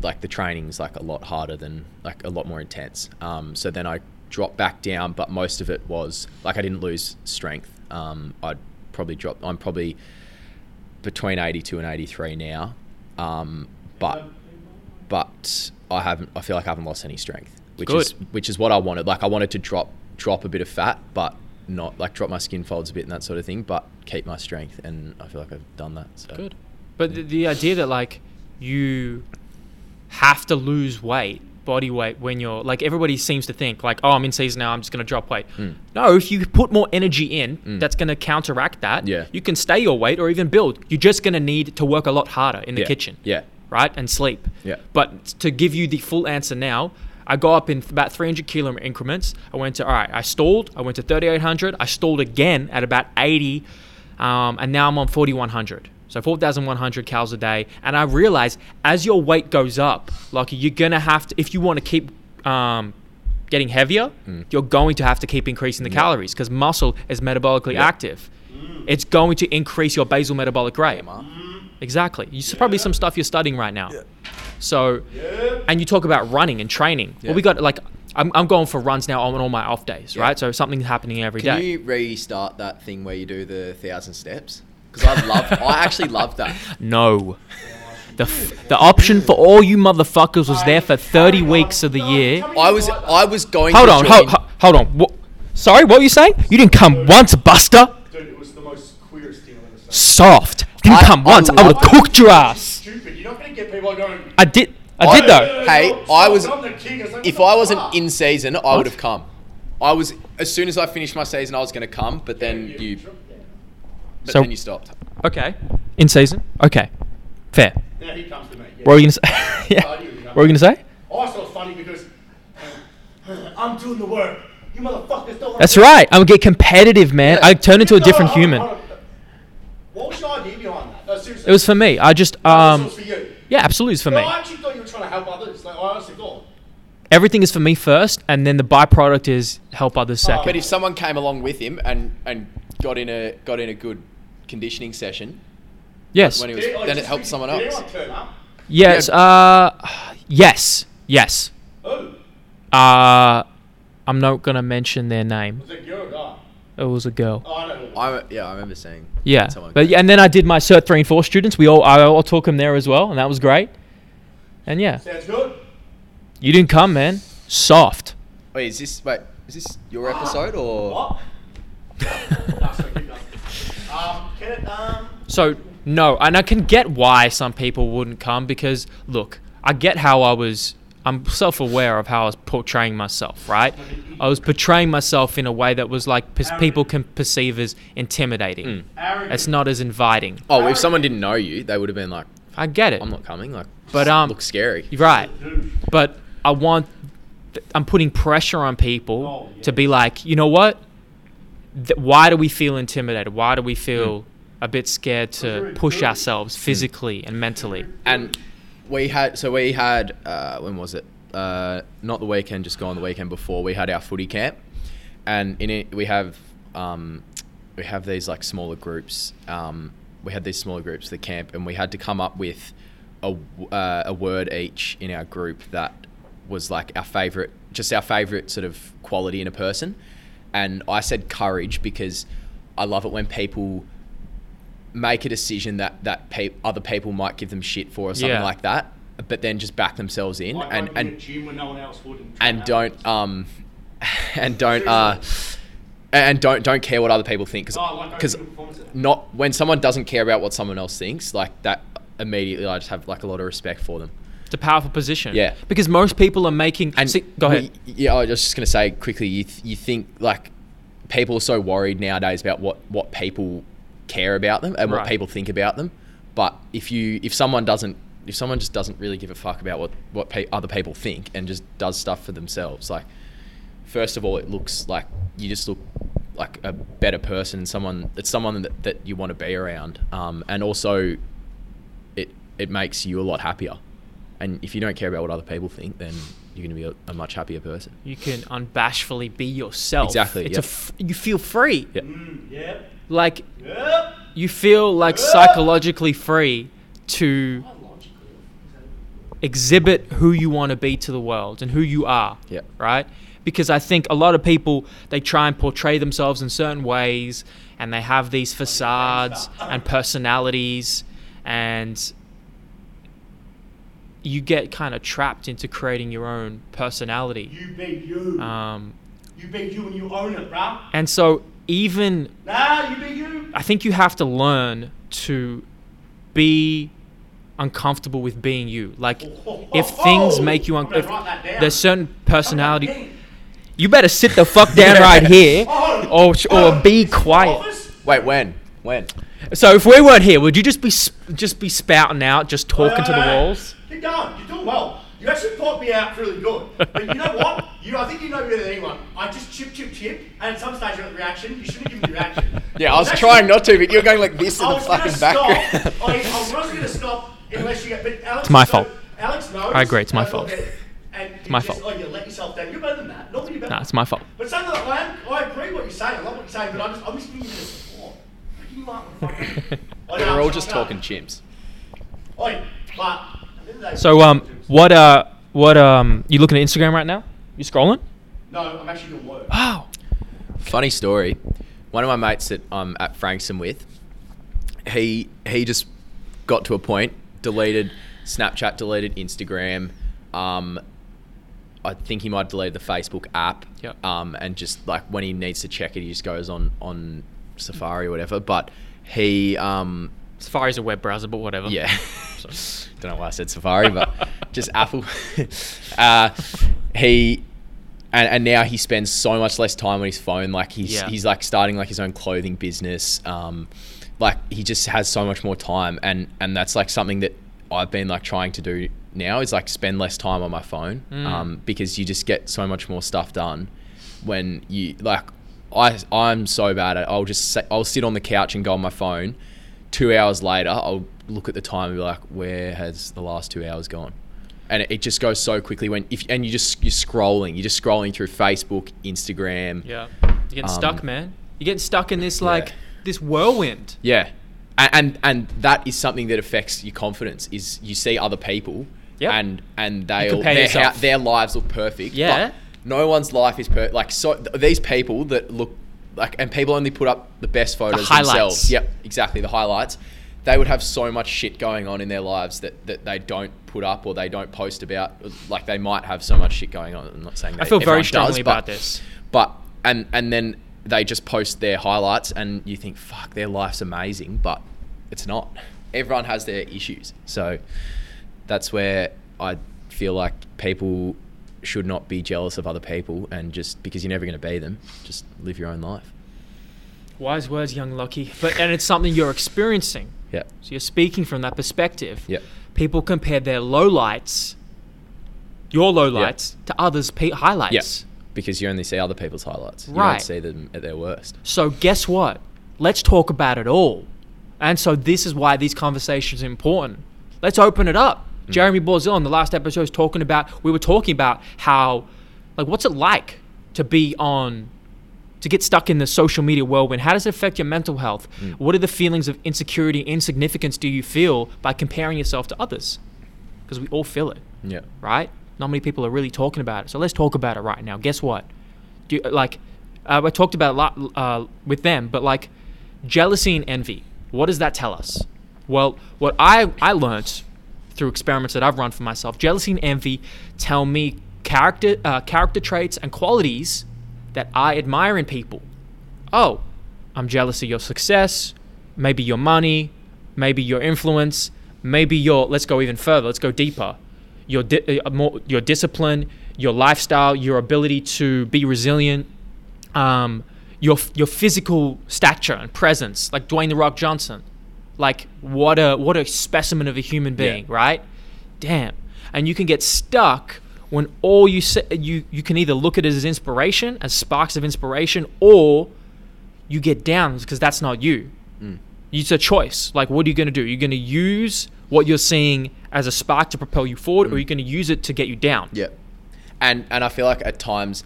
S2: like the training's like a lot harder than like a lot more intense. Um, so then I dropped back down, but most of it was like I didn't lose strength. Um, I'd probably drop. I'm probably between 82 and 83 now. Um, but but I haven't. I feel like I haven't lost any strength, which
S1: Good.
S2: is which is what I wanted. Like I wanted to drop drop a bit of fat, but not like drop my skin folds a bit and that sort of thing, but keep my strength. And I feel like I've done that. So.
S1: Good. But the, the idea that like you have to lose weight, body weight, when you're like everybody seems to think like, oh, I'm in season now, I'm just gonna drop weight.
S2: Hmm.
S1: No, if you put more energy in, that's gonna counteract that.
S2: Yeah.
S1: You can stay your weight or even build. You're just gonna need to work a lot harder in the
S2: Yeah.
S1: kitchen.
S2: Yeah.
S1: Right and sleep.
S2: Yeah.
S1: But to give you the full answer now. I go up in th- about 300 kilo increments. I went to, all right, I stalled. I went to 3,800. I stalled again at about 80 um, and now I'm on 4,100. So 4,100 calories a day. And I realize as your weight goes up, like you're gonna have to, if you want to keep um, getting heavier, you're going to have to keep increasing the calories because muscle is metabolically
S2: Yeah.
S1: active. It's going to increase your basal metabolic rate. Exactly. You s probably some stuff you're studying right now. So, and you talk about running and training. Well, we
S2: Yeah.
S1: got like, I'm, I'm going for runs now on all my off days,
S2: Yeah.
S1: right? So something's happening every day.
S2: Can you restart that thing where you do the thousand steps? Because I love. I actually love that.
S1: No. The, f- the option for all you motherfuckers was there for 30 weeks of the year.
S2: I was. I was going.
S1: Hold
S2: to
S1: on,
S2: join-
S1: hold, hold on. Wha Sorry, what were you saying? You didn't come once, Buster.
S5: Dude, it was the most queerest thing I've ever seen.
S1: Soft. Didn't
S2: I-
S1: come
S2: I
S1: once. I would have
S2: love-
S1: cooked your ass.
S5: Stupid. You're not going to get people going.
S1: I did. I did though.
S2: Hey,
S5: "No,
S2: I
S5: stop,
S2: was-
S5: I'm the king." It's like,
S2: If
S5: what
S2: I
S5: the
S2: wasn't
S5: fuck?
S2: in season, I would have come. I was as soon as I finished my season, I was going to come, but then you, but
S1: So-
S2: then you stopped.
S1: Okay. In season. Okay. Fair.
S5: Yeah, he comes to me. yeah.
S1: What were you gonna say? yeah. What were you gonna say?
S5: I thought it was funny because I'm doing the work. You motherfuckers don't. wanna
S1: That's
S5: do it.
S1: right. I would get competitive, man. I turn into a
S5: No,
S1: different
S5: hold on,
S1: human.
S5: hold on. What was your idea behind that? No, seriously.
S1: It was for me. I just
S5: This
S1: um.
S5: was for you.
S1: Yeah, absolutely, it's for
S5: No,
S1: me.
S5: I actually thought you were trying to help others. Like I honestly thought.
S1: Everything is for me first, and then the byproduct is help others second.
S2: Oh, But if someone came along with him and and got in a got in a good conditioning session
S1: yes.
S2: when he was,
S5: Did- like,
S2: then it
S5: just
S2: helped
S5: did-
S2: someone
S5: did
S2: else.
S5: anyone turn up?
S1: Yes. Uh, yes. Yes.
S5: Oh,
S1: Uh, I'm not gonna mention their name.
S5: was it you or not?
S1: It was a girl.
S5: Oh, I don't know.
S2: I yeah, I remember seeing.
S1: Yeah.
S2: someone
S1: But
S2: go.
S1: yeah, and then I did my cert three and four students. We all I all took them there as well, and that was great. And yeah,
S5: Sounds good.
S1: you didn't come, man. Soft.
S2: Wait, is this wait is this your episode or?
S5: What? No, sorry, keep going. Um, can it, um,
S1: So no, and I can get why some people wouldn't come because look, I get how I was. I'm self-aware of how I was portraying myself, right? I was portraying myself in a way that was like pers- people can perceive as intimidating.
S4: Hmm.
S5: arrogant.
S1: It's not as inviting.
S2: Oh, if someone didn't know you, they would have been like,
S1: I get it.
S2: "I'm not coming." Like,
S1: But, um,
S2: looks scary.
S1: You're right.
S5: Dude,
S1: But I want, I'm putting pressure on people
S5: Oh, yeah.
S1: to be like, you know what? Th- why do we feel intimidated? Why do we feel a bit scared to
S5: very
S1: push
S5: good.
S1: ourselves physically and mentally?
S2: and we had so we had uh, when was it uh, not the weekend just gone the weekend before we had our footy camp and in it we have um, we have these like smaller groups um, we had these smaller groups at the camp and we had to come up with a, w- uh, a word each in our group that was like our favorite just our favorite sort of quality in a person and i said courage because i love it when people make a decision that that pe- other people might give them shit for or something
S1: Yeah.
S2: like that. but then just back themselves in
S5: Like
S2: and
S5: opening a
S2: and
S5: gym when no one else would and, try
S2: and
S5: that.
S2: don't um and don't uh and don't don't care what other people think
S5: Oh, like
S2: because
S5: opening a performance center.
S2: not when someone doesn't care about what someone else thinks like that immediately I just have like a lot of respect for them.
S1: It's a powerful position.
S2: Yeah.
S1: Because most people are making.
S2: And
S1: see, go
S2: we-
S1: ahead.
S2: yeah, I was just going to say quickly. You th- you think like people are so worried nowadays about what what people care about them and what
S1: Right.
S2: people think about them, but if you if someone doesn't if someone just doesn't really give a fuck about what what pe- other people think and just does stuff for themselves, like first of all, it looks like you just look like a better person. Someone it's someone that, that you want to be around, um, and also it it makes you a lot happier. And if you don't care about what other people think, then you're going to be a, a much happier person.
S1: You can unbashfully be yourself.
S2: Exactly,
S1: It's
S2: yeah.
S1: a f- you feel free.
S2: Yeah.
S5: Yep.
S1: Like
S5: Yep.
S1: you feel like psychologically free to exhibit who you want to be to the world and who you are.
S2: Yeah.
S1: Right? Because I think a lot of people they try and portray themselves in certain ways and they have these facades and personalities and you get kind of trapped into creating your own personality.
S5: You be you.
S1: Um,
S5: you be you and you own it, bruh.
S1: and so even
S5: Nah, you be you.
S1: I think you have to learn to be uncomfortable with being you. Like, if
S5: Oh,
S1: things make you
S5: I'm gonna
S1: uncomfortable,
S5: write that down.
S1: there's certain personality.
S5: Hey,
S1: You better sit the fuck down right here,
S5: Oh,
S1: or sh- or be quiet.
S5: Office?
S2: Wait, when? When?
S1: So if we weren't here, would you just be sp- just be spouting out, just talking to the
S5: Uh.
S1: walls?
S5: Keep going. You're doing well. You actually thought me out really good. But you know what? You, I think you know better than anyone. I just chip, chip, chip, and at some stage you got the reaction. You shouldn't give me the reaction.
S2: Yeah, I was trying not to, but you were going like this in
S5: I
S2: the
S5: was going to
S2: fucking
S5: stop.
S2: background.
S5: I, I was going to stop unless you get. But Alex, it's
S1: my fault.
S5: Alex knows.
S1: I agree, it's my
S5: and
S1: fault.
S5: look at- And it's
S1: my
S5: Oh,
S1: fault.
S5: you let yourself down. You're better than that. Normally you're better.
S1: Nah, it's my fault.
S5: But something like, I, am, I agree what you're saying. I love what you're saying, but I'm just, I'm just giving you the support. Fucking motherfucker. I know,
S2: We're all
S5: I'm
S2: just
S5: sorry.
S2: talking chimps.
S5: Oi, but. at the end of the day-
S1: So um, what uh, what um, you looking at Instagram right now? You scrolling?
S5: No, I'm actually doing work.
S1: Wow.
S2: Funny story. One of my mates that I'm at Frankston with, he he just got to a point, deleted Snapchat, deleted Instagram. Um, I think he might have deleted the Facebook app.
S1: Yep.
S2: Um, and just like when he needs to check it, he just goes on on Safari or whatever. But he um,
S1: Safari's a web browser, but whatever.
S2: Yeah. Don't know why I said Safari, but just Apple. uh, he and, and now he spends so much less time on his phone. Like he's
S1: Yeah.
S2: he's like starting like his own clothing business. Um, like he just has so much more time, and and that's like something that I've been like trying to do now is like spend less time on my phone. Um, because you just get so much more stuff done when you like. I I'm so bad at. I'll just sit, I'll sit on the couch and go on my phone. Two hours later, I'll look at the time and be like, where has the last two hours gone? and it, it just goes so quickly when if and you just you're scrolling you're just scrolling through facebook instagram
S1: Yeah. You're getting
S2: Um,
S1: stuck, man. You're getting stuck in this like this whirlwind.
S2: yeah and, and and that is something that affects your confidence is you see other people
S1: Yep.
S2: and and they all,
S1: compare
S2: their,
S1: yourself.
S2: hou- their lives look perfect
S1: Yeah.
S2: but no one's life is perfect like so th- these people that look like and people only put up the best photos
S1: highlights.
S2: themselves yep exactly the highlights they would have so much shit going on in their lives that, that they don't put up or they don't post about like they might have so much shit going on i'm not saying
S1: I feel
S2: everyone
S1: very strongly
S2: does, but-
S1: about this.
S2: But and and then they just post their highlights, and you think, fuck, their life's amazing, but it's not. Everyone has their issues, so that's where I feel like people should not be jealous of other people, and just because you're never going to be them, just live your own life.
S1: Wise words, young Lucky. But and it's something you're experiencing.
S2: Yeah,
S1: So you're speaking from that perspective.
S2: yeah,
S1: People compare their lowlights, your lowlights, to others' pe- highlights.
S2: yeah. Because you only see other people's highlights. You
S1: Right.
S2: don't see them at their worst.
S1: So guess what? Let's talk about it all. And so this is why these conversations are important. Let's open it up. Jeremy Borzil in the last episode was talking about we were talking about how like what's it like to be on to get stuck in the social media whirlwind? How does it affect your mental health? What are the feelings of insecurity, insignificance do you feel by comparing yourself to others? Because we all feel it
S2: Yeah,
S1: right? Not many people are really talking about it. So let's talk about it right now. Guess what? Do you, like uh, I talked about a lot uh, with them, but like jealousy and envy. What does that tell us? Well, what I I learnt through experiments that I've run for myself. Jealousy and envy tell me character uh, character traits and qualities that I admire in people. Oh, I'm jealous of your success, maybe your money, maybe your influence, maybe your let's go even further, let's go deeper. Your di- uh, more, your discipline, your lifestyle, your ability to be resilient, um, your your physical stature and presence, like Dwayne the Rock Johnson. Like what a what a specimen of a human being, right? Damn. And you can get stuck when all you say, you you can either look at it as inspiration, as sparks of inspiration, or you get down because that's not you.
S2: Mm.
S1: It's a choice. Like, what are you going to do? You're going to use what you're seeing as a spark to propel you forward, or you're going to use it to get you down.
S2: Mm. Yeah, and and I feel like at times,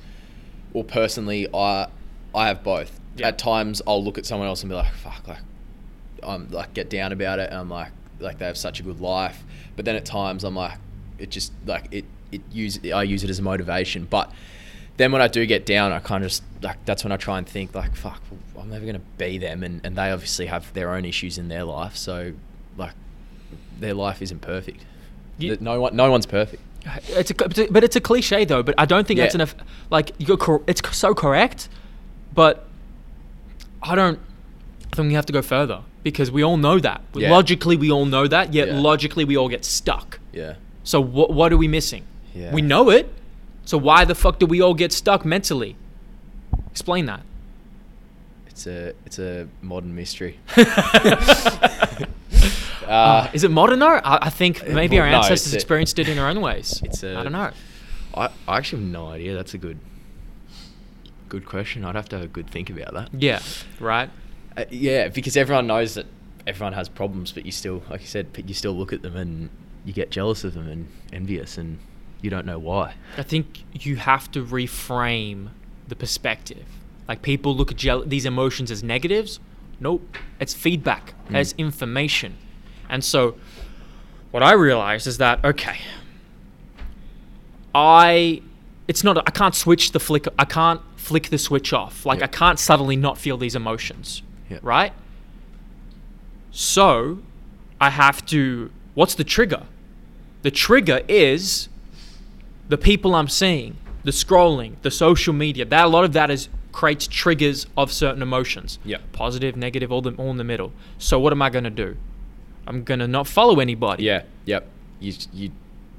S2: well, personally, I I have both.
S1: Yeah.
S2: At times, I'll look at someone else and be like, "Fuck!" Like, I'm like get down about it, and I'm like, like they have such a good life. But then at times, I'm like, it just like it it use I use it as motivation. But then when I do get down, I kind of just like that's when I try and think like, "Fuck, I'm never gonna be them," and and they obviously have their own issues in their life, so like their life isn't perfect.
S1: You-
S2: no one, no one's perfect.
S1: It's a, it's a- but it's a cliche though. But I don't think that's
S2: Yeah.
S1: enough. Like you're, cor- it's c- so correct, but I don't. I think we have to go further because we all know that.
S2: Yeah.
S1: Logically, we all know that. Yet
S2: Yeah.
S1: logically, we all get stuck.
S2: Yeah.
S1: So what what are we missing?
S2: Yeah.
S1: We know it. So why the fuck do we all get stuck mentally? Explain that.
S2: It's a it's a modern mystery.
S1: Uh, is it modern though? I, I think maybe
S2: Uh, well,
S1: our
S2: no,
S1: ancestors
S2: it's a-
S1: experienced it in their own ways.
S2: It's
S1: I
S2: a-
S1: I don't know.
S2: I, I actually have no idea. That's a good good question. I'd have to have a good think about that.
S1: Yeah. Right.
S2: Uh, yeah, because everyone knows that everyone has problems, but you still, like you said, but you still look at them and you get jealous of them and envious, and you don't know why.
S1: I think you have to reframe the perspective. Like people look at jeal- these emotions as negatives. Nope, it's feedback.
S2: Mm.
S1: It's information. And so, what I realized is that okay, I it's not I can't switch the flick. I can't flick the switch off. Like
S2: Yeah.
S1: I can't suddenly not feel these emotions.
S2: Yeah.
S1: Right. So, I have to. What's the trigger? The trigger is the people I'm seeing, the scrolling, the social media, that a lot of that is creates triggers of certain emotions.
S2: Yeah.
S1: Positive, negative, all the all in the middle. So what am I gonna do? I'm gonna not follow anybody.
S2: Yeah. Yep. You you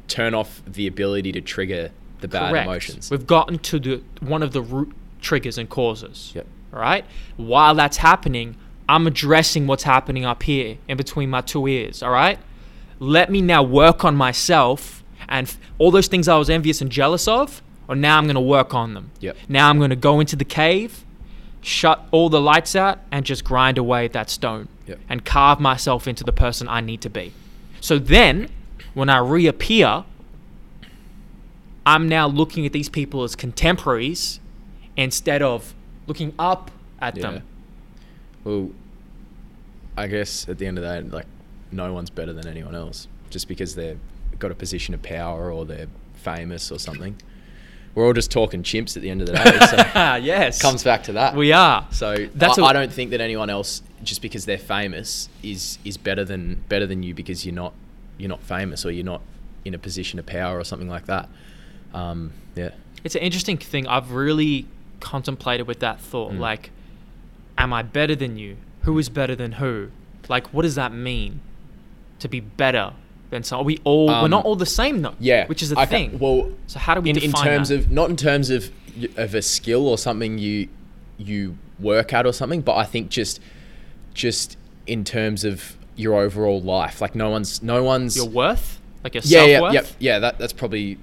S2: turn off the ability to trigger the bad
S1: Correct.
S2: emotions.
S1: We've gotten to the one of the root triggers and causes.
S2: Yep.
S1: All right. While that's happening, I'm addressing what's happening up here in between my two ears. All right. Let me now work on myself and f- all those things I was envious and jealous of. Or now I'm going to work on them.
S2: Yep.
S1: Now I'm going to go into the cave, shut all the lights out, and just grind away at that stone
S2: Yep.
S1: and carve myself into the person I need to be. So then, when I reappear, I'm now looking at these people as contemporaries instead of looking up at
S2: Yeah.
S1: them.
S2: Well, I guess at the end of the day, like no one's better than anyone else just because they've got a position of power or they're famous or something. We're all just talking chimps at the end of the day. So it
S1: Ah, yes.
S2: comes back to that.
S1: we are.
S2: So
S1: That's
S2: that's I,
S1: a-
S2: I don't think that anyone else just because they're famous is is better than better than you because you're not you're not famous or you're not in a position of power or something like that. Um, yeah.
S1: It's an interesting thing. I've really contemplated with that thought.
S2: Hmm.
S1: Like, am I better than you? Who is better than who? Like, what does that mean to be better than someone? We all we're
S2: Um,
S1: not all the same though.
S2: Yeah,
S1: which is the
S2: I ca-
S1: thing.
S2: Well,
S1: So how do we
S2: in,
S1: define
S2: in terms
S1: that?
S2: of not in terms of y- of a skill or something you you work at or something, but I think just just in terms of your overall life, like no one's no one's
S1: your worth, like your
S2: yeah
S1: self
S2: yeah
S1: worth.
S2: yeah yeah that that's probably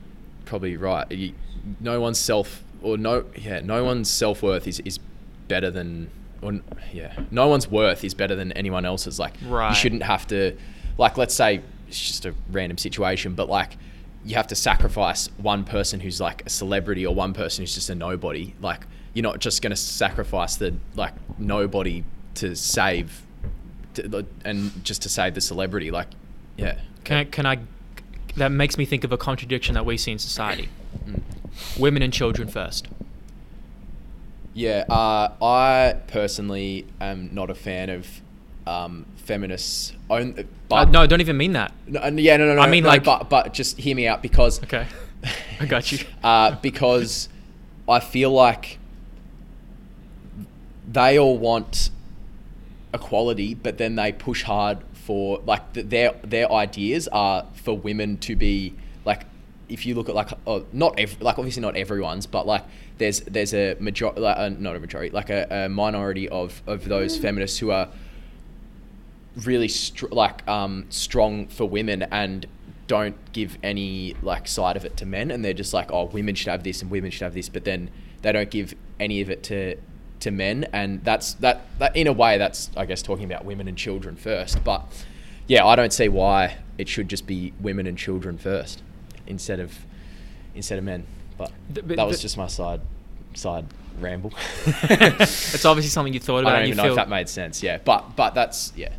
S2: probably right. You- no one's self or no yeah no one's self worth is is better than or n- yeah no one's worth is better than anyone else's. Like
S1: Right.
S2: you shouldn't have to like let's say it's just a random situation, but like you have to sacrifice one person who's like a celebrity or one person who's just a nobody. Like you're not just gonna sacrifice the like nobody to save to, the- and just to save the celebrity. Like yeah.
S1: Can I, can I? That makes me think of a contradiction that we see in society. Women and children first.
S2: Yeah, uh, I personally am not a fan of um, feminists own.
S1: Uh, no, don't even mean that.
S2: No, and yeah, no, no, no.
S1: I mean,
S2: no,
S1: like-
S2: but but just hear me out because
S1: Okay. I got you.
S2: uh, because I feel like they all want equality, but then they push hard for like th- their their ideas are for women to be like. If you look at like uh, not ev- like obviously not everyone's, but like there's there's a major like, uh, not a majority like a, a minority of of those feminists who are really str- like um, strong for women and don't give any like side of it to men and they're just like oh women should have this and women should have this but then they don't give any of it to to men and that's that, that in a way that's i guess talking about women and children first but yeah i don't see why it should just be women and children first instead of instead of men but
S1: Th- but
S2: that was
S1: th-
S2: just my side side ramble
S1: it's obviously something you thought
S2: i
S1: about.
S2: don't
S1: and you
S2: even know
S1: feel,
S2: if that made sense yeah but but that's yeah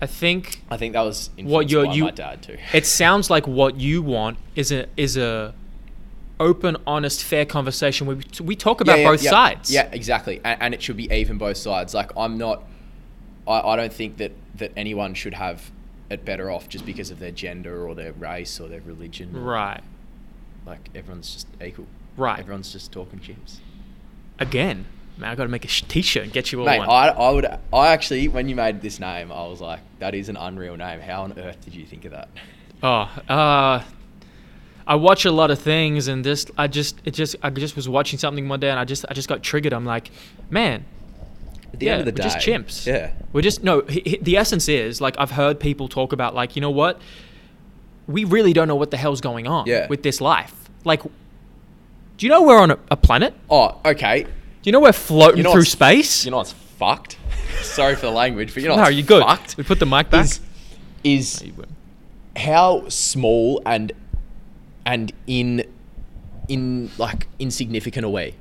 S1: I think
S2: I think that was
S1: What
S2: what
S1: you're-
S2: by
S1: you-
S2: my dad too.
S1: it sounds like what you want is a is a open, honest, fair conversation where we, we talk about both
S2: yeah,
S1: sides.
S2: Yeah, exactly. And, and it should be even both sides. Like I'm not. I, I don't think that that anyone should have it better off just because of their gender or their race or their religion. or-
S1: Right.
S2: Like everyone's just equal.
S1: Right.
S2: Everyone's just talking chips.
S1: Again, man, I got to make a sh- t-shirt and get you all
S2: Mate,
S1: one.
S2: I, I would. I actually, when you made this name, I was like, that is an unreal name. How on earth did you think of that?
S1: Oh, uh, I watch a lot of things, and this I just it just I just was watching something one day, and I just I just got triggered. I'm like, man,
S2: At the
S1: yeah,
S2: end of the day,
S1: we're just chimps.
S2: Yeah.
S1: we're just no. H- h- the essence is like I've heard people talk about like you know what, we really don't know what the hell's going on
S2: Yeah.
S1: with this life. Like, do you know we're on a, a planet?
S2: Oh, okay.
S1: Do you know we're floating
S2: You know
S1: through
S2: what's-
S1: space?
S2: You know it's fucked. Sorry for the language, but you know
S1: no,
S2: what's
S1: you good.
S2: fucked.
S1: We put the mic back.
S2: Is- is how small and and in in like insignificant a way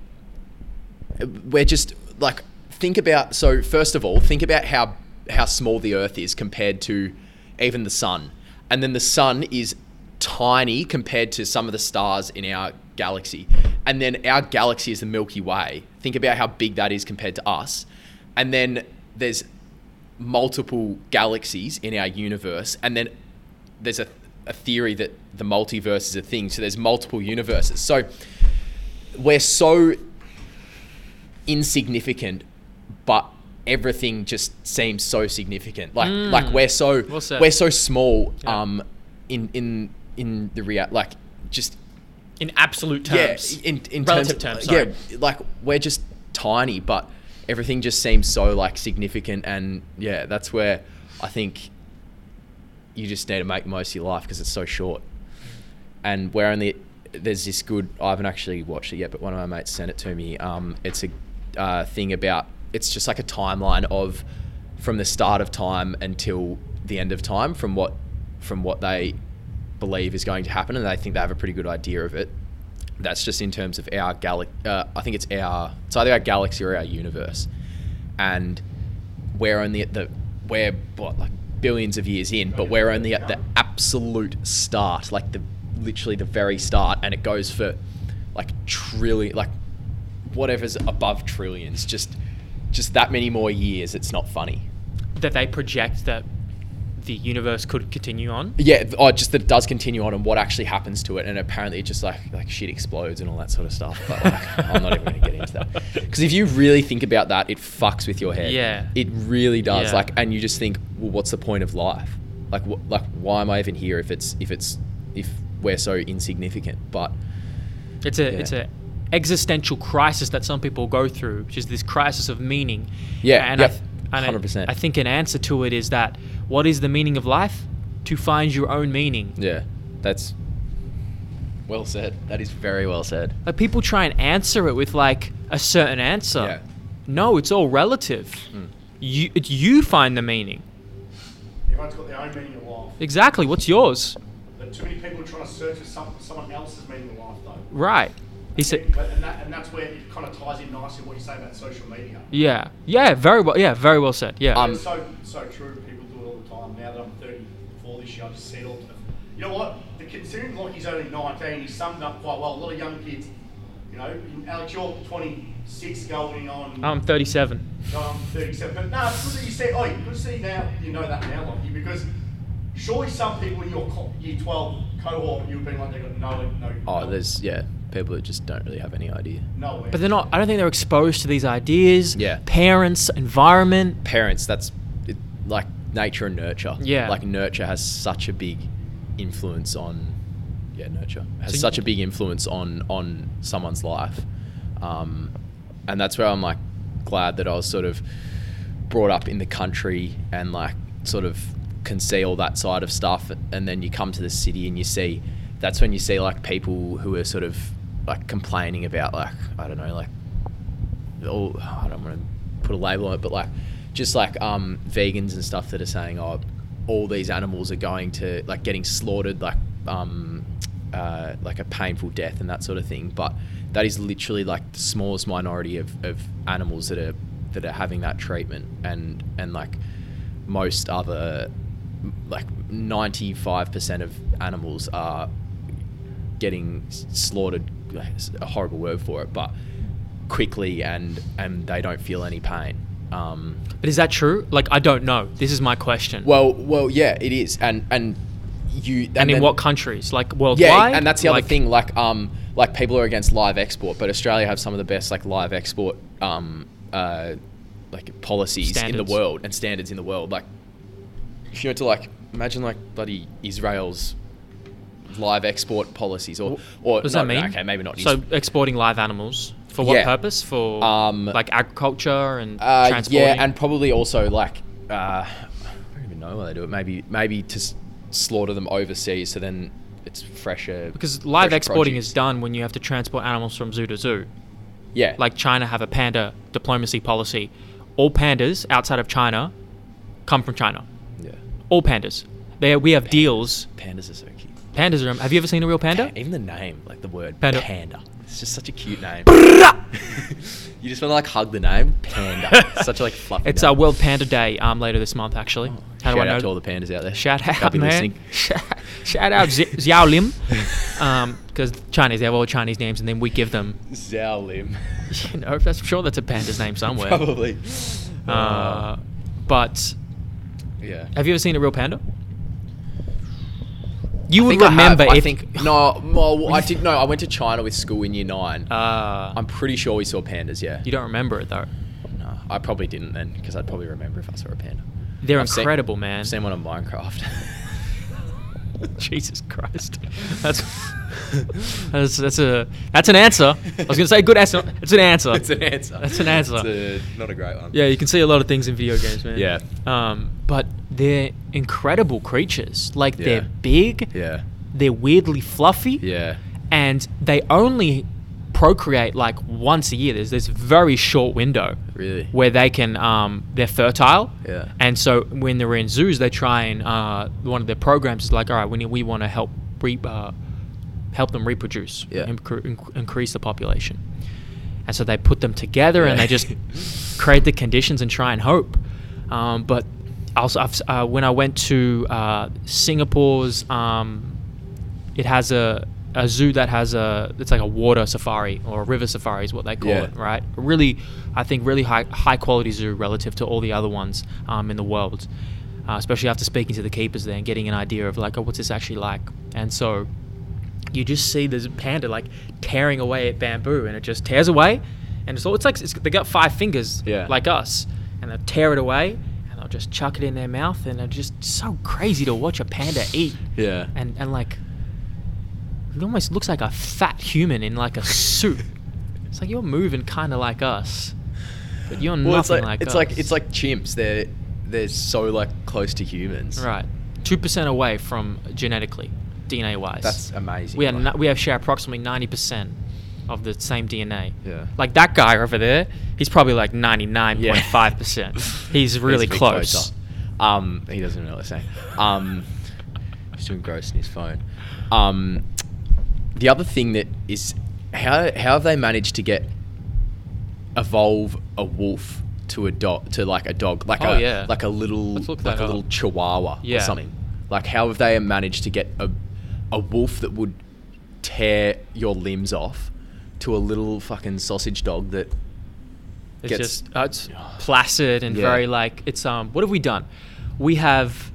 S2: we're just like think about so first of all think about how how small the earth is compared to even the sun and then the sun is tiny compared to some of the stars in our galaxy and then our galaxy is the milky way think about how big that is compared to us and then there's multiple galaxies in our universe and then there's a, a theory that the multiverse is a thing so there's multiple universes so we're so insignificant, but everything just seems so significant. Like like we're so
S1: Hmm. Well said.
S2: we're so small
S1: Yeah.
S2: um in in in the real like just
S1: in absolute terms.
S2: yeah in in
S1: Relative
S2: terms, uh,
S1: terms, sorry.
S2: yeah like we're just tiny, but everything just seems so like significant and yeah that's where I think you just need to make the most of your life because it's so short
S1: Mm.
S2: and we're only there's this good I haven't actually watched it yet, but one of my mates sent it to me. Um, it's a uh, thing about it's just like a timeline of from the start of time until the end of time, from what from what they believe is going to happen, and they think they have a pretty good idea of it. That's just in terms of our galaxy. Uh, I think it's our it's either our galaxy or our universe, and we're only at the we're what like billions of years in, but we're only at the absolute start, like the literally the very start, and it goes for like trillion, like whatever's above trillions, just just that many more years. It's not funny.
S1: that they project that the universe could continue on.
S2: Yeah, th- oh, just that it does continue on, and what actually happens to it, and apparently it just like like shit explodes and all that sort of stuff. But like, I'm not even going to get into that because if you really think about that, it fucks with your head.
S1: Yeah.
S2: it really does.
S1: Yeah.
S2: Like, and you just think, well, what's the point of life? Like, wh- like why am I even here if it's if it's if we're so insignificant? But
S1: It's a it's a existential crisis that some people go through, which is this crisis of meaning.
S2: Yeah,
S1: and
S2: yep,
S1: I, and I-
S2: 100%.
S1: I think an answer to it is that what is the meaning of life? To find your own meaning.
S2: yeah, that's well said. That is very well said.
S1: Like people try and answer it with like a certain answer.
S2: Yeah. Hmm.
S1: No, it's all relative. You it's you find the meaning.
S5: Everyone's got their own meaning of life.
S1: Exactly. What's yours?
S5: But too many people are trying to search for some, someone else's meaning of life, though.
S1: Right. He said.
S5: But, and, that, and that's where it kind of ties in nicely what you say about social media.
S1: Yeah. Yeah. Very well. Yeah. Very well said. Yeah.
S2: Um,
S5: it's so so true. People do it all the time. Now that I'm 34 this year, I just see it all. the time. You know what? The considering like he's only 19, he summed up quite well. A lot of young kids, you know, and Alex, you're 20, six going on.
S1: I'm 37.
S5: um, 37. But no, it's good that you see. Oh, you good see now. You know that now, Lockie, because surely some people in your co- year 12 cohort, you've been like they got no, no,
S2: Oh,
S5: no,
S2: there's yeah, people that just don't really have any idea.
S5: no.
S1: But they're not. I don't think they're exposed to these ideas.
S2: Yeah.
S1: Parents, environment.
S2: Parents, that's it, like nature and nurture.
S1: Yeah.
S2: like nurture has such a big influence on yeah nurture has
S1: So-
S2: such a big influence on on someone's life, um, and that's where I'm like glad that I was sort of brought up in the country and like sort of can see all that side of stuff and then you come to the city and you see that's when you see like people who are sort of like complaining about like I don't know like all I don't want to put a label on it but like just like um vegans and stuff that are saying oh all these animals are going to like getting slaughtered like um uh, like a painful death and that sort of thing but that is literally like the smallest minority of, of animals that are that are having that treatment and and like most other like 95% of animals are getting s- slaughtered it's a horrible word for it but quickly and and they don't feel any pain um,
S1: But is that true? Like, I don't know. This is my question.
S2: well well yeah it is and and you and,
S1: and in
S2: then-
S1: what countries? Like worldwide.
S2: yeah and that's the
S1: Like,
S2: other thing like um like people are against live export but australia have some of the best like live export um uh like policies in
S1: Standards.
S2: the world and standards in the world like if you were to like imagine like bloody israel's live export policies or or
S1: What does
S2: no,
S1: that
S2: no,
S1: mean?
S2: okay maybe not
S1: So
S2: Israel.
S1: exporting live animals for what
S2: Yeah.
S1: purpose? For
S2: Um,
S1: like agriculture and
S2: Uh,
S1: transporting.
S2: yeah, and probably also like uh, I don't even know why they do it. Maybe maybe to s- slaughter them overseas, so then it's fresher.
S1: because live
S2: fresh
S1: exporting
S2: produce.
S1: is done when you have to transport animals from zoo to zoo.
S2: yeah,
S1: Like China have a panda diplomacy policy. All pandas outside of China come from China.
S2: yeah.
S1: All pandas. There we have deals.
S2: Pandas are so cute.
S1: Pandas are. um, Have you ever seen a real panda?
S2: Even the name, like the word
S1: Panda.
S2: panda. It's just such a cute name. you just want to like hug the name panda. It's such a like fluffy.
S1: It's
S2: name.
S1: our World Panda Day um, later this month, actually. How
S2: Oh, Shout
S1: do I
S2: out
S1: know?
S2: to all the pandas out there.
S1: Shout
S2: They'll
S1: out,
S2: be
S1: man.
S2: listening.
S1: Shout out Zi- Xiao Lim, because Chinese they have all Chinese names, and then we give them.
S2: Zhao Lim.
S1: You know, that's sure that's a panda's name somewhere.
S2: Probably. Oh,
S1: Uh, but
S2: yeah.
S1: have you ever seen a real panda? You would
S2: think I have.
S1: remember.
S2: I
S1: if,
S2: think no. Well, I did. No, I went to China with school in year nine.
S1: Uh,
S2: I'm pretty sure we saw pandas. Yeah.
S1: you don't remember it though.
S2: No, I probably didn't then because I'd probably remember if I saw a panda.
S1: They're
S2: I've seen-
S1: incredible, man.
S2: I've seen one on Minecraft.
S1: Jesus Christ, that's that's that's a that's an answer. I was gonna say good answer. It's an answer.
S2: it's an answer.
S1: That's an answer.
S2: It's a- not a great one.
S1: Yeah, you can see a lot of things in video games, man.
S2: Yeah.
S1: Um, but they're incredible creatures. Like
S2: Yeah.
S1: they're big,
S2: Yeah.
S1: they're weirdly fluffy,
S2: Yeah.
S1: and they only procreate like once a year. There's this very short window
S2: Really.
S1: where they can um, they're fertile.
S2: Yeah.
S1: And so when they're in zoos, they try and uh, one of their programs is like, all right, we need, we want to help re- uh, help them reproduce,
S2: Yeah.
S1: incre- inc- increase the population. And so they put them together and
S2: Yeah.
S1: they just create the conditions and try and hope. Um, but also, I've, s- uh, when I went to uh, Singapore's, um, it has a a zoo that has a it's like a water safari or a river safari is what they call
S2: Yeah.
S1: it, right? Really, I think really high high quality zoo relative to all the other ones um, in the world, uh, especially after speaking to the keepers there and getting an idea of like, oh, what's this actually like? And so you just see this panda like tearing away at bamboo and it just tears away and it's all it's like it's, they got five fingers
S2: Yeah.
S1: like us and they'll tear it away and they'll just chuck it in their mouth and it's just so crazy to watch a panda eat
S2: Yeah.
S1: and and like it almost looks like a fat human in like a suit it's like you're moving kind of like us but you're
S2: well, it's
S1: nothing
S2: like,
S1: like,
S2: it's
S1: us.
S2: like it's like chimps. They're they're so like close to humans.
S1: right two percent away from genetically DNA wise
S2: That's amazing.
S1: We are
S2: like-
S1: no, we have share approximately ninety percent of the same DNA.
S2: Yeah.
S1: Like that guy over there, he's probably like ninety nine point five percent. He's
S2: He's
S1: really
S2: a bit
S1: close.
S2: closer. Um, he doesn't know what to say. Um, he's too engrossed in his phone. Um, the other thing that is how how have they managed to get evolve a wolf to a dog to like a dog like
S1: Oh,
S2: a
S1: yeah.
S2: like a little
S1: Let's look
S2: like
S1: that
S2: a little
S1: up.
S2: chihuahua
S1: Yeah.
S2: or something. Like how have they managed to get a a wolf that would tear your limbs off to a little fucking sausage dog that
S1: It's
S2: Gets-
S1: just uh, it's placid and
S2: Yeah.
S1: very like it's um. What have we done? We have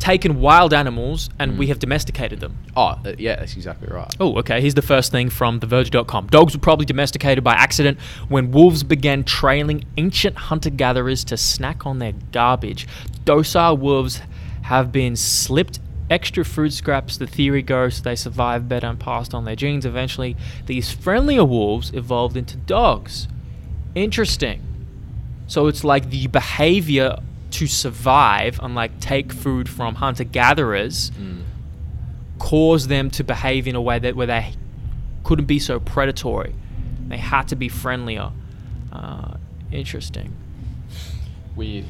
S1: taken wild animals and
S2: Mm.
S1: we have domesticated them.
S2: Oh, uh, yeah, that's exactly right.
S1: Oh, okay. Here's the first thing from TheVerge.com. Dogs were probably domesticated by accident when wolves began trailing ancient hunter gatherers to snack on their garbage. Docile wolves have been slipped extra food scraps, the theory goes, they survive better and passed on their genes. Eventually, these friendlier wolves evolved into dogs. Interesting. So it's like the behavior to survive and like take food from hunter gatherers cause them to behave in a way that where they couldn't be so predatory. They had to be friendlier. Uh, interesting.
S2: Weird.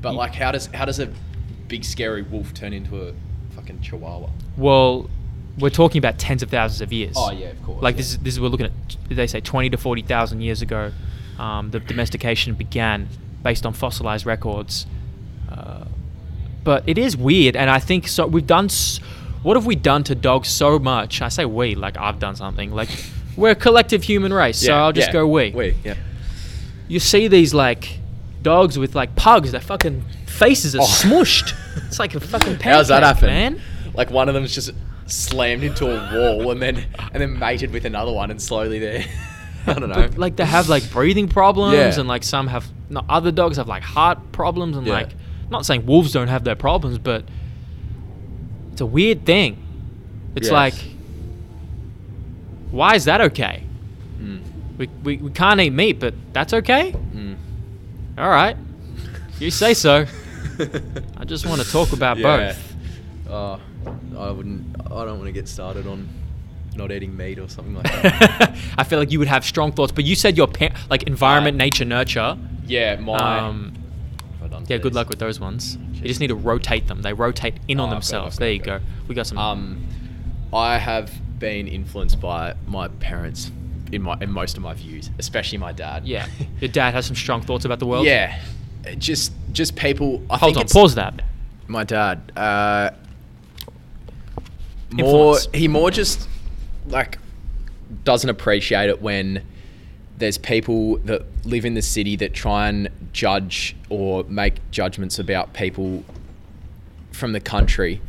S2: But like, how does how does a big scary wolf turn into a fucking chihuahua?
S1: Well, we're talking about tens of thousands of years.
S2: Oh yeah, of course.
S1: Like this is this is we're looking at. They say twenty to forty thousand years ago, um, the domestication began based on fossilized records. Uh, but it is weird, and I think so. We've done. S- what have we done to dogs so much? I say we, like I've done something. Like we're a collective human race, so I'll just go we.
S2: We yeah.
S1: you see these like dogs with like pugs, their fucking faces are smushed. It's like a fucking pancake,
S2: Oh. How's that happen,
S1: man.
S2: Like one of them's just slammed into a wall and then and then mated with another one and slowly they're I don't know.
S1: But, like they have like breathing problems
S2: Yeah.
S1: and like some have no, other dogs have like heart problems and
S2: Yeah.
S1: like not saying wolves don't have their problems, but it's a weird thing. It's
S2: Yes.
S1: like why is that okay?
S2: Mm,
S1: We, we, we can't eat meat, but that's okay? All right. You say so. I just want to talk about
S2: Yeah.
S1: both.
S2: Oh, I wouldn't. I don't want to get started on not eating meat or something like that.
S1: I feel like you would have strong thoughts, but you said your pa- like environment, nature, nurture.
S2: yeah, my.
S1: Um,
S2: Have I done
S1: yeah, good
S2: these?
S1: luck with those ones. You just need to rotate them. They rotate in
S2: Oh,
S1: on
S2: I've got it,
S1: themselves.
S2: I've got
S1: there
S2: it,
S1: you
S2: I've got
S1: go. We got some.
S2: Um, I have been influenced by my parents in my in most of my views, especially my dad.
S1: yeah, your dad has some strong thoughts about the world.
S2: yeah. It Just just people. I
S1: Hold
S2: think
S1: on.
S2: it's-
S1: Pause that.
S2: My dad. Uh, more
S1: Influence.
S2: he more just like doesn't appreciate it when there's people that live in the city that try and judge or make judgments about people from the country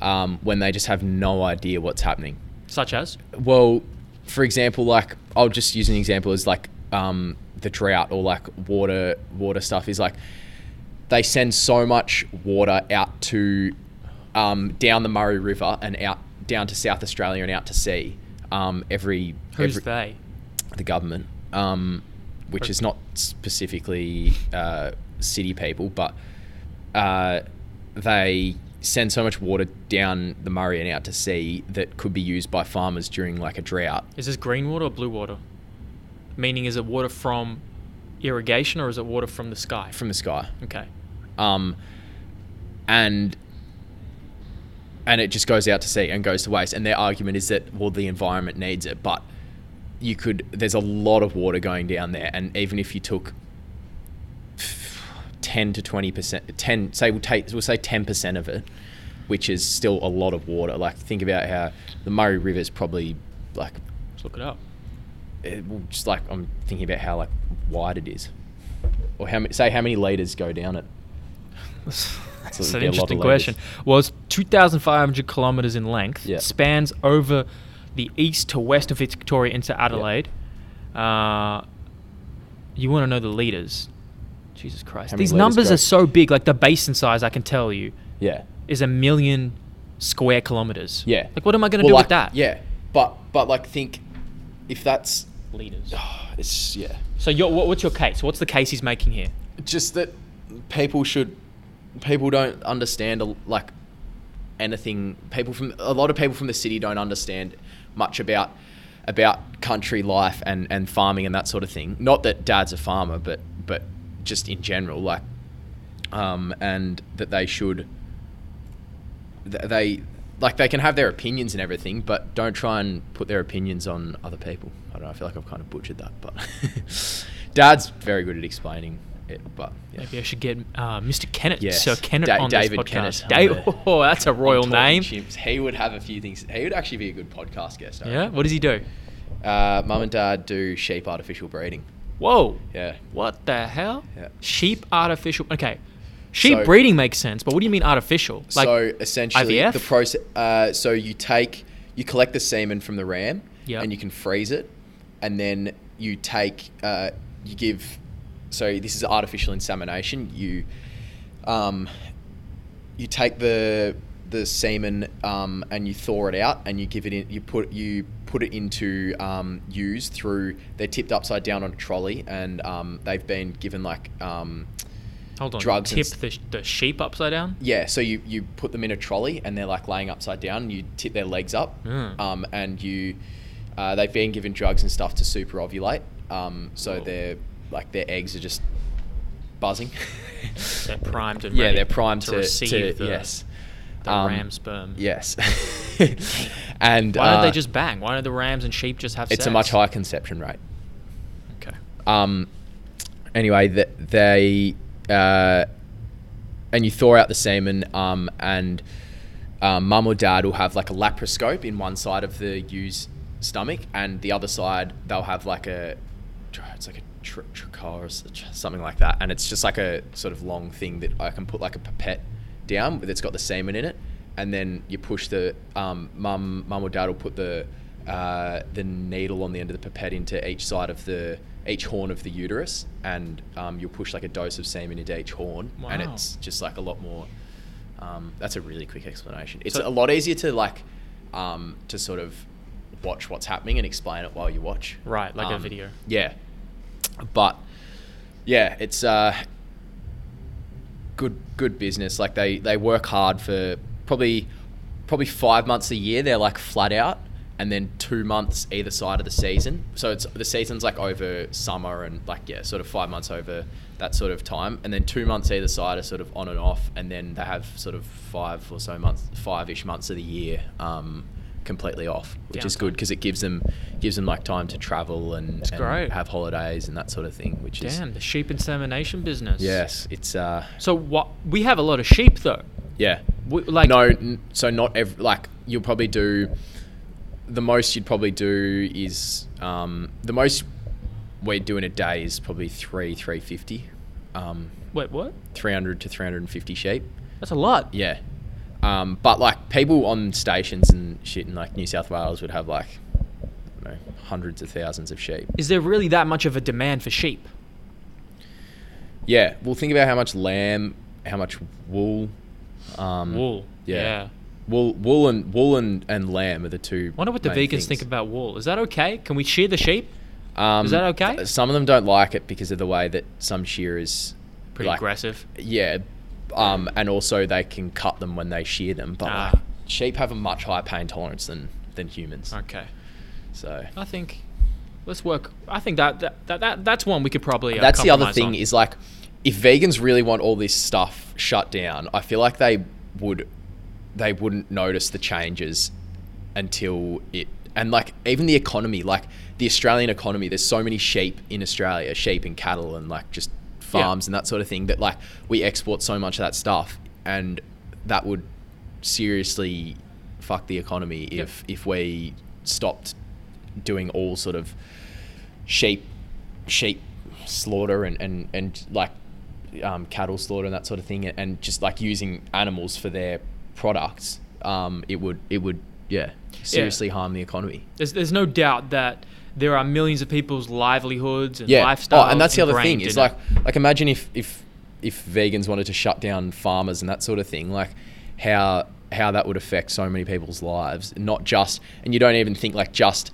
S2: um, when they just have no idea what's happening
S1: Such as.
S2: well, for example, like I'll just use an example as like um, the drought or like water water stuff is like they send so much water out to um, down the Murray River and out down to South Australia and out to sea um, every
S1: Who's
S2: every,
S1: they?
S2: the government, um, which is not specifically uh, city people, but uh, they send so much water down the Murray and out to sea that could be used by farmers during like a drought.
S1: Is this green water or blue water? Meaning, is it water from irrigation or is it water from the sky?
S2: from the sky.
S1: okay.
S2: Um, and and it just goes out to sea and goes to waste. And their argument is that well, the environment needs it, but you could. There's a lot of water going down there, and even if you took ten to twenty percent, ten say we'll take we'll say ten percent of it, which is still a lot of water. Like think about how the Murray River is probably like
S1: Let's look it up.
S2: it will just like I'm thinking about how like wide it is, or how many say how many liters go down it.
S1: That's
S2: it'd
S1: an
S2: be a lot of
S1: interesting
S2: letters.
S1: question. Well, it's 2,500 kilometers in length,
S2: Yeah.
S1: spans over the east to west of Victoria into Adelaide. Uh, you want to know the liters. Jesus Christ.
S2: How many
S1: These
S2: litres
S1: numbers
S2: go-
S1: are so big. Like the basin size, I can tell you,
S2: Yeah.
S1: is a million square kilometers.
S2: Yeah.
S1: Like, what am I going to
S2: Well,
S1: do
S2: like,
S1: with that?
S2: Yeah, but but like think if that's oh,
S1: Liters.
S2: it's yeah,
S1: So, your, what, what's your case? What's the case he's making here?
S2: just that people should people don't understand a- like anything. People from a lot of people from the city don't understand much about about country life and and farming and that sort of thing. Not that dad's a farmer, but but just in general, like um, and that they should th- they like they can have their opinions and everything, but don't try and put their opinions on other people. I don't know. I feel like I've kind of butchered that, but Dad's very good at explaining it. But yeah.
S1: Maybe I should get uh, Mr. Kennett,
S2: Yes.
S1: Sir Kennett
S2: Da-
S1: on this
S2: David
S1: podcast.
S2: Kennett.
S1: Dave, oh, that's a royal
S2: Talking
S1: name.
S2: Chimps. He would have a few things. He would actually be a good podcast guest. I
S1: Yeah. What does he do?
S2: reckon. Uh, Mum and Dad do sheep artificial breeding.
S1: Whoa.
S2: Yeah.
S1: What the hell?
S2: Yeah.
S1: Sheep artificial. Okay. Sheep
S2: So-
S1: breeding makes sense, but what do you mean artificial? Like,
S2: so essentially,
S1: IVF?
S2: the process. Uh, so you take, you collect the semen from the ram,
S1: Yep.
S2: and you can freeze it, and then you take, uh, you give. So this is artificial insemination. You, um, you take the the semen um, and you thaw it out, and you give it in. You put you put it into um, ewes through. They're tipped upside down on a trolley, and um, they've been given like. Um,
S1: hold on.
S2: drugs and
S1: Tip
S2: s-
S1: the, sh- the sheep upside down?
S2: yeah, so you, you put them in a trolley and they're like laying upside down. And you tip their legs up,
S1: Mm.
S2: um, and you uh, they've been given drugs and stuff to super ovulate. Um, so
S1: Whoa.
S2: they're like their eggs are just buzzing.
S1: They're primed and
S2: yeah,
S1: ready
S2: they're primed to,
S1: to receive the,
S2: yes,
S1: the
S2: Um,
S1: ram sperm.
S2: yes. and
S1: Why don't
S2: uh,
S1: they just bang? Why don't the rams and sheep just have
S2: It's
S1: sex?
S2: a much higher conception rate.
S1: Okay.
S2: Um, anyway, th- they uh, and you thaw out the semen, um, and um, mum or dad will have like a laparoscope in one side of the ewe's stomach, and the other side they'll have like a it's like a tr- trocar or such- something like that, and it's just like a sort of long thing that I can put like a pipette down that's got the semen in it, and then you push the um, mum mum or dad will put the uh, the needle on the end of the pipette into each side of the each horn of the uterus, and um, you'll push like a dose of semen into each horn, and
S1: Wow.
S2: it's just like a lot more. Um, that's a really quick explanation. It's
S1: So-
S2: a lot easier to like um, to sort of watch what's happening and explain it while you watch.
S1: Right, like a
S2: Um,
S1: video.
S2: Yeah, but yeah, it's uh, good good business. Like they they work hard for probably probably five months a year. They're like flat out, and then two months either side of the season. So it's the season's like over summer and like yeah, sort of five months over that sort of time, and then two months either side are sort of on and off, and then they have sort of five or so months, five ish months of the year. Um, completely off which is
S1: Downtime.
S2: good because it gives them gives them like time to travel and, and
S1: great.
S2: have holidays and that sort of thing which is
S1: Damn, the sheep insemination business.
S2: Yes, it's uh,
S1: So what? We have a lot of sheep though.
S2: yeah.
S1: We, like
S2: no, n- so not every like you'll probably do the most you'd probably do is um, the most we do in a day is probably three three fifty, um,
S1: Wait, what?
S2: three hundred to three hundred and fifty sheep.
S1: That's a lot.
S2: Yeah, um, but like people on stations and shit in like New South Wales would have like I don't know, hundreds of thousands of sheep.
S1: Is there really that much of a demand for sheep?
S2: Yeah, well think about how much lamb, how much wool. Um,
S1: Wool.
S2: yeah. Wool, wool, and wool and, and lamb are the two.
S1: Wonder what the
S2: main
S1: vegans think
S2: things.
S1: about wool. Is that okay? Can we shear the sheep?
S2: Um,
S1: Is that okay?
S2: Some of them don't like it because of the way that some shearers
S1: Pretty
S2: like-
S1: aggressive.
S2: Yeah, um, and also they can cut them when they shear them. But
S1: Ah.
S2: like, sheep have a much higher pain tolerance than than humans.
S1: Okay.
S2: So
S1: I think let's work. I think that that, that, that that's one we could probably. Uh,
S2: that's the other
S1: compromise
S2: thing
S1: on.
S2: is like, if vegans really want all this stuff shut down, I feel like they would, they wouldn't notice the changes until it and like even the economy, like the Australian economy. There's so many sheep in Australia, sheep and cattle and like just farms and that sort of thing that like we export so much of that stuff, and that would seriously fuck the economy if if we stopped doing all sort of sheep sheep slaughter and and, and like um, cattle slaughter and that sort of thing and, and just like using animals for their products um, it would it would yeah seriously harm the economy
S1: There's, there's no doubt that there are millions of people's livelihoods and
S2: yeah
S1: lifestyle.
S2: oh, and that's the other thing
S1: is
S2: is like like imagine if if if vegans wanted to shut down farmers and that sort of thing like how how that would affect so many people's lives not just and you don't even think like just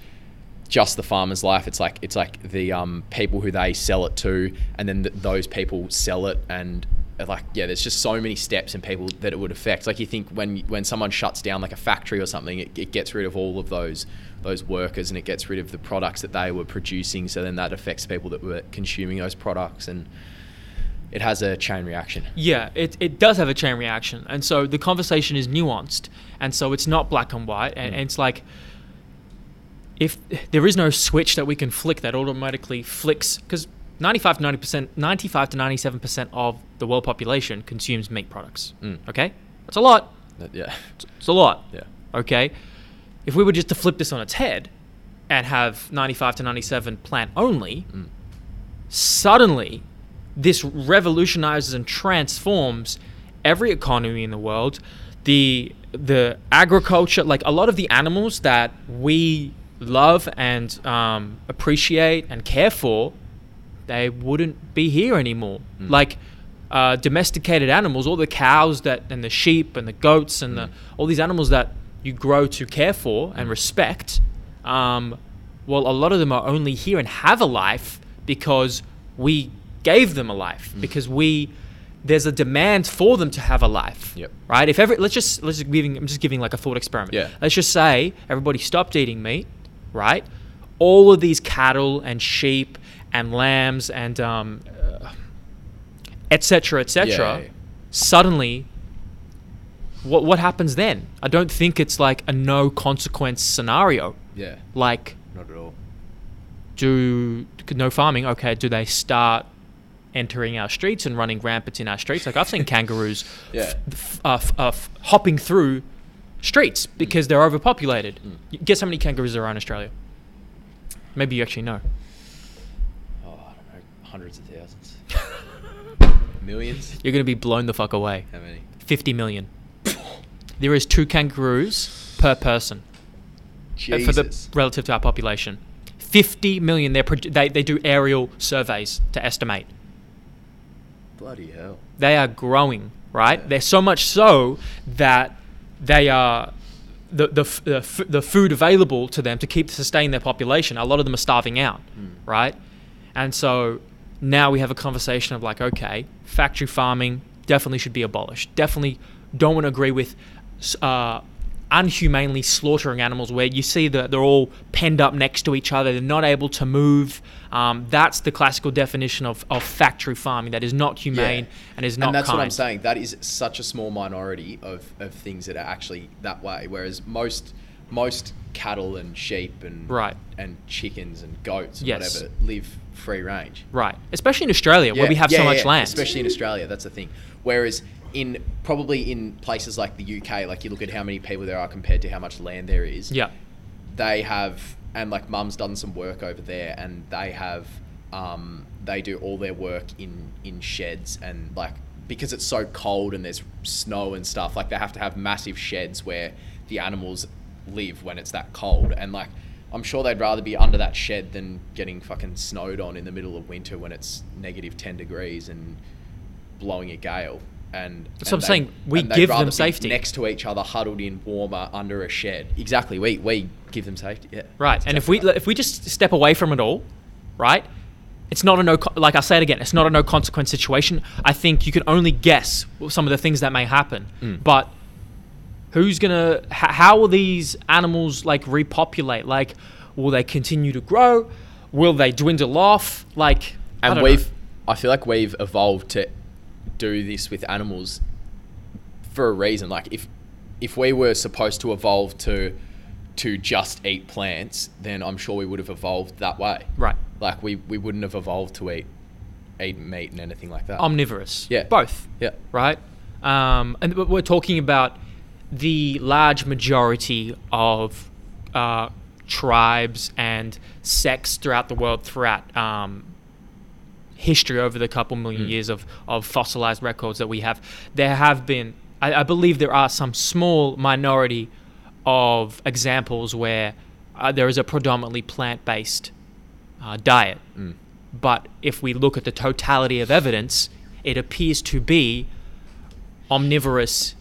S2: just the farmer's life. It's like it's like the um, people who they sell it to, and then th- those people sell it, and uh, like yeah, there's just so many steps and people that it would affect. Like you think when when someone shuts down like a factory or something, it, it gets rid of all of those those workers, and it gets rid of the products that they were producing. So then that affects people that were consuming those products, and it has a chain reaction.
S1: Yeah, it, it does have a chain reaction. And so the conversation is nuanced. And so it's not black and white. And, and it's like, if there is no switch that we can flick that automatically flicks, because 95 to 90%, 95 to 97% of the world population consumes meat products.
S2: Mm.
S1: Okay? That's a lot.
S2: That- Yeah,
S1: It's a lot.
S2: yeah,
S1: Okay? If we were just to flip this on its head and have 95 to 97 plant only,
S2: Mm.
S1: suddenly this revolutionizes and transforms every economy in the world the the agriculture like a lot of the animals that we love and um, appreciate and care for they wouldn't be here anymore like uh, domesticated animals all the cows that and the sheep and the goats and
S2: Mm.
S1: the all these animals that you grow to care for and respect um, well a lot of them are only here and have a life because we gave them a
S2: Mm.
S1: life because we there's a demand for them to have a life
S2: Yep.
S1: right if every let's just let's just giving i'm just giving like a thought experiment
S2: Yeah.
S1: let's just say everybody stopped eating meat right all of these cattle and sheep and lambs and um etc etc
S2: Yeah, yeah, yeah.
S1: suddenly what what happens then i don't think it's like a no consequence scenario
S2: Yeah.
S1: like
S2: Not at all.
S1: do no farming. Okay, do they start entering our streets and running rampant in our streets? Like I've seen kangaroos
S2: Yeah.
S1: f- uh, f- uh, f- hopping through streets
S2: Mm.
S1: because they're overpopulated. You- Guess how many kangaroos there are in Australia? Maybe you actually know.
S2: Oh, I don't know. Hundreds of thousands. Millions?
S1: You're gonna be blown the fuck away.
S2: How many?
S1: Fifty million. there is two kangaroos per person. uh, for the
S2: Jesus.
S1: relative to our population. 50 million they're proj- they, they do aerial surveys to estimate
S2: Bloody hell.
S1: they are growing, right?
S2: Yeah.
S1: They're so much so that they are the the, f- the, f- the food available to them to keep sustain their population. A lot of them are starving out, right? And so now we have a conversation of like, okay, factory farming definitely should be abolished. Definitely don't want to agree with. s- Uh, Unhumanely slaughtering animals, where you see that they're all penned up next to each other, they're not able to move. Um, that's the classical definition of, of factory farming that is not humane humane
S2: Yeah.
S1: and is not
S2: and that's
S1: kind.
S2: what I'm saying. That is such a small minority of, of things that are actually that way. Whereas most most cattle and sheep and
S1: Right.
S2: and chickens and goats and
S1: Yes.
S2: whatever live free range.
S1: Right. Especially in Australia where we have so
S2: yeah,
S1: much
S2: yeah,
S1: land.
S2: Especially in Australia, that's the thing. Whereas in probably in places like the UK, like you look at how many people there are compared to how much land there is.
S1: yeah.
S2: they have and like mum's done some work over there and they have um, they do all their work in in sheds and like because it's so cold and there's snow and stuff like they have to have massive sheds where the animals live when it's that cold and like I'm sure they'd rather be under that shed than getting fucking snowed on in the middle of winter when it's negative 10 degrees and blowing a gale and
S1: That's
S2: and
S1: what I'm saying. We
S2: and they'd
S1: give them
S2: rather be
S1: safety.
S2: next to each other, huddled in, warmer under a shed. Exactly. We we give them safety. Yeah.
S1: Right. And if we if we just step away from it all, right? It's not a no co- like I say it again, it's not a no consequence situation. I think you can only guess some of the things that may happen.
S2: Mm.
S1: But who's going to h- how will these animals like repopulate? Like will they continue to grow? Will they dwindle off? Like I
S2: and
S1: don't
S2: we've
S1: know.
S2: I feel like we've evolved to do this with animals for a reason. Like if if we were supposed to evolve to to just eat plants, then I'm sure we would have evolved that way.
S1: Right.
S2: Like we, we wouldn't have evolved to eat eat meat and anything like that.
S1: Um, omnivorous.
S2: Yeah.
S1: Both.
S2: yeah.
S1: right? Um, and w- we're talking about the large majority of uh, tribes and sects throughout the world, throughout um, history over the couple million years of, of fossilized records that we have. There have been, I, I believe, there are some small minority of examples where uh, there is a predominantly plant based uh, diet. But if we look at the totality of evidence, it appears to be omnivorous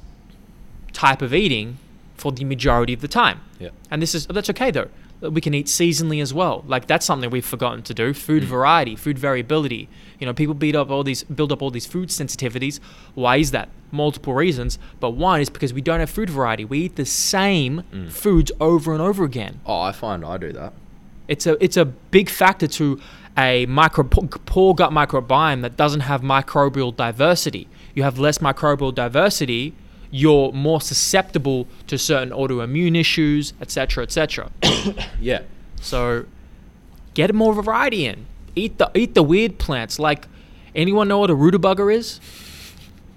S1: type of eating for the majority of the time.
S2: Yeah.
S1: And this is that's okay though. We can eat seasonally as well. Like that's something we've forgotten to do. Food variety, food variability. You know, people beat up all these build up all these food sensitivities. Why is that? Multiple reasons, but one is because we don't have food variety. We eat the same foods over and over again.
S2: Oh, I find I do that.
S1: It's a it's a big factor to a micro poor gut microbiome that doesn't have microbial diversity. You have less microbial diversity, you're more susceptible to certain autoimmune issues, etc., etc.
S2: Yeah.
S1: so get more variety in. Eat the eat the weird plants. Like anyone know what a rutabaga is?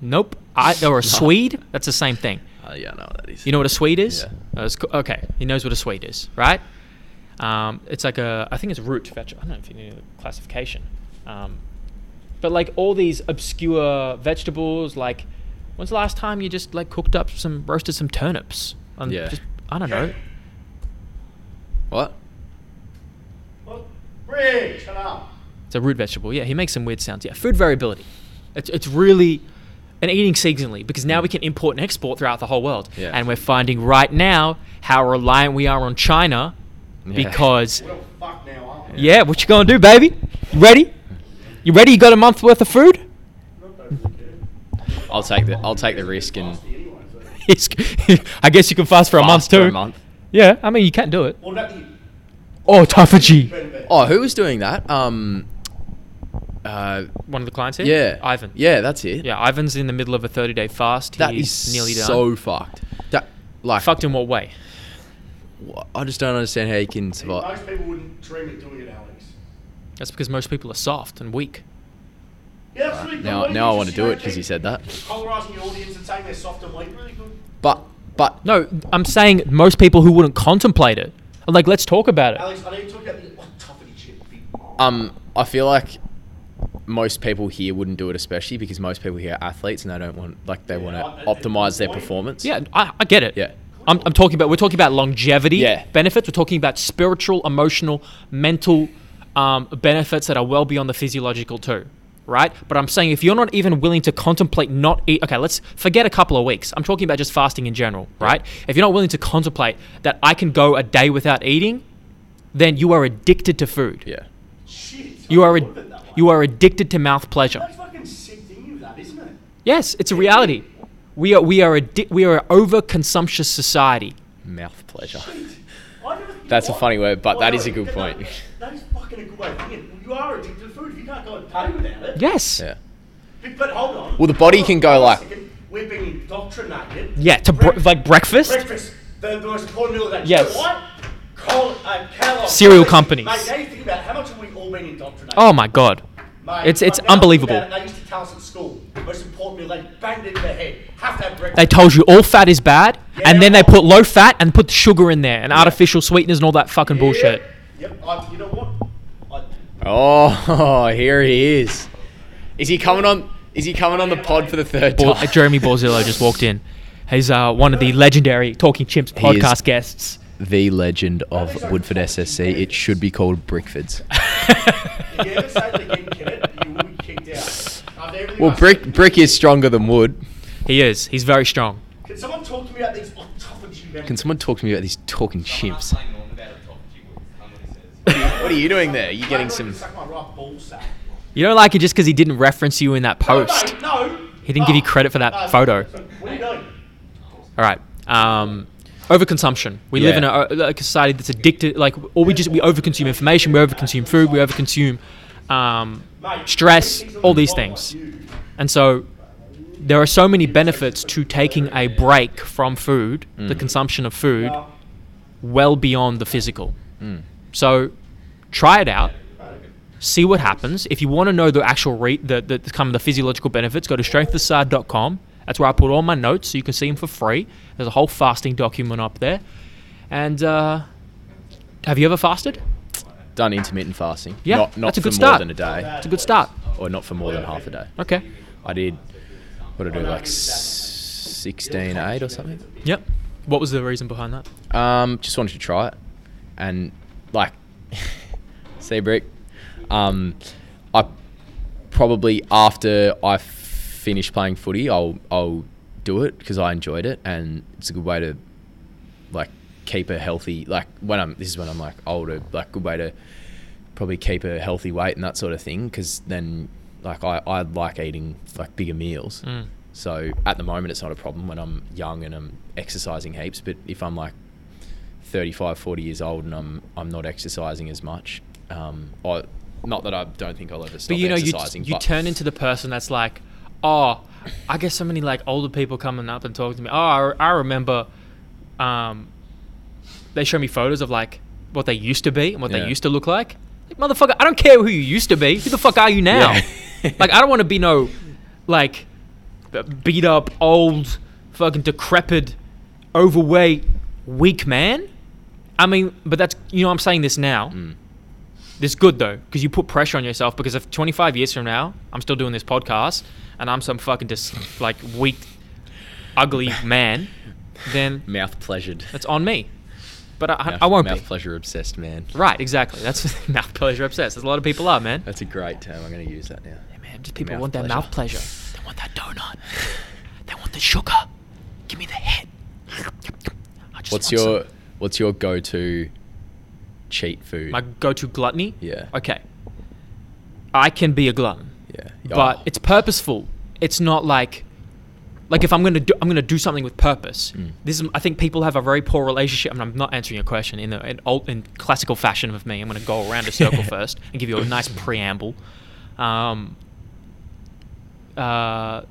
S1: Nope. I, or a swede? That's the same thing.
S2: Oh yeah, I know what that is.
S1: You know what a swede is?
S2: Yeah.
S1: Uh, it's co- okay, he knows what a swede is, right? Um, it's like a, I think it's root vegetable. I don't know if you know the classification. Um, but like all these obscure vegetables, like when's the last time you just like cooked up some roasted some turnips? And
S2: Yeah.
S1: just- I don't know.
S2: What?
S4: Well, Rick, shut up.
S1: It's a root vegetable. Yeah, he makes some weird sounds. Yeah, food variability. It's, it's really and eating seasonally because now we can import and export throughout the whole world.
S2: Yeah.
S1: And we're finding right now how reliant we are on China
S2: Yeah.
S1: because
S4: We're all fucked now, aren't we?
S1: yeah, what you gonna do, baby? You ready? You ready? You got a month worth of food?
S2: I'll take the I'll take the risk and
S1: It's, I guess you can fast for a month
S2: fast for
S1: too.
S2: a month.
S1: Yeah, I mean you can't do it.
S4: What about the
S1: Oh, autophagy.
S4: benefit?
S2: Oh, who was doing that? Um, uh,
S1: One of the clients here.
S2: yeah,
S1: Ivan.
S2: Yeah, that's it.
S1: yeah. Ivan's in the middle of a thirty-day fast.
S2: that
S1: He's
S2: is
S1: nearly done.
S2: so fucked. That like
S1: fucked in what way?
S2: wh- I just don't understand how you can survive.
S4: Most people wouldn't dream of doing it, Alex.
S1: That's because most people are soft and weak.
S4: Yeah, that's really good.
S2: Uh, Now,
S4: Why don't
S2: now I
S4: you
S2: want to
S4: just,
S2: do
S4: you
S2: it
S4: know,
S2: because you
S4: keep
S2: said that.
S4: Polarizing your audience and saying they're soft and weak, really good.
S2: But but
S1: No, I'm saying most people who wouldn't contemplate it. Like, let's talk about it.
S4: Alex, I know you talk about the what tougher chip.
S2: um, I feel like most people here wouldn't do it, especially because most people here are athletes and they don't want like they want
S4: I-
S2: to
S4: I-
S2: optimize their
S4: point.
S2: performance.
S1: Yeah, I, I get it.
S2: Yeah.
S1: I'm, I'm talking about, we're talking about longevity
S2: Yeah.
S1: benefits. We're talking about spiritual, emotional, mental um, benefits that are well beyond the physiological, too. Right? But I'm saying if you're not even willing to contemplate not eat, okay, let's forget a couple of weeks. I'm talking about just fasting in general, right? If you're not willing to contemplate that I can go a day without eating, then you are addicted to food.
S2: yeah.
S4: Shit.
S1: You
S4: I
S1: are,
S4: thought of it
S1: ad-
S4: that way.
S1: you are addicted to mouth pleasure.
S4: That's fucking sick thing you that, isn't it?
S1: Yes, it's a reality. We are we are addi- we are an overconsumptious society.
S2: Mouth pleasure.
S4: I never-
S2: That's a
S4: what?
S2: funny word, but
S4: Oh,
S2: that
S4: no,
S2: is a good
S4: that-
S2: point.
S4: That is fucking a good way of thinking. You are addicted to food. You can't go and pay without it.
S1: Yes.
S2: Yeah.
S4: But, but hold on.
S2: Well, the body
S4: Hold
S2: can
S4: on,
S2: go
S4: hold on a
S2: like-
S4: second. We've been indoctrinated.
S1: Yeah, to br-
S4: Breakfast-
S1: like breakfast.
S4: Breakfast. The, the most important meal of the day.
S1: Yes.
S4: You know what? Col- uh, Kellogg's.
S1: Cereal
S4: Listen,
S1: companies.
S4: Mate, now you think about it, how much have we all been indoctrinated?
S1: Oh my god.
S4: Mate,
S1: It's it's
S4: but now I think
S1: unbelievable.
S4: about it, They used to tell us at school. Most important meal. They banged it in their head. Have to have breakfast.
S1: They told you all fat is bad, and then they
S4: Yeah.
S1: put low fat and put sugar in there and artificial sweeteners and all that fucking bullshit.
S4: Yep. yep. I, you know what? I,
S2: Oh, here he is. Is he coming on? Is he coming on the pod for the third
S1: Bor-
S2: time?
S1: Jeremy Borzillo just walked in. He's uh, one of the legendary Talking Chimps
S2: He is-
S1: podcast guests.
S2: the legend of Woodford SSC. It should be called Brickford's.
S4: If you ever say that again, Kenneth, you will be kicked out. After everything
S2: Well,
S4: I
S2: brick
S4: said,
S2: brick is stronger than wood.
S1: He is. He's very strong.
S4: Can someone talk to me about these autophagy men?
S2: Can someone talk to me about these talking chimps? What are you doing there? Are you getting some?
S4: Suck my right ball sack.
S1: You don't like it just because he didn't reference you in that
S2: Oh,
S1: post.
S4: No, no, no.
S1: He didn't give you credit for that
S4: no.
S1: photo.
S4: What are you doing?
S1: All right. Um, overconsumption. We live in
S2: Yeah.
S1: a, a society that's addicted. Like, or we just we overconsume information. We overconsume food. We overconsume um,
S4: Mate,
S1: stress.
S4: these
S1: All these
S4: people like
S1: things.
S4: you.
S1: And so, there are so many benefits to taking a break from food, the consumption of food,
S4: Well,
S1: well beyond the physical. So, try it out. See what happens. If you want to know the actual re- the, the the kind of the physiological benefits, go to strengthaside.com. That's where I put all my notes, so you can see them for free. There's a whole fasting document up there. And uh, have you ever fasted?
S2: Done intermittent fasting.
S1: Yeah,
S2: not, not
S1: that's a
S2: for
S1: good
S2: more
S1: start.
S2: than a day,
S1: It's a good start.
S2: or not for more than half a day.
S1: Okay.
S2: I did. What did I do? Like sixteen eight or something.
S1: Yep. What was the reason behind that?
S2: Um, just wanted to try it, and like, see brick. Um, I probably after I finish playing footy, I'll I'll do it because I enjoyed it, and it's a good way to like keep a healthy like when I'm this is when I'm like older, like good way to probably keep a healthy weight and that sort of thing because then like I I like eating like bigger meals. So at the moment, it's not a problem when I'm young and I'm exercising heaps. But if I'm like 35, 40 years old and I'm I'm not exercising as much, um, I not that I don't think I'll ever stop
S1: but you know, you,
S2: exercising.
S1: you
S2: but
S1: turn into the person that's like, oh, I get so many like older people coming up and talking to me. Oh, I, I remember, um, they show me photos of like what they used to be and what
S2: Yeah.
S1: they used to look like. Like motherfucker, I don't care who you used to be. Who the fuck are you now?
S2: Yeah.
S1: like I don't want to be no, like, b- beat up old, fucking decrepit,
S2: Mm.
S1: overweight, weak man. I mean, but that's you know I'm saying this now It's good though because you put pressure on yourself. Because if 25 years from now I'm still doing this podcast and I'm some fucking dis- like weak, ugly man, then
S2: Mouth pleasured.
S1: that's on me. But I,
S2: Mouth-
S1: I won't
S2: mouth
S1: be.
S2: pleasure obsessed man.
S1: Right, exactly. That's mouth pleasure obsessed. As a lot of people are, man.
S2: That's a great term. I'm going to use that now.
S1: Man, just people
S2: Mouth
S1: want that
S2: pleasure.
S1: mouth pleasure. They want that donut. they want the sugar. Give me the head. I just
S2: What's
S1: want some-
S2: your What's your go-to cheat food?
S1: my go-to gluttony?
S2: Yeah.
S1: Okay. I can be a glutton,
S2: yeah,
S1: but
S2: Oh,
S1: it's purposeful. It's not like like if I'm gonna do I'm gonna do something with purpose.
S2: Mm.
S1: This is I think people have a very poor relationship. And I'm not answering your question in the in, old, in classical fashion of me. I'm gonna go around a circle first and give you a nice preamble. Um, uh,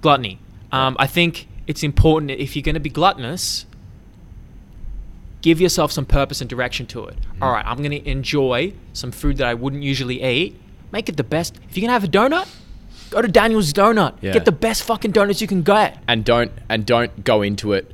S1: gluttony. Um, I think it's important if you're gonna be gluttonous. Give yourself some purpose and direction to it. All right, I'm gonna enjoy some food that I wouldn't usually eat. Make it the best. If you're gonna have a donut, go to Daniel's Donut.
S2: Yeah.
S1: Get the best fucking donuts you can get.
S2: and don't and don't go into it.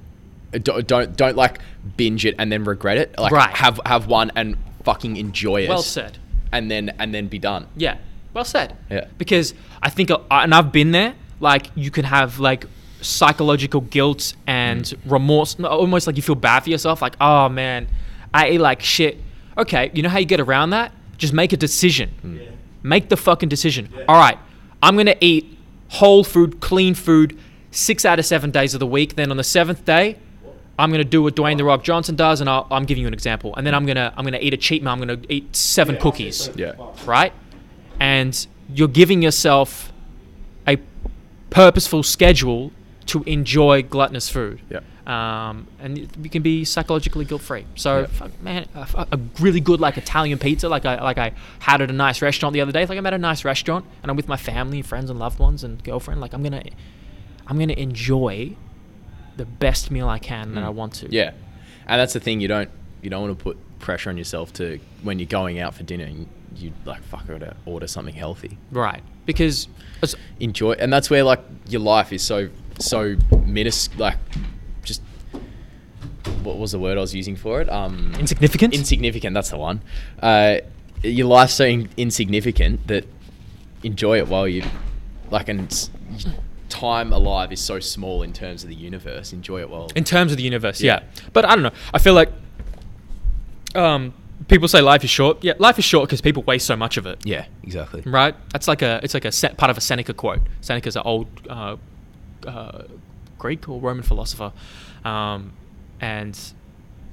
S2: uh, Don't don't, don't like binge it and then regret it. Like
S1: Right.
S2: have have one and fucking enjoy it.
S1: Well said.
S2: And then and then be done.
S1: Yeah. Well said.
S2: Yeah.
S1: Because I think, I- and I've been there, like, you can have, like, psychological guilt and
S2: Mm.
S1: remorse. no, Almost like you feel bad for yourself. Like, oh, man, I ate like shit. Okay. You know how you get around that? Just make a decision.
S2: Mm.
S1: Make the fucking decision. All right. I'm going to eat whole food, clean food, six out of seven days of the week. Then on the seventh day, I'm gonna do what Dwayne the Rock Johnson does, and I'll, I'm giving you an example. And then I'm gonna I'm gonna eat a cheat meal. I'm gonna eat seven cookies
S2: Yeah.
S1: right? And you're giving yourself a purposeful schedule to enjoy gluttonous food.
S2: Yeah.
S1: Um, and it- you can be psychologically guilt free. So,
S2: Yeah.
S1: fuck, man, a, f- a really good like Italian pizza, like I like I had at a nice restaurant the other day. It's Like I'm at a nice restaurant and I'm with my family, and friends, and loved ones, and girlfriend. Like I'm gonna, I'm gonna enjoy the best meal I can that I want to.
S2: Hmm. Yeah, and that's the thing. You don't you don't want to put pressure on yourself to when you're going out for dinner. You, you like fuck I gotta order something healthy.
S1: Right. Because, it's-
S2: enjoy and that's where like your life is so so minus like just what was the word I was using for it um
S1: insignificant.
S2: insignificant that's the one uh your life's so in- insignificant that enjoy it while you like and it's, time alive is so small in terms of the universe enjoy it while
S1: In terms of the universe,
S2: Yeah.
S1: yeah. But I don't know. I feel like um, people say life is short. Yeah, life is short because people waste so much of it.
S2: yeah exactly
S1: Right? That's like a it's like a set part of a Seneca quote. Seneca's an old uh, uh, Greek or Roman philosopher, um, and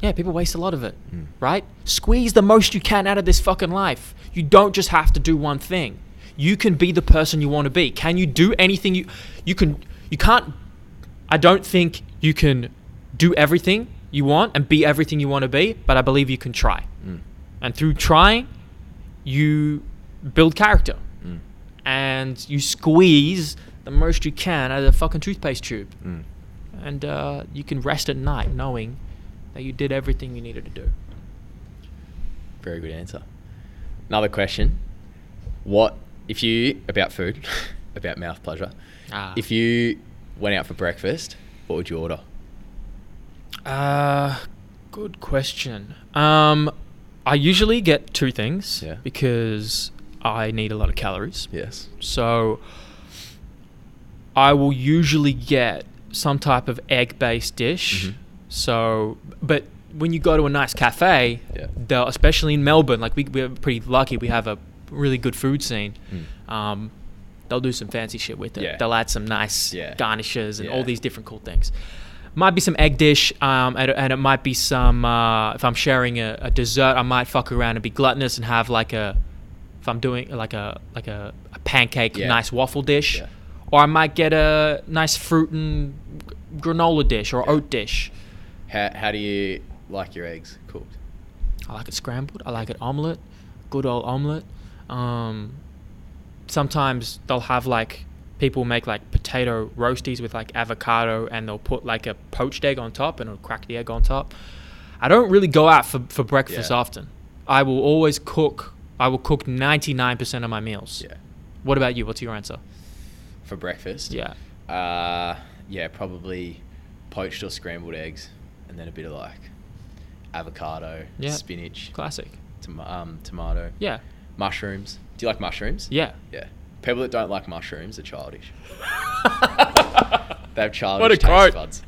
S1: yeah, people waste a lot of it. Right? Squeeze the most you can out of this fucking life. You don't just have to do one thing. You can be the person you want to be. Can you do anything you you can you can't I don't think you can do everything you want and be everything you want to be, but I believe you can try. And through trying, you build character and you squeeze the most you can out of the fucking toothpaste tube. And uh, you can rest at night knowing that you did everything you needed to do.
S2: Very good answer. Another question. What if you about food, about mouth pleasure?
S1: Ah.
S2: If you went out for breakfast, what would you order?
S1: Uh, good question. Um, I usually get two things
S2: Yeah.
S1: because I need a lot of calories.
S2: Yes.
S1: So I will usually get some type of egg based dish.
S2: Mhm.
S1: So, but when you go to a nice cafe,
S2: Yeah.
S1: they'll, especially in Melbourne, like we, we're pretty lucky, we have a really good food scene.
S2: Mm.
S1: Um, they'll do some fancy shit with it.
S2: Yeah.
S1: They'll add some nice
S2: Yeah.
S1: garnishes and all
S2: Yeah.
S1: these different cool things. Might be some egg dish, um, and, and it might be some. Uh, if I'm sharing a, a dessert, I might fuck around and be gluttonous and have like a. If I'm doing like a like a, a pancake,
S2: Yeah.
S1: nice waffle dish,
S2: Yeah.
S1: or I might get a nice fruit and g- granola dish or oat dish.
S2: How, how do you like your eggs cooked?
S1: I like it scrambled. I like it omelet, good old omelet. Um, sometimes they'll have like people make like potato roasties with like avocado, and they'll put like a poached egg on top, and it'll crack the egg on top. I don't really go out for for breakfast
S2: Yeah.
S1: often. I will always cook. I will cook ninety nine percent of my meals.
S2: Yeah.
S1: What about you? What's your answer?
S2: For breakfast?
S1: Yeah.
S2: Uh, yeah, probably poached or scrambled eggs and then a bit of like avocado,
S1: Yeah.
S2: spinach,
S1: Classic.
S2: tom- um, tomato,
S1: Yeah.
S2: mushrooms. Do you like mushrooms?
S1: Yeah.
S2: Yeah. People that don't like mushrooms are childish. they have childish
S1: What a
S2: taste
S1: quote.
S2: buds.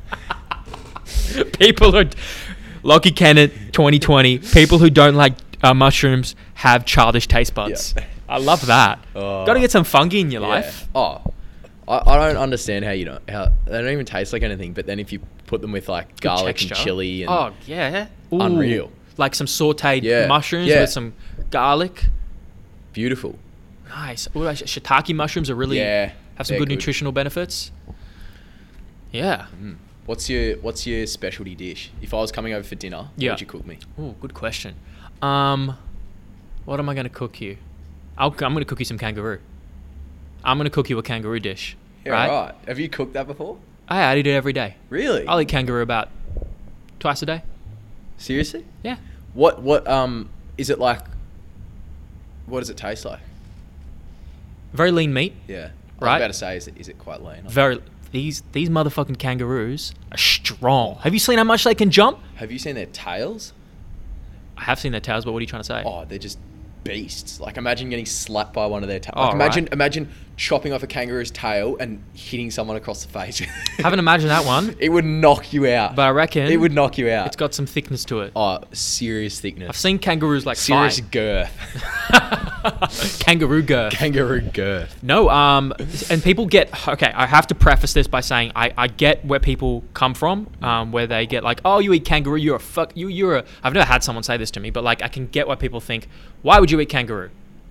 S1: people who, Lockie Kennett, 2020. People who don't like uh, mushrooms have childish taste buds.
S2: Yeah.
S1: I love that.
S2: Oh.
S1: Got to get some fungi in your
S2: Yeah.
S1: life.
S2: Oh, I, I don't understand how you don't how they don't even taste like anything. But then if you put them with like garlic and
S1: texture.
S2: chili and
S1: Oh yeah, Ooh.
S2: Unreal.
S1: Like some sautéed
S2: Yeah.
S1: mushrooms
S2: Yeah.
S1: with some garlic.
S2: beautiful.
S1: Nice. Ooh, sh- shiitake mushrooms are really
S2: Yeah,
S1: have some
S2: they're
S1: good,
S2: good.
S1: nutritional benefits. Yeah.
S2: What's your What's your specialty dish? If I was coming over for dinner,
S1: Yeah.
S2: what would you cook me?
S1: Ooh, good question. Um, what am I gonna cook you? I'll, I'm gonna cook you some kangaroo. I'm gonna cook you a kangaroo dish.
S2: Yeah,
S1: right?
S2: right. Have you cooked that before?
S1: I, I eat it every day.
S2: Really?
S1: I'll eat kangaroo about twice a day.
S2: Seriously?
S1: Yeah.
S2: What What um is it like? What does it taste like?
S1: Very lean meat.
S2: Yeah. I
S1: Right.
S2: was about to say, is it, is it quite lean?
S1: Very. These these motherfucking kangaroos are strong. Have you seen how much they can jump?
S2: Have you seen their tails?
S1: I have seen their tails, but what are you trying to say?
S2: Oh, they're just beasts. Like imagine getting slapped by one of their tails.
S1: Oh,
S2: Like, imagine
S1: right.
S2: imagine chopping off a kangaroo's tail and hitting someone across the face.
S1: Haven't imagined that one,
S2: It would knock you out.
S1: but I reckon
S2: it would knock you out.
S1: It's got some thickness to it.
S2: oh, serious thickness.
S1: I've seen kangaroos like
S2: serious
S1: fight.
S2: girth.
S1: kangaroo girth.
S2: Kangaroo girth.
S1: No, um, and people get okay. I have to preface this by saying I, I get where people come from, um, where they get like, oh, you eat kangaroo, you're a fuck, you you're a. I've never had someone say this to me, but like I can get why people think, why would you eat kangaroo?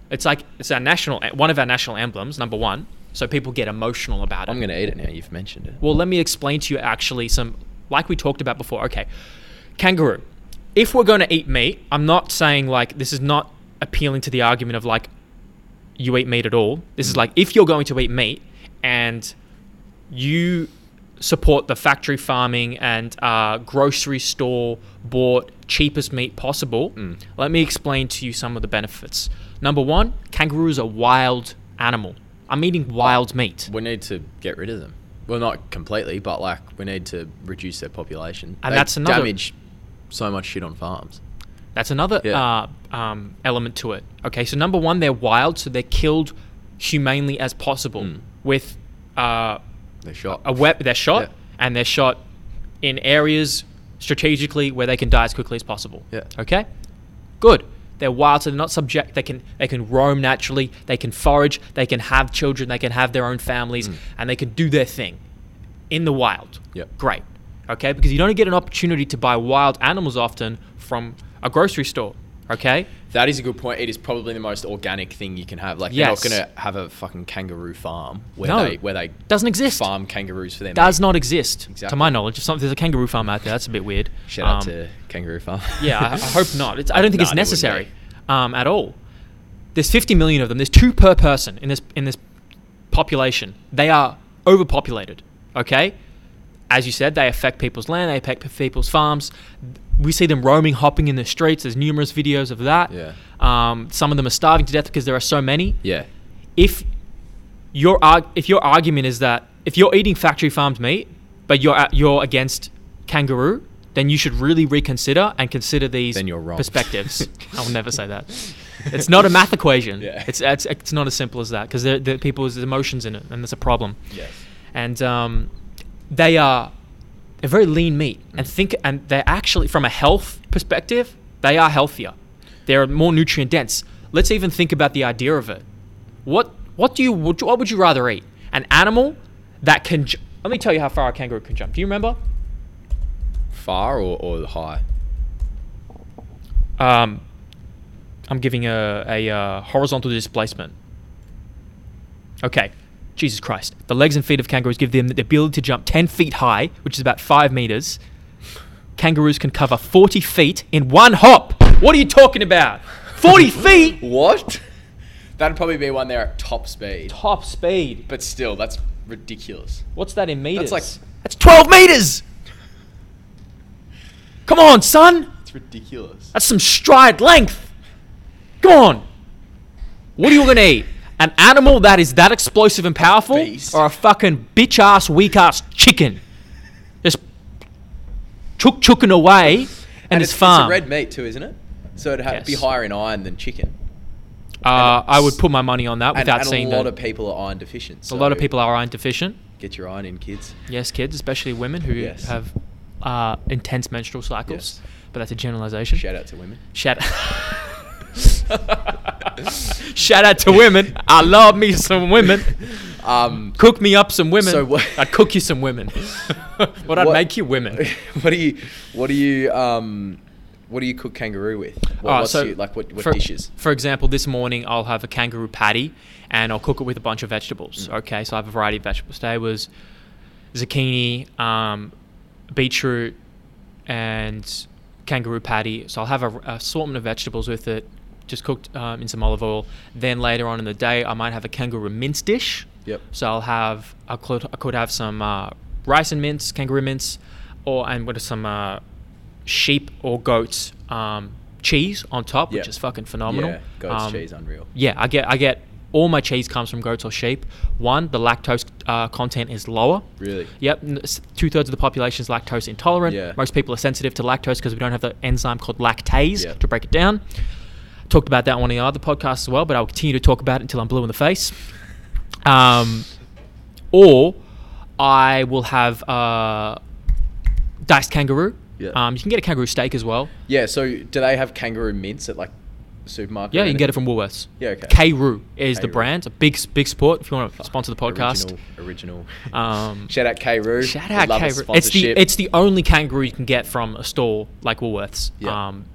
S1: It's like it's our national, eh, one of our national emblems, number one. So people get emotional about it.
S2: I'm gonna eat it now. You've mentioned it.
S1: Well, let me explain to you actually some, like we talked about before. Okay, kangaroo. If we're going to eat meat, I'm not saying like this is not appealing to the argument of like you eat meat at all. This is like if you're going to eat meat and you support the factory farming and uh, grocery store bought cheapest meat possible, let me explain to you some of the benefits. Number one, kangaroo is a wild animal. I'm eating wild meat.
S2: We need to get rid of them. Well, not completely, but like we need to reduce their population.
S1: And
S2: They
S1: that's another-
S2: damage so much shit on farms.
S1: That's another
S2: Yeah.
S1: uh, um, element to it. Okay, so number one, they're wild, so they're killed humanely as possible with uh,
S2: They shot.
S1: a wep- They're shot,
S2: Yeah.
S1: and they're shot in areas strategically where they can die as quickly as possible.
S2: Yeah.
S1: Okay. Good. They're wild, so they're not subject. They can they can roam naturally. They can forage. They can have children. They can have their own
S2: Mm.
S1: families, and they can do their thing in the wild.
S2: Yep.
S1: Great. Okay, because you don't get an opportunity to buy wild animals often from a grocery store. Okay.
S2: That is a good point. It is probably the most organic thing you can have. Like
S1: Yes.
S2: you're not gonna have a fucking kangaroo farm where
S1: No.
S2: they where they
S1: Doesn't exist.
S2: farm kangaroos for their
S1: Does
S2: meat.
S1: not exist, to
S2: Exactly.
S1: my knowledge. If some, there's a kangaroo farm out there, that's a bit weird.
S2: Shout out
S1: Um,
S2: to kangaroo farm.
S1: Yeah, I, I hope not. It's, I don't think
S2: Nah,
S1: it's
S2: they wouldn't
S1: necessary um, at all. There's 50 million of them. There's two per person in this in this population. They are overpopulated. Okay, as you said, they affect people's land. They affect people's farms. We see them roaming, hopping in the streets. There's numerous videos of that.
S2: Yeah.
S1: Um, some of them are starving to death because there are so many
S2: yeah.
S1: if your arg- if your argument is that if you're eating factory farmed meat, but you're a- you're against kangaroo, then you should really reconsider and consider these
S2: Then you're wrong.
S1: perspectives. I'll never say that. It's not a math equation.
S2: Yeah.
S1: It's, it's it's not as simple as that because there the people's emotions in it, and that's a problem.
S2: Yes.
S1: And um, they are they're very lean meat, and think and they're actually from a health perspective, they are healthier. They're more nutrient dense. Let's even think about the idea of it. What what do you would you- what would you rather eat? An animal that can ju- let me tell you how far a kangaroo can jump. Do you remember?
S2: Far or, or high?
S1: Um, I'm giving a a uh, horizontal displacement. Okay, Jesus Christ! The legs and feet of kangaroos give them the ability to jump ten feet high, which is about five meters. Kangaroos can cover forty feet in one hop. What are you talking about? Forty feet.
S2: What? That'd probably be one there at top speed.
S1: Top speed.
S2: But still, that's ridiculous.
S1: What's that in meters?
S2: like-
S1: that's twelve meters. Come on, son.
S2: It's ridiculous.
S1: That's some stride length. Come on. What are you gonna eat? An animal that is that explosive and powerful,
S2: Beast.
S1: or a fucking bitch ass, weak ass chicken? Just chook chooking away, and,
S2: And
S1: it's, farm.
S2: It's a red meat too, isn't it? So it'd ha- be
S1: Yes.
S2: higher in iron than chicken.
S1: Uh, I would
S2: s-
S1: put my money on that
S2: And,
S1: without
S2: and
S1: seeing
S2: a lot
S1: the-
S2: of people are iron deficient.
S1: a lot of
S2: so
S1: people are iron deficient.
S2: get your iron in, kids.
S1: Yes, kids, especially women who
S2: Yes.
S1: have uh, intense menstrual cycles.
S2: Yes.
S1: But that's a generalization.
S2: Shout out to women.
S1: Shout Shout out to women. I love me some women.
S2: Um,
S1: Cook me up some women.
S2: So what-
S1: I'd cook you some women. what I'd
S2: What-
S1: make you women.
S2: what do you? What do you? Um, what do you cook kangaroo with? What,
S1: Alright,
S2: what's
S1: Oh, so
S2: your- like what, what
S1: for,
S2: dishes?
S1: For example, this morning I'll have a kangaroo patty and I'll cook it with a bunch of vegetables.
S2: Mm.
S1: Okay, so I have a variety of vegetables. Today was zucchini, um, beetroot, and kangaroo patty. So I'll have a, a assortment of vegetables with it, just cooked um, in some olive oil. Then later on in the day, I might have a kangaroo mince dish.
S2: Yep.
S1: So I'll have I could I could have some uh, rice and mince, kangaroo mince, or and what are some uh, sheep or goat um, cheese on top, which
S2: Yeah.
S1: is fucking phenomenal.
S2: Yeah, goat's
S1: Um,
S2: cheese, unreal.
S1: Yeah, I get I get all my cheese comes from goats or sheep. One, the lactose uh, content is lower.
S2: Really?
S1: Yep, two thirds of the population is lactose intolerant.
S2: Yeah.
S1: Most people are sensitive to lactose because we don't have the enzyme called lactase
S2: Yep.
S1: to break it down. Talked about that on one of the other podcasts as well, but I'll continue to talk about it until I'm blue in the face. Um, or I will have uh, diced kangaroo.
S2: Yeah.
S1: Um, you can get a kangaroo steak as well.
S2: Yeah. So do they have kangaroo mince at like supermarket?
S1: Yeah,
S2: or
S1: you can get
S2: anything?
S1: it from Woolworths.
S2: Yeah, okay.
S1: K-Roo is the
S2: K-Roo.
S1: brand. A big, big support. If you want to sponsor the podcast,
S2: Original. original.
S1: Um,
S2: shout out Kangaroo.
S1: Shout
S2: We'd
S1: out
S2: love a
S1: kangaroo. It's the
S2: sponsorship.
S1: it's the only kangaroo you can get from a store like Woolworths.
S2: Yeah.
S1: Um,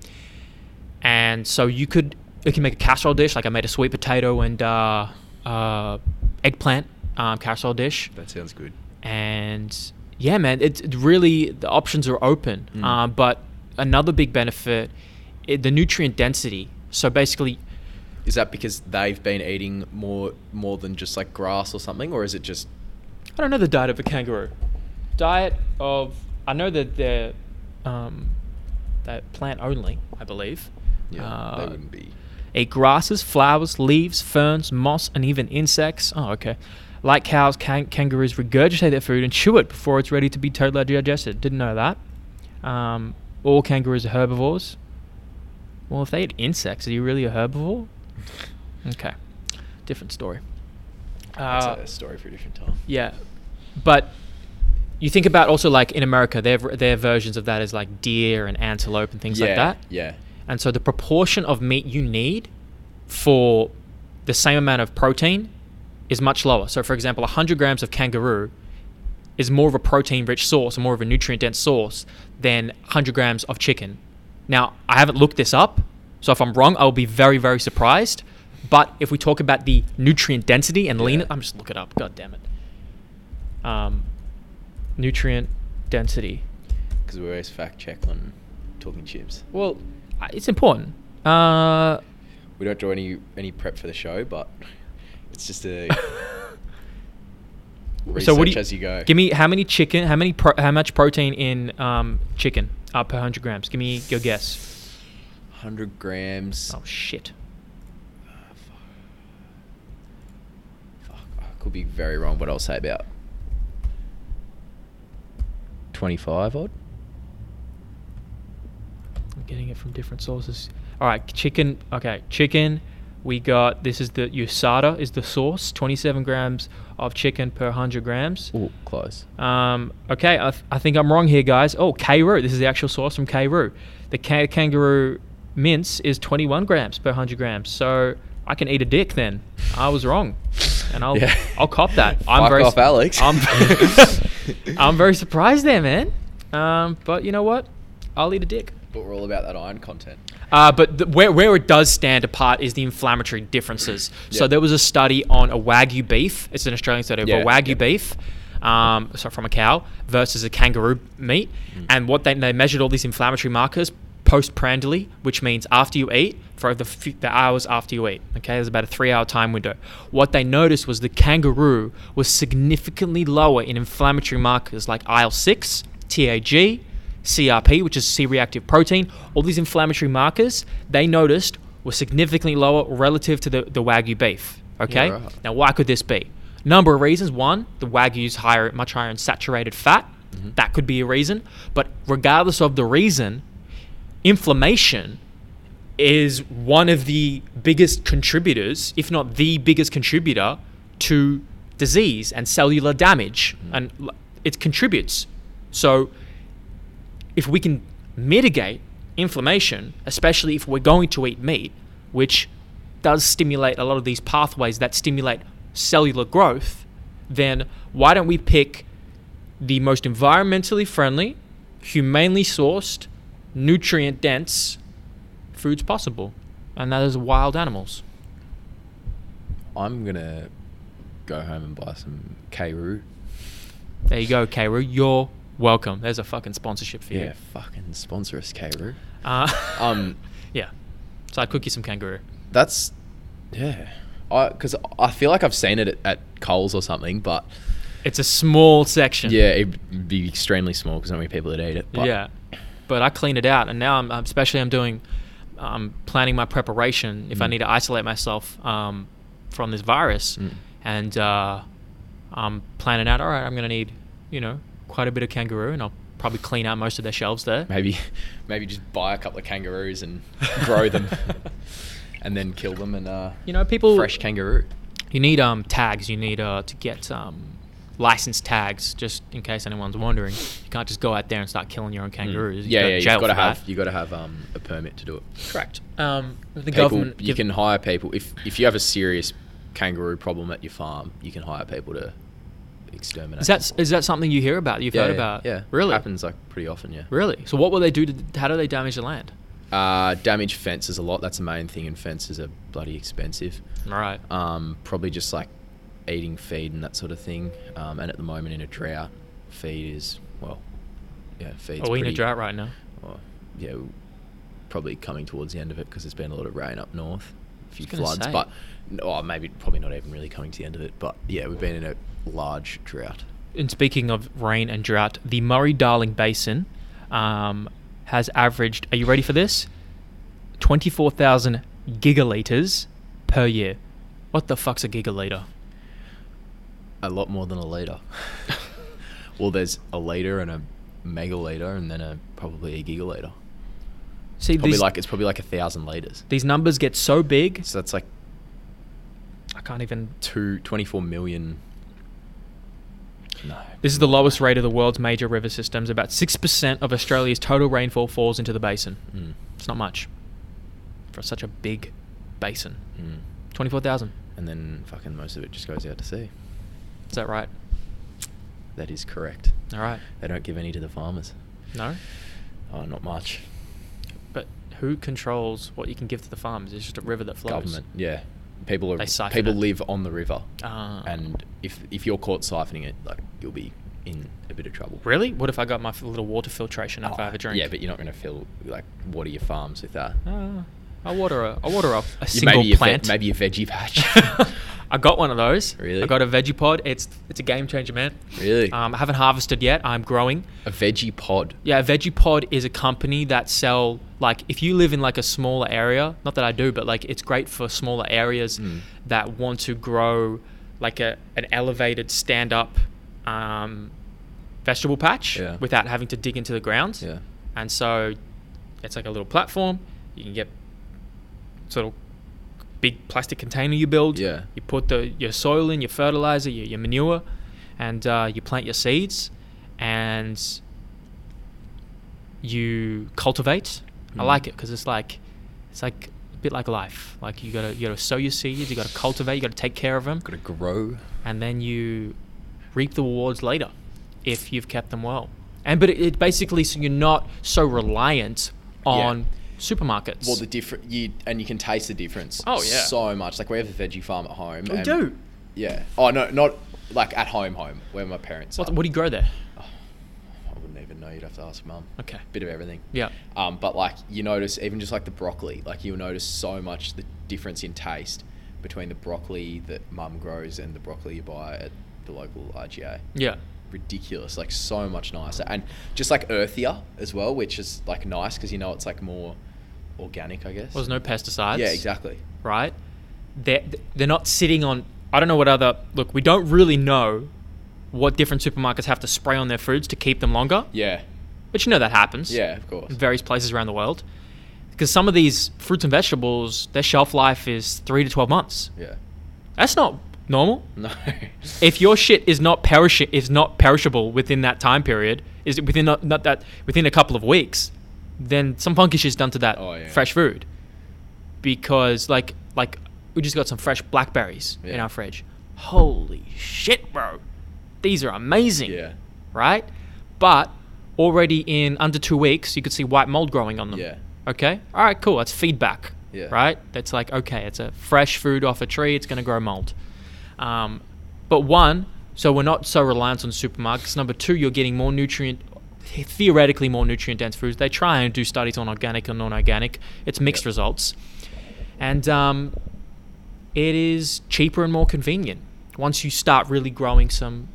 S1: and so you could you can make a casserole dish. Like I made a sweet potato and uh, uh, eggplant um, casserole dish.
S2: That sounds good.
S1: And yeah, man, it, it really the options are open.
S2: Mm.
S1: Um, but another big benefit, it, the nutrient density. So basically,
S2: Is that because they've been eating more more than just like grass or something, or is it just
S1: I don't know the diet of a kangaroo. Diet of I know that they're um, they're plant only, I believe.
S2: yeah? they
S1: Uh,
S2: wouldn't be.
S1: Eat grasses, flowers, leaves, ferns, moss, and even insects. Oh, okay. Like cows, can- kangaroos regurgitate their food and chew it before it's ready to be totally digested. Didn't know that. Um, all kangaroos are herbivores. Well, if they eat insects, are you really a herbivore? Okay, different story.
S2: That's
S1: Uh,
S2: a story for a different time.
S1: yeah, but you think about also like in America, their their versions of that is like deer and antelope and things
S2: yeah,
S1: like that.
S2: Yeah.
S1: And so the proportion of meat you need for the same amount of protein is much lower. So, for example, 100 grams of kangaroo is more of a protein rich source, more of a nutrient dense source than 100 grams of chicken. Now, I haven't looked this up, so if I'm wrong, I'll be very, very surprised. But if we talk about the nutrient density and lean,
S2: Yeah.
S1: I'm just look it up. God damn it. Um, nutrient density.
S2: Because we always fact check on talking chips.
S1: Well, I- it's important. Uh,
S2: We don't do any any prep for the show, but it's just a research
S1: so what do you,
S2: as you go.
S1: Give me how many chicken? How many? Pro, how much protein in um, chicken uh, per hundred grams? Give me your guess.
S2: 100 grams.
S1: Oh shit!
S2: Ah, fuck. Fuck, I could be very wrong, but I'll say about 25 odd.
S1: I'm getting it from different sources. All right, chicken. Okay, chicken. We got this is the USADA is the source. Twenty-seven grams of chicken per hundred grams.
S2: Oh, close.
S1: Um, okay, I, th- I think I'm wrong here, guys. Oh, Kru. This is the actual source from Kru. The ca- kangaroo mince is 21 grams per 100 grams. So I can eat a dick then. I was wrong, and I'll
S2: Yeah.
S1: I'll cop that. I'm
S2: Fuck
S1: very
S2: off, Alex.
S1: I'm, I'm very surprised there, man. Um, but you know what? I'll eat a dick.
S2: But we're all about that iron content.
S1: Uh, but th- where, where it does stand apart is the inflammatory differences. So
S2: Yeah.
S1: there was a study on a Wagyu beef. It's an Australian study of a
S2: Yeah,
S1: Wagyu
S2: yeah.
S1: beef, um, so from a cow versus a kangaroo meat,
S2: Mm.
S1: and what they, they measured all these inflammatory markers postprandially, which means after you eat for the, f- the hours after you eat. Okay, there's about a three-hour time window. What they noticed was the kangaroo was significantly lower in inflammatory markers like IL six, TAG, CRP, which is C reactive protein, all these inflammatory markers they noticed were significantly lower relative to the, the Wagyu beef. Okay?
S2: Yeah, right.
S1: Now, why could this be? Number of reasons. One, the Wagyu's higher, much higher in saturated fat. That could be a reason. But regardless of the reason, inflammation is one of the biggest contributors, if not the biggest contributor, to disease and cellular damage, and l- it contributes. So, if we can mitigate inflammation, especially if we're going to eat meat, which does stimulate a lot of these pathways that stimulate cellular growth, then why don't we pick the most environmentally friendly, humanely sourced, nutrient dense foods possible? And that is wild animals.
S2: I'm gonna go home and buy some K root.
S1: There you go, Karu. You're welcome. There's a fucking sponsorship for
S2: Yeah, fucking sponsor us, K
S1: you.
S2: root.
S1: Uh,
S2: Um,
S1: yeah. So I'd cook you some kangaroo.
S2: that's yeah. I because I feel like I've seen it at, at Coles or something, but
S1: It's a small section.
S2: yeah, it'd be extremely small because not many people would eat it. But
S1: yeah, but I clean it out, and now I'm I'm- especially I'm doing, I'm planning my preparation if I
S2: Mm.
S1: need to isolate myself um, from this virus,
S2: Mm.
S1: and uh, I'm planning out. All right, I'm gonna need, you know, quite a bit of kangaroo, and I'll probably clean out most of their shelves there.
S2: maybe maybe just buy a couple of kangaroos and grow them, and then kill them and uh,
S1: You know, people
S2: fresh kangaroo.
S1: You need um tags. You need uh to get um license tags just in case anyone's wondering. You can't just go out there and start killing your own kangaroos.
S2: Mm. Yeah,
S1: go to
S2: yeah,
S1: jail
S2: you've got to
S1: for that.
S2: have you got to have um, a permit to do it.
S1: correct. Um, the
S2: People-
S1: government
S2: you
S1: give-
S2: can hire people if if you have a serious kangaroo problem at your farm, you can hire people to exterminate.
S1: Is
S2: them.
S1: that is that something you hear about? You've
S2: yeah,
S1: heard
S2: yeah,
S1: about?
S2: Yeah,
S1: really
S2: happens like pretty often. Yeah,
S1: Really. So what will they do? To, how do they damage the land?
S2: uh, damage fences a lot. That's the main thing, and fences are bloody expensive.
S1: All right.
S2: Um, probably just like eating feed and that sort of thing. Um, and at the moment in a drought, feed is well, yeah, feed's
S1: Are we Oh, in a
S2: pretty-
S1: drought right now?
S2: well, yeah, probably coming towards the end of it because there's been a lot of rain up north, a few
S1: was gonna
S2: floods,
S1: say.
S2: but oh, maybe probably not even really coming to the end of it. But yeah, we've been in a large drought.
S1: And speaking of rain and drought, the Murray-Darling Basin um, has averaged. Are you ready for this? Twenty-four thousand gigaliters per year. What the fuck's a gigaliter?
S2: A lot more than a liter. well, there's a liter and a megaliter, and then a probably a gigaliter.
S1: See
S2: Probably
S1: these
S2: like it's probably like a thousand liters.
S1: these numbers get so big.
S2: So that's like
S1: I can't even.
S2: two, 24 million. No.
S1: This is the lowest rate of the world's major river systems. About six percent of Australia's total rainfall falls into the basin.
S2: Mm,
S1: It's not much for such a big basin.
S2: mm.
S1: 24,000.
S2: And then fucking most of it just goes out to sea.
S1: Is that right?
S2: That is correct.
S1: All right.
S2: They don't give any to the farmers.
S1: No?
S2: Oh, not much.
S1: But who controls what you can give to the farmers? It's just a river that flows.
S2: Government, yeah. People are
S1: They siphon
S2: people
S1: it.
S2: live on the river,
S1: Ah.
S2: and if if you're caught siphoning it, like you'll be in a bit of trouble.
S1: Really? What if I got my f- little water filtration if I
S2: Oh,
S1: have a drink?
S2: Yeah, but you're not going to feel like water your farms with that.
S1: Ah, I water a, I water a, a
S2: You-
S1: single
S2: maybe your ve-
S1: plant.
S2: maybe your veggie patch.
S1: I got one of those.
S2: Really?
S1: I got a veggie pod. It's it's a game changer, man.
S2: Really?
S1: Um, I haven't harvested yet. I'm growing.
S2: a veggie pod.
S1: Yeah, VeggiePod is a company that sell like if you live in like a smaller area, not that I do, but like it's great for smaller areas
S2: Mm.
S1: that want to grow like a an elevated stand up um, vegetable patch
S2: Yeah.
S1: without having to dig into the ground.
S2: Yeah.
S1: And so it's like a little platform. You can get sort of big plastic container you build.
S2: Yeah.
S1: You put the your soil in, your fertilizer, your, your manure, and uh, you plant your seeds, and you cultivate. I
S2: Mm.
S1: like it because it's like it's like a bit like life. Like you gotta you gotta sow your seeds, you gotta cultivate, you gotta take care of them,
S2: Got to grow.
S1: and then you reap the rewards later if you've kept them well. And but it, it basically so you're not so reliant on supermarkets.
S2: Well, the different you and you can taste the difference.
S1: Oh, yeah.
S2: so much. Like we have a veggie farm at home.
S1: Oh, you
S2: and-
S1: do?
S2: Yeah. Oh no, not like at home, home where my parents.
S1: what,
S2: are.
S1: what do you grow there?
S2: I wouldn't even know. You'd have to ask mum.
S1: Okay.
S2: Bit of everything.
S1: Yeah.
S2: Um, but like you notice, even just like the broccoli, like you'll notice so much the difference in taste between the broccoli that mum grows and the broccoli you buy at the local IGA.
S1: Yeah.
S2: Ridiculous, like so much nicer, and just like earthier as well, which is like nice because you know it's like more organic, I guess.
S1: Well, there's no pesticides.
S2: yeah, exactly.
S1: Right? They're, they're not sitting on. I don't know what other. Look, we don't really know what different supermarkets have to spray on their foods to keep them longer.
S2: Yeah,
S1: But you know that happens.
S2: yeah, of course.
S1: In various places around the world. because some of these fruits and vegetables, their shelf life is three to twelve months.
S2: Yeah.
S1: That's not normal.
S2: No.
S1: If your shit is not perish is not perishable within that time period, is within not, not that within a couple of weeks, then some funky shit's done to that
S2: Oh, yeah.
S1: fresh food. Because like like we just got some fresh blackberries in
S2: Yeah.
S1: our fridge. Holy shit, bro. These are amazing
S2: yeah.
S1: right? But already in under two weeks, you could see white mold growing on them.
S2: Yeah.
S1: Okay. All right. Cool. That's feedback.
S2: Yeah.
S1: Right. That's like okay, it's a fresh food off a tree. It's going to grow mold. Um, but one, so we're not so reliant on supermarkets. Number two, you're getting more nutrient. Theoretically, more nutrient-dense foods. They try and do studies on organic and non-organic. It's mixed
S2: Yep.
S1: results, and um, it is cheaper and more convenient once you start really growing some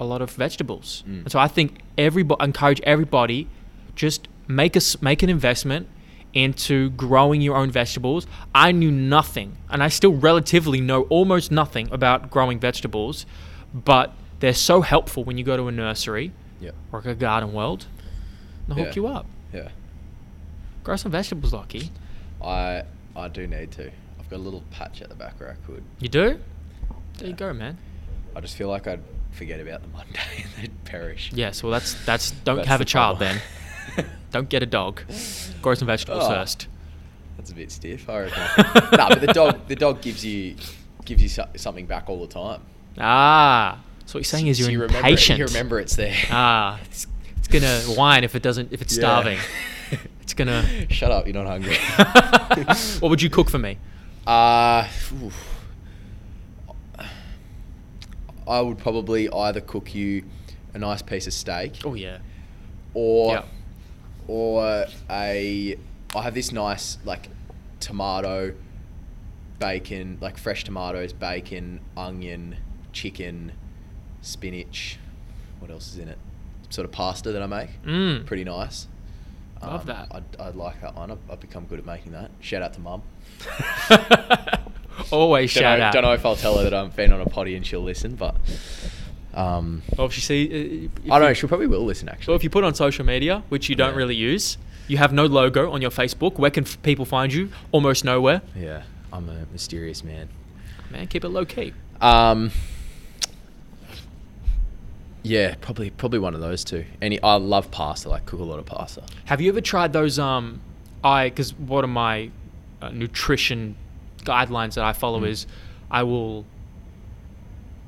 S1: a lot of vegetables.
S2: Mm.
S1: And so I think everybody encourage everybody just make us make an investment into growing your own vegetables. I knew nothing and I still relatively know almost nothing about growing vegetables, but they're so helpful when you go to a nursery
S2: Yeah.
S1: or a garden world. They'll hook
S2: Yeah.
S1: you up.
S2: Yeah.
S1: Grow some vegetables, Lockie.
S2: I I do need to. I've got a little patch at the back where I could.
S1: You do? There you go, man.
S2: I just feel like I'd forget about them one day and they'd perish.
S1: Yes, well that's that's don't
S2: That's
S1: have
S2: the
S1: a child
S2: problem.
S1: then. Don't get a dog. Grow some vegetables
S2: Oh.
S1: first.
S2: That's a bit stiff, I reckon. no, but the dog the dog gives you gives you so- something back all the time.
S1: Ah, so what you're saying is
S2: So
S1: you're
S2: you remember
S1: impatient.
S2: It, you remember it's there.
S1: Ah, it's, it's gonna whine if it doesn't if it's
S2: Yeah.
S1: starving. It's gonna.
S2: Shut up, you're not hungry.
S1: what would you cook for me?
S2: Uh, oof. I would probably either cook you a nice piece of steak
S1: Oh yeah.
S2: or
S1: yeah.
S2: or a I have this nice like tomato bacon like fresh tomatoes bacon onion chicken spinach what else is in it sort of pasta that I make
S1: Mm.
S2: pretty nice Um,
S1: Love that.
S2: I'd, I'd like that one I've, I've become good at making that shout out to mum
S1: Always
S2: don't
S1: shout
S2: know,
S1: out.
S2: don't know if I'll tell her that I'm been on a potty and she'll listen but um
S1: Well, if you see, uh, if
S2: I don't know
S1: you-
S2: she probably will listen actually
S1: Well, if you put on social media, which you don't
S2: Yeah.
S1: really use, you have no logo on your Facebook. Where can f- people find you? Almost nowhere.
S2: yeah I'm a mysterious man
S1: Man, keep it low key.
S2: Um, yeah, probably probably one of those two. Any, I love pasta. Like cook a lot of pasta.
S1: Have you ever tried those? Um, I because one of my uh, nutrition guidelines that I follow
S2: Mm.
S1: is I will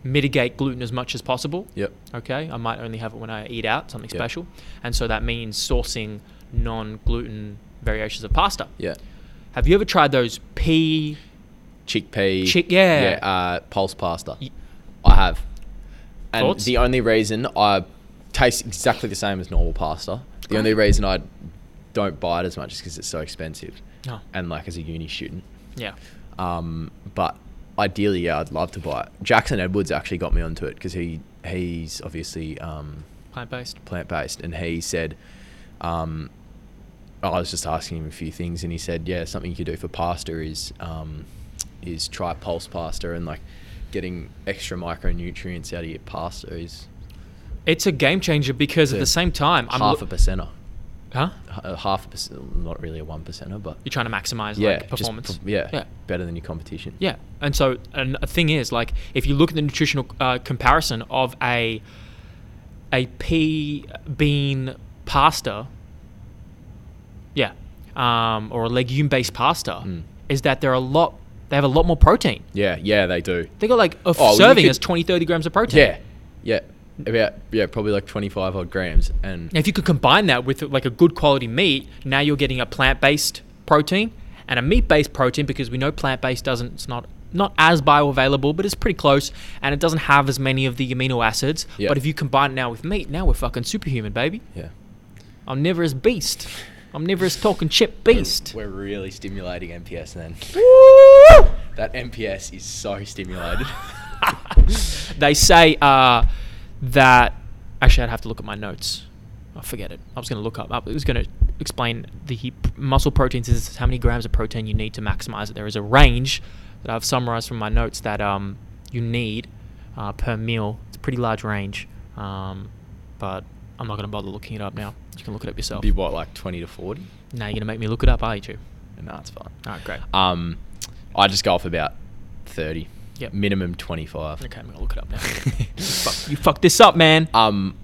S1: mitigate gluten as much as possible.
S2: Yep.
S1: Okay, I might only have it when I eat out something
S2: Yep.
S1: special, and so that means sourcing non-gluten variations of pasta.
S2: Yeah.
S1: Have you ever tried those pea?
S2: Chickpea.
S1: Chick- yeah.
S2: Yeah. Uh, pulse pasta.
S1: Y-
S2: I have. And
S1: Thoughts?
S2: the only reason I taste exactly the same as normal pasta. The only reason I don't buy it as much is because it's so expensive.
S1: No.
S2: And like as a uni student.
S1: Yeah.
S2: Um, but ideally, yeah, I'd love to buy it. Jackson Edwards actually got me onto it because he he's obviously um,
S1: Plant-based.
S2: plant based, and he said, um, I was just asking him a few things, and he said, yeah, something you could do for pasta is um, is try pulse pasta and like getting extra micronutrients out of your pasta is
S1: It's a game changer because at
S2: Yeah.
S1: the same time I'm
S2: half
S1: loo-
S2: a percenter,
S1: huh?
S2: H- a half a percent, not really a one percenter, but
S1: You're trying to maximize
S2: yeah,
S1: like
S2: just
S1: performance.
S2: p- yeah,
S1: Yeah.
S2: better than your competition.
S1: Yeah, and so and a thing is like if you look at the nutritional uh, comparison of a a pea bean pasta, yeah, um, or a legume based pasta,
S2: Mm.
S1: is that they're a lot they have a lot more protein.
S2: yeah, yeah, they do.
S1: They got like a
S2: Oh, well, you
S1: serving
S2: could-
S1: is 20, 30 grams of protein.
S2: Yeah, yeah, about yeah, probably like twenty five odd grams, and
S1: Now, if you could combine that with like a good quality meat, now you're getting a plant-based protein and a meat-based protein because we know plant-based doesn't it's not not as bioavailable, but it's pretty close and it doesn't have as many of the amino acids.
S2: Yeah.
S1: But if you combine it now with meat, now we're fucking superhuman, baby.
S2: yeah,
S1: Omnivorous beast. Omnivorous talking chip beast.
S2: We're really stimulating MPS then.
S1: Woo!
S2: That MPS is so stimulated.
S1: they say uh, that actually I'd have to look at my notes. I forget it. I was going to look up. up- It was going to explain the p- muscle proteins is how many grams of protein you need to maximize it. There is a range that I've summarized from my notes that um, you need uh, per meal. It's a pretty large range, um, but I'm not going to bother looking it up now. You can look it up yourself.
S2: Be what, like 20 to 40?
S1: Now you're going to make me look it up, are you Uh, two?
S2: And that's fine.
S1: All right, great.
S2: Um, I just go off about 30.
S1: Yep.
S2: Minimum 25.
S1: okay, I'm going to look it up now. you, fuck, you fucked this up, man. Uh,
S2: Um,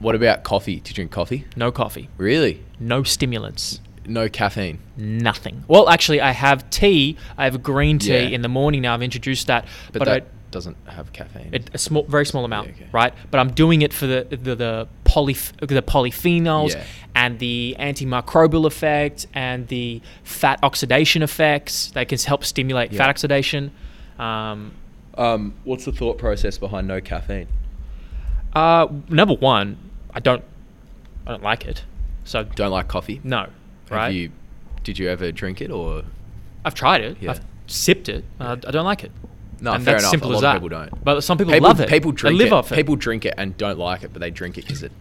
S2: what about coffee? Do you drink coffee?
S1: No coffee,
S2: Really?
S1: no stimulants,
S2: No caffeine.
S1: nothing. Well, actually, I have tea. I have green tea
S2: Yeah.
S1: in the morning now. I've introduced that,
S2: But,
S1: but, I
S2: that doesn't have caffeine.
S1: it, a small, very small amount,
S2: Yeah, okay.
S1: right? But I'm doing it for the the, the poly the polyphenols
S2: Yeah.
S1: and the antimicrobial effect and the fat oxidation effects. They can help stimulate
S2: Yeah.
S1: fat oxidation. Um,
S2: um, what's the thought process behind no caffeine?
S1: uh, number one, I don't I don't like it, so
S2: Don't like coffee?
S1: no,
S2: Have
S1: right?
S2: you, did you ever drink it or?
S1: I've tried it.
S2: Yeah.
S1: I've sipped it. Uh, I don't like it.
S2: No,
S1: and
S2: Oh, fair
S1: that's
S2: enough.
S1: simple
S2: a
S1: as
S2: lot of
S1: that.
S2: people don't.
S1: But some people,
S2: people
S1: love it.
S2: People drink
S1: they live
S2: it.
S1: off it.
S2: People drink it and don't like it, but they drink it because it.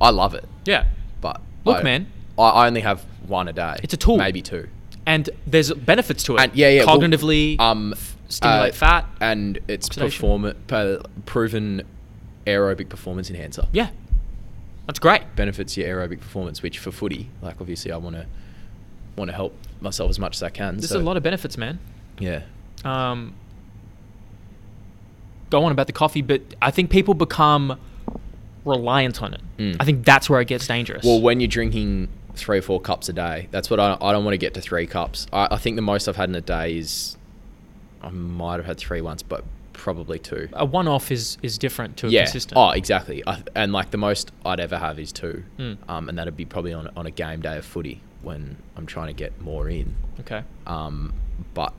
S2: I love it,
S1: yeah.
S2: but
S1: Look,
S2: I-
S1: man.
S2: I, I only have one a day.
S1: It's a tool.
S2: maybe two.
S1: And there's benefits to it.
S2: And yeah, yeah. well,
S1: Cognitively,
S2: um,
S1: stimulate
S2: uh,
S1: fat.
S2: and it's
S1: oxidation.
S2: perform per, proven aerobic performance enhancer.
S1: yeah, that's great.
S2: benefits your aerobic performance, which for footy, like obviously, I want to want to help myself as much as I can.
S1: There's
S2: so,
S1: a lot of benefits, man.
S2: yeah.
S1: Um, go on about the coffee, but I think people become reliant on it.
S2: Mm.
S1: I think that's where it gets dangerous.
S2: Well, when you're drinking three or four cups a day, that's what I, I don't want to get to three cups. I, I think the most I've had in a day is I might have had three once, but probably two.
S1: a one-off is is different to a
S2: yeah.
S1: consistent.
S2: Oh, exactly. I, and like the most I'd ever have is two,
S1: Mm.
S2: um, and that'd be probably on on a game day of footy when I'm trying to get more in.
S1: okay.
S2: Um, but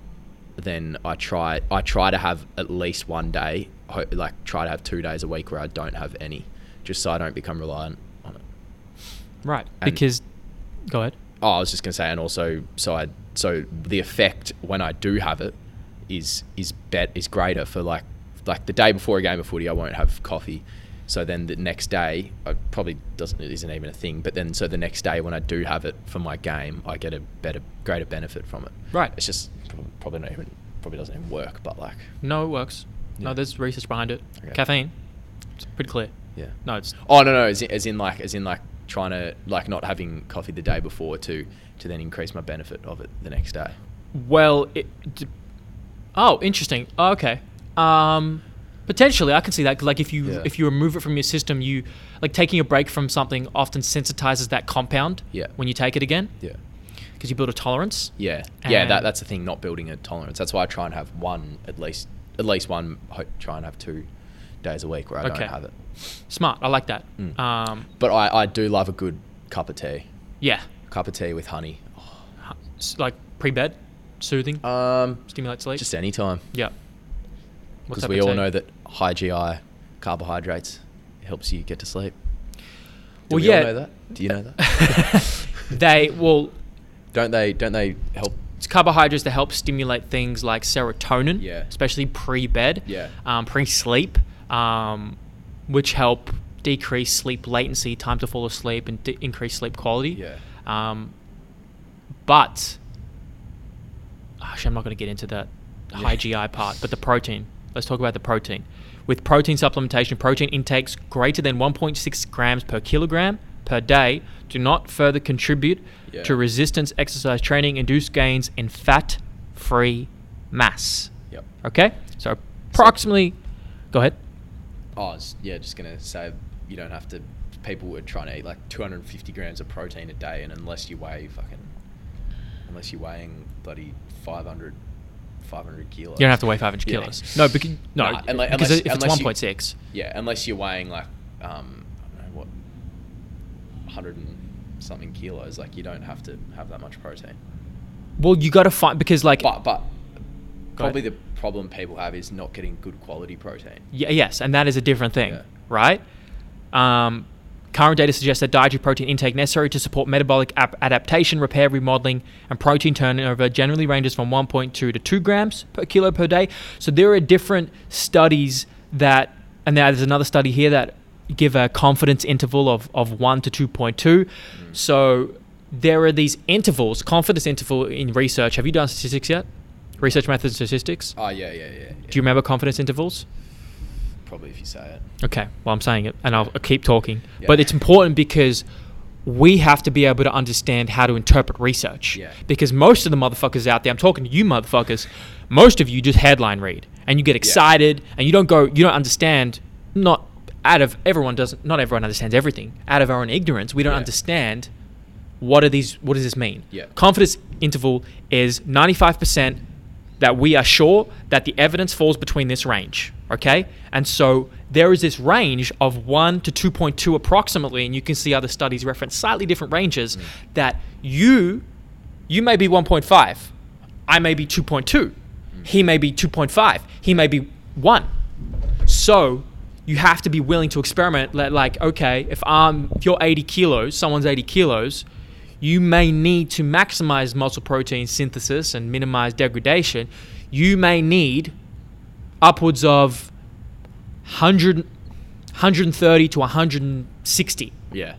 S2: then I try I try to have at least one day, ho- like try to have two days a week where I don't have any, just so I don't become reliant on it.
S1: Right.
S2: And-
S1: Because, go ahead.
S2: Oh, I was just gonna say, and also, so I, so the effect when I do have it is is bet is greater for like like the day before a game of footy, I won't have coffee. So then the next day, I probably doesn't it isn't even a thing. But then so the next day when I do have it for my game, I get a better greater benefit from it.
S1: Right.
S2: It's just prob- probably not even probably doesn't even work, but like
S1: No, it works.
S2: Yeah.
S1: No, there's research behind it.
S2: Okay.
S1: Caffeine. It's pretty clear.
S2: yeah.
S1: No, it's
S2: Oh no no, as in, as in like as in like trying to like not having coffee the day before to to then increase my benefit of it the next day.
S1: well. It, d- oh, interesting. Oh, okay. Um, potentially, I can see that. 'cause, Like, if you
S2: Yeah.
S1: if you remove it from your system, you like taking a break from something often sensitizes that compound.
S2: Yeah.
S1: When you take it again,
S2: Yeah.
S1: because you build a tolerance.
S2: Yeah, yeah. That,
S1: And-
S2: that's the thing. Not building a tolerance. That's why I try and have one at least, at least one. ho- Try and have two days a week where I
S1: Okay.
S2: don't have it.
S1: Smart. I like that.
S2: Mm.
S1: Um,
S2: But I, I do love a good cup of tea.
S1: yeah.
S2: Cup of tea with honey.
S1: Huh. S- Like pre bed, soothing,
S2: Um,
S1: stimulates sleep.
S2: just any time
S1: yeah. What
S2: because
S1: type
S2: we
S1: of
S2: all
S1: tea?
S2: know that high GI carbohydrates helps you get to sleep. Do
S1: Well,
S2: we
S1: yeah.
S2: all know that? Do you know that?
S1: they well,
S2: don't they? Don't they help?
S1: it's carbohydrates that help stimulate things like serotonin,
S2: Yeah.
S1: especially pre-bed,
S2: Yeah.
S1: um, pre-sleep, um, which help decrease sleep latency, time to fall asleep, and de- increase sleep quality.
S2: Yeah.
S1: Um, but actually, I'm not going to get into that high
S2: Yeah.
S1: GI part. But the protein. Let's talk about the protein. With protein supplementation, protein intakes greater than 1.6 grams per kilogram per day do not further contribute
S2: Yeah.
S1: to resistance exercise training, induce gains in fat-free mass.
S2: Yep.
S1: Okay, so approximately. Go ahead.
S2: Oh, I was, yeah, just gonna say you don't have to. People were trying to eat like 250 grams of protein a day, and unless you weigh fucking, unless you're weighing bloody 500, 500 kilos,
S1: You don't have to weigh 500
S2: Yeah.
S1: kilos. No, because no,
S2: Nah, unle-
S1: because
S2: unless-
S1: if it's
S2: unless you-
S1: 1.6,
S2: Yeah, unless you're weighing like um, I don't know what, 100 and something kilos, like you don't have to have that much protein.
S1: well, you got to find because like
S2: But but
S1: Go
S2: probably
S1: ahead.
S2: the problem people have is not getting good quality protein.
S1: Y- yes, and that is a different thing,
S2: Yeah.
S1: right? Um, current data suggests that dietary protein intake necessary to support metabolic ap- adaptation, repair, remodeling, and protein turnover generally ranges from 1.2 to 2 grams per kilo per day. So there are different studies that, and now there's another study here that give a confidence interval of, of 1 to 2.2. So there are these intervals, confidence interval in research. Have you done
S2: Uh,
S1: statistics yet? Research methods and statistics?
S2: Oh yeah yeah yeah. yeah.
S1: Do you remember confidence intervals?
S2: probably if you say it.
S1: Okay, well, I'm saying it, and I'll, I'll keep talking.
S2: Yeah.
S1: But it's important because we have to be able to understand how to interpret research.
S2: Yeah.
S1: Because most of the motherfuckers out there, I'm talking to you motherfuckers, most of you just headline read and you get excited and you don't go, you don't understand. Not out of everyone doesn't, not everyone understands everything. Out of our own ignorance, we don't
S2: Yeah.
S1: understand what are these what does this mean
S2: Yeah.
S1: confidence interval is 95% that we are sure that the evidence falls between this range okay and so there is this range of 1 to 2.2 approximately and you can see other studies reference slightly different ranges that you you may be 1.5 i may be 2.2 he may be 2.5 he may be 1 so you have to be willing to experiment. li- Like, okay, if I'm if you're 80 kilos, someone's 80 kilos, you may need to maximize muscle protein synthesis and minimize degradation. You may need upwards of 100, 130 to 160.
S2: Yeah.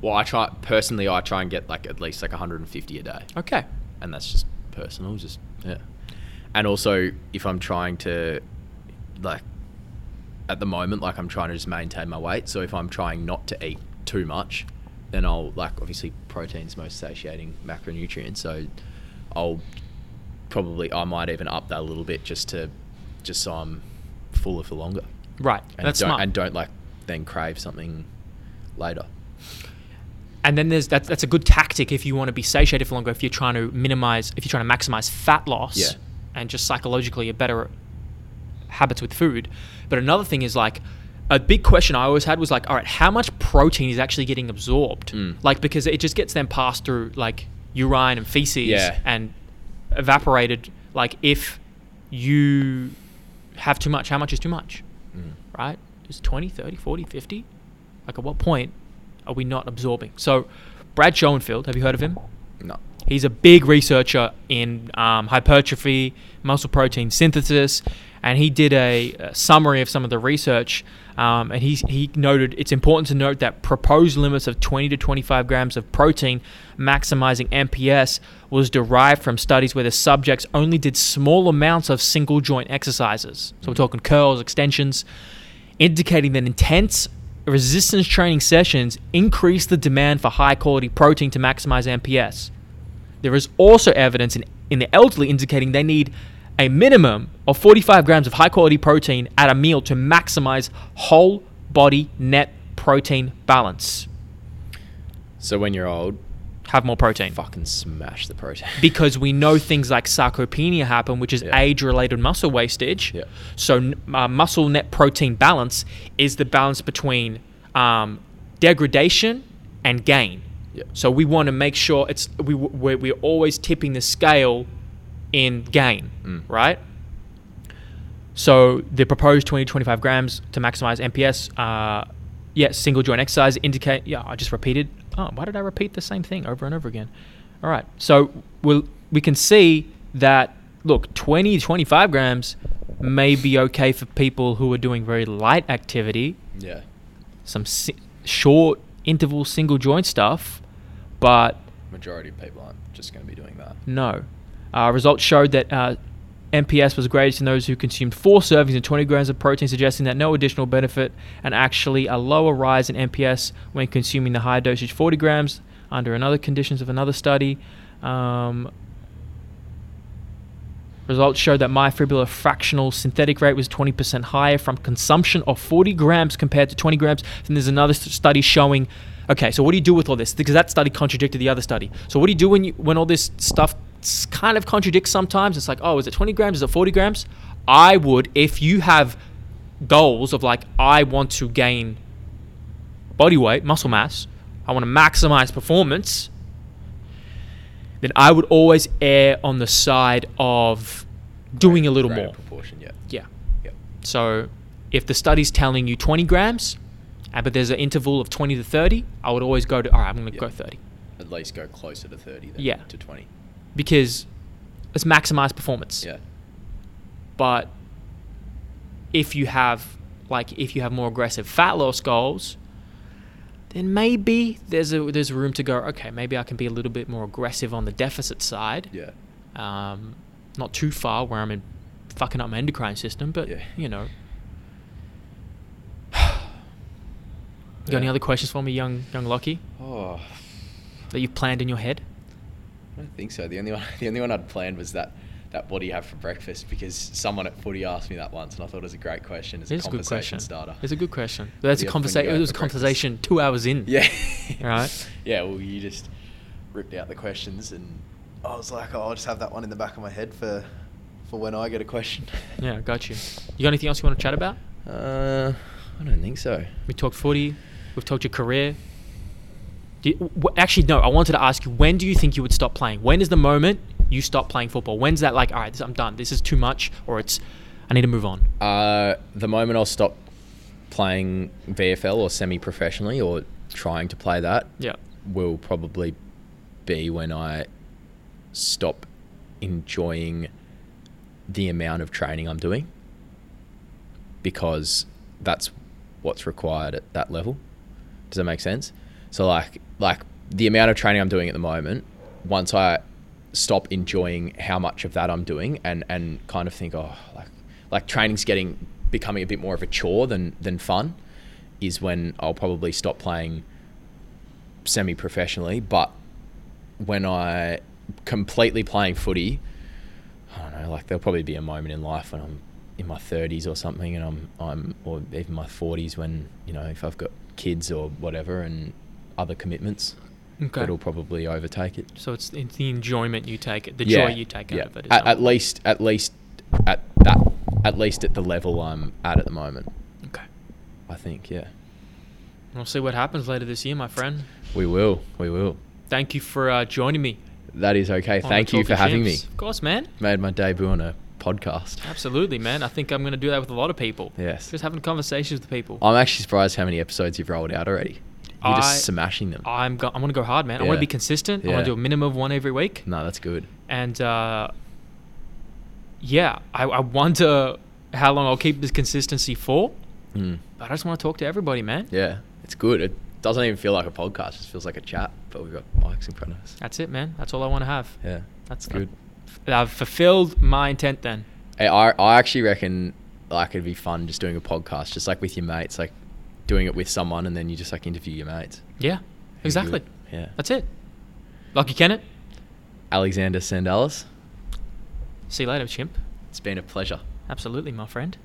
S2: Well, I try personally. I try and get like at least like 150 a day,
S1: Okay.
S2: and that's just personal. Just yeah. And also, if I'm trying to, like, at the moment, like I'm trying to just maintain my weight. So if I'm trying not to eat too much, then I'll like obviously protein's most satiating macronutrient. So I'll probably I might even up that a little bit just to just so I'm fuller for longer.
S1: Right.
S2: And
S1: That's
S2: don't,
S1: smart.
S2: And don't like then crave something later.
S1: and then there's that's that's a good tactic if you want to be satiated for longer if you're trying to minimize if you're trying to maximize fat loss
S2: Yeah.
S1: and just psychologically a better habits with food but another thing is like a big question i always had was like all right how much protein is actually getting absorbed
S2: Mm.
S1: like because it just gets then passed through like urine and feces
S2: Yeah.
S1: and evaporated like if you have too much how much is too much
S2: Mm.
S1: right? Is 20, 30, 40, 50? Like, at what point are we not absorbing? So, Brad Schoenfeld, have you heard of him?
S2: No.
S1: He's a big researcher in um, hypertrophy, muscle protein synthesis, and he did a, a summary of some of the research. Um, and he, he noted it's important to note that proposed limits of 20 to 25 grams of protein maximizing MPS was derived from studies where the subjects only did small amounts of single joint exercises. So we're talking curls, extensions, indicating that intense resistance training sessions increase the demand for high quality protein to maximize MPS. There is also evidence in, in the elderly indicating they need a minimum of 45 grams of high quality protein at a meal to maximize whole body net protein balance.
S2: So when you're old,
S1: Have more protein.
S2: fucking smash the protein.
S1: Because we know things like sarcopenia happen, which is
S2: Yeah.
S1: age related muscle wastage.
S2: Yeah.
S1: So, n- uh, muscle net protein balance is the balance between um, degradation and gain.
S2: Yeah.
S1: So, we want to make sure it's we, we're, we're always tipping the scale in gain,
S2: Mm.
S1: right? So the proposed 20 25 grams to maximize MPS, uh, yeah, single joint exercise indicate. Yeah, I just repeated. Oh, why did I repeat the same thing over and over again? All right. So we'll, we can see that, look, 20 25 grams may be okay for people who are doing very light activity,
S2: yeah.
S1: some si- short interval single joint stuff, but
S2: Majority of people aren't just going to be doing that.
S1: no. Uh, results showed that uh, MPS was greatest in those who consumed four servings and 20 grams of protein, suggesting that no additional benefit and actually a lower rise in MPS when consuming the high dosage 40 grams under another conditions of another study. Um, results showed that myofibrillar fractional synthetic rate was 20% higher from consumption of 40 grams compared to 20 grams. Then there's another s- study showing. Okay, so what do you do with all this? Because that study contradicted the other study. So what do you do when you, when all this stuff s- kind of contradicts sometimes? It's like, oh, is it 20 grams? Is it 40 grams? I would, if you have goals of like, I want to gain body weight, muscle mass, I want to maximize performance, then I would always err on the side of doing a little
S2: Greater
S1: more.
S2: proportion, yeah.
S1: Yeah.
S2: Yeah.
S1: So if the study's telling you 20 grams, uh, but there's an interval of 20 to 30, I would always go to, all right, I'm going to
S2: Yeah.
S1: go 30
S2: At least go closer to 30 than
S1: Yeah.
S2: to 20.
S1: because let's maximize performance.
S2: Yeah.
S1: But if you have, like, if you have more aggressive fat loss goals, then maybe there's a there's room to go. Okay, maybe I can be a little bit more aggressive on the deficit side.
S2: Yeah.
S1: um, not too far where I'm in fucking up my endocrine system, but
S2: Yeah.
S1: you know, You got any other questions for me, young young Lockie,
S2: Oh,
S1: that you've planned in your head?
S2: I don't think so. The only one, the only one I'd planned was that that what do you have for breakfast? Because someone at footy asked me that once, and I thought it was a great question. It's
S1: It is
S2: a
S1: a good
S2: conversation
S1: question.
S2: starter.
S1: It's a good question. But that's
S2: Yeah,
S1: a
S2: when you go
S1: conversation.
S2: out
S1: It was a
S2: for breakfast.
S1: conversation two hours in.
S2: Yeah.
S1: Right.
S2: Yeah. Well, you just ripped out the questions, and I was like, oh, I'll just have that one in the back of my head for for when I get a question.
S1: Yeah, got you. You got anything else you want to chat about?
S2: Uh, I don't think so.
S1: We talked footy. We've talked your career. Do you- w- actually, no. I wanted to ask you when do you think you would stop playing? When is the moment you stop playing football? When's that like? All right, this, I'm done. This is too much, or it's I need to move on.
S2: Uh, the moment I'll stop playing VFL or semi-professionally or trying to play that
S1: Yeah.
S2: will probably be when I stop enjoying the amount of training I'm doing because that's what's required at that level. Does that make sense? So like like the amount of training I'm doing at the moment, once I stop enjoying how much of that I'm doing and and kind of think oh like like training's getting becoming a bit more of a chore than than fun is when I'll probably stop playing semi professionally, but when I completely playing footy, I don't know, like there'll probably be a moment in life when I'm in my 30s or something and I'm I'm or even my 40s when, you know, if I've got kids or whatever and other commitments,
S1: Okay.
S2: it'll probably overtake it.
S1: So it's, it's the enjoyment you take, it, the joy you take out of it. is
S2: At,
S1: number
S2: at
S1: one.
S2: least at least at that at least at the level I'm at at the moment,
S1: Okay.
S2: I think, yeah.
S1: We'll see what happens later this year, my friend.
S2: We will. We will.
S1: Thank you for uh, joining me.
S2: That is okay.
S1: on
S2: Thank
S1: the
S2: you for
S1: Talking
S2: having
S1: Champs.
S2: me.
S1: Of course, man.
S2: Made my debut on a podcast.
S1: Absolutely, man. I think I'm going to do that with a lot of people.
S2: Yes.
S1: Just having conversations with people.
S2: I'm actually surprised how many episodes you've rolled out already. You're
S1: I-
S2: just smashing them.
S1: I'm go- I'm going to go hard, man. I want to
S2: Yeah.
S1: be consistent. I want
S2: Yeah.
S1: to do a minimum of one every week.
S2: no, that's good.
S1: And uh, yeah, I, I wonder how long I'll keep this consistency for.
S2: Mm.
S1: But I just want to talk to everybody, man.
S2: Yeah, it's good. It doesn't even feel like a podcast. It just feels like a chat, but we've got mics in front of us.
S1: That's it, man. That's all I want to have.
S2: Yeah,
S1: That's
S2: good.
S1: I've fulfilled my intent then.
S2: Hey, I, I actually reckon like it'd be fun just doing a podcast, just like with your mates, like doing it with someone, and then you just like interview your mates.
S1: Yeah, exactly.
S2: Good. Yeah.
S1: That's it. Lucky Kennett.
S2: Alexander Sandalis.
S1: See you later, chimp.
S2: It's been a pleasure.
S1: Absolutely, my friend.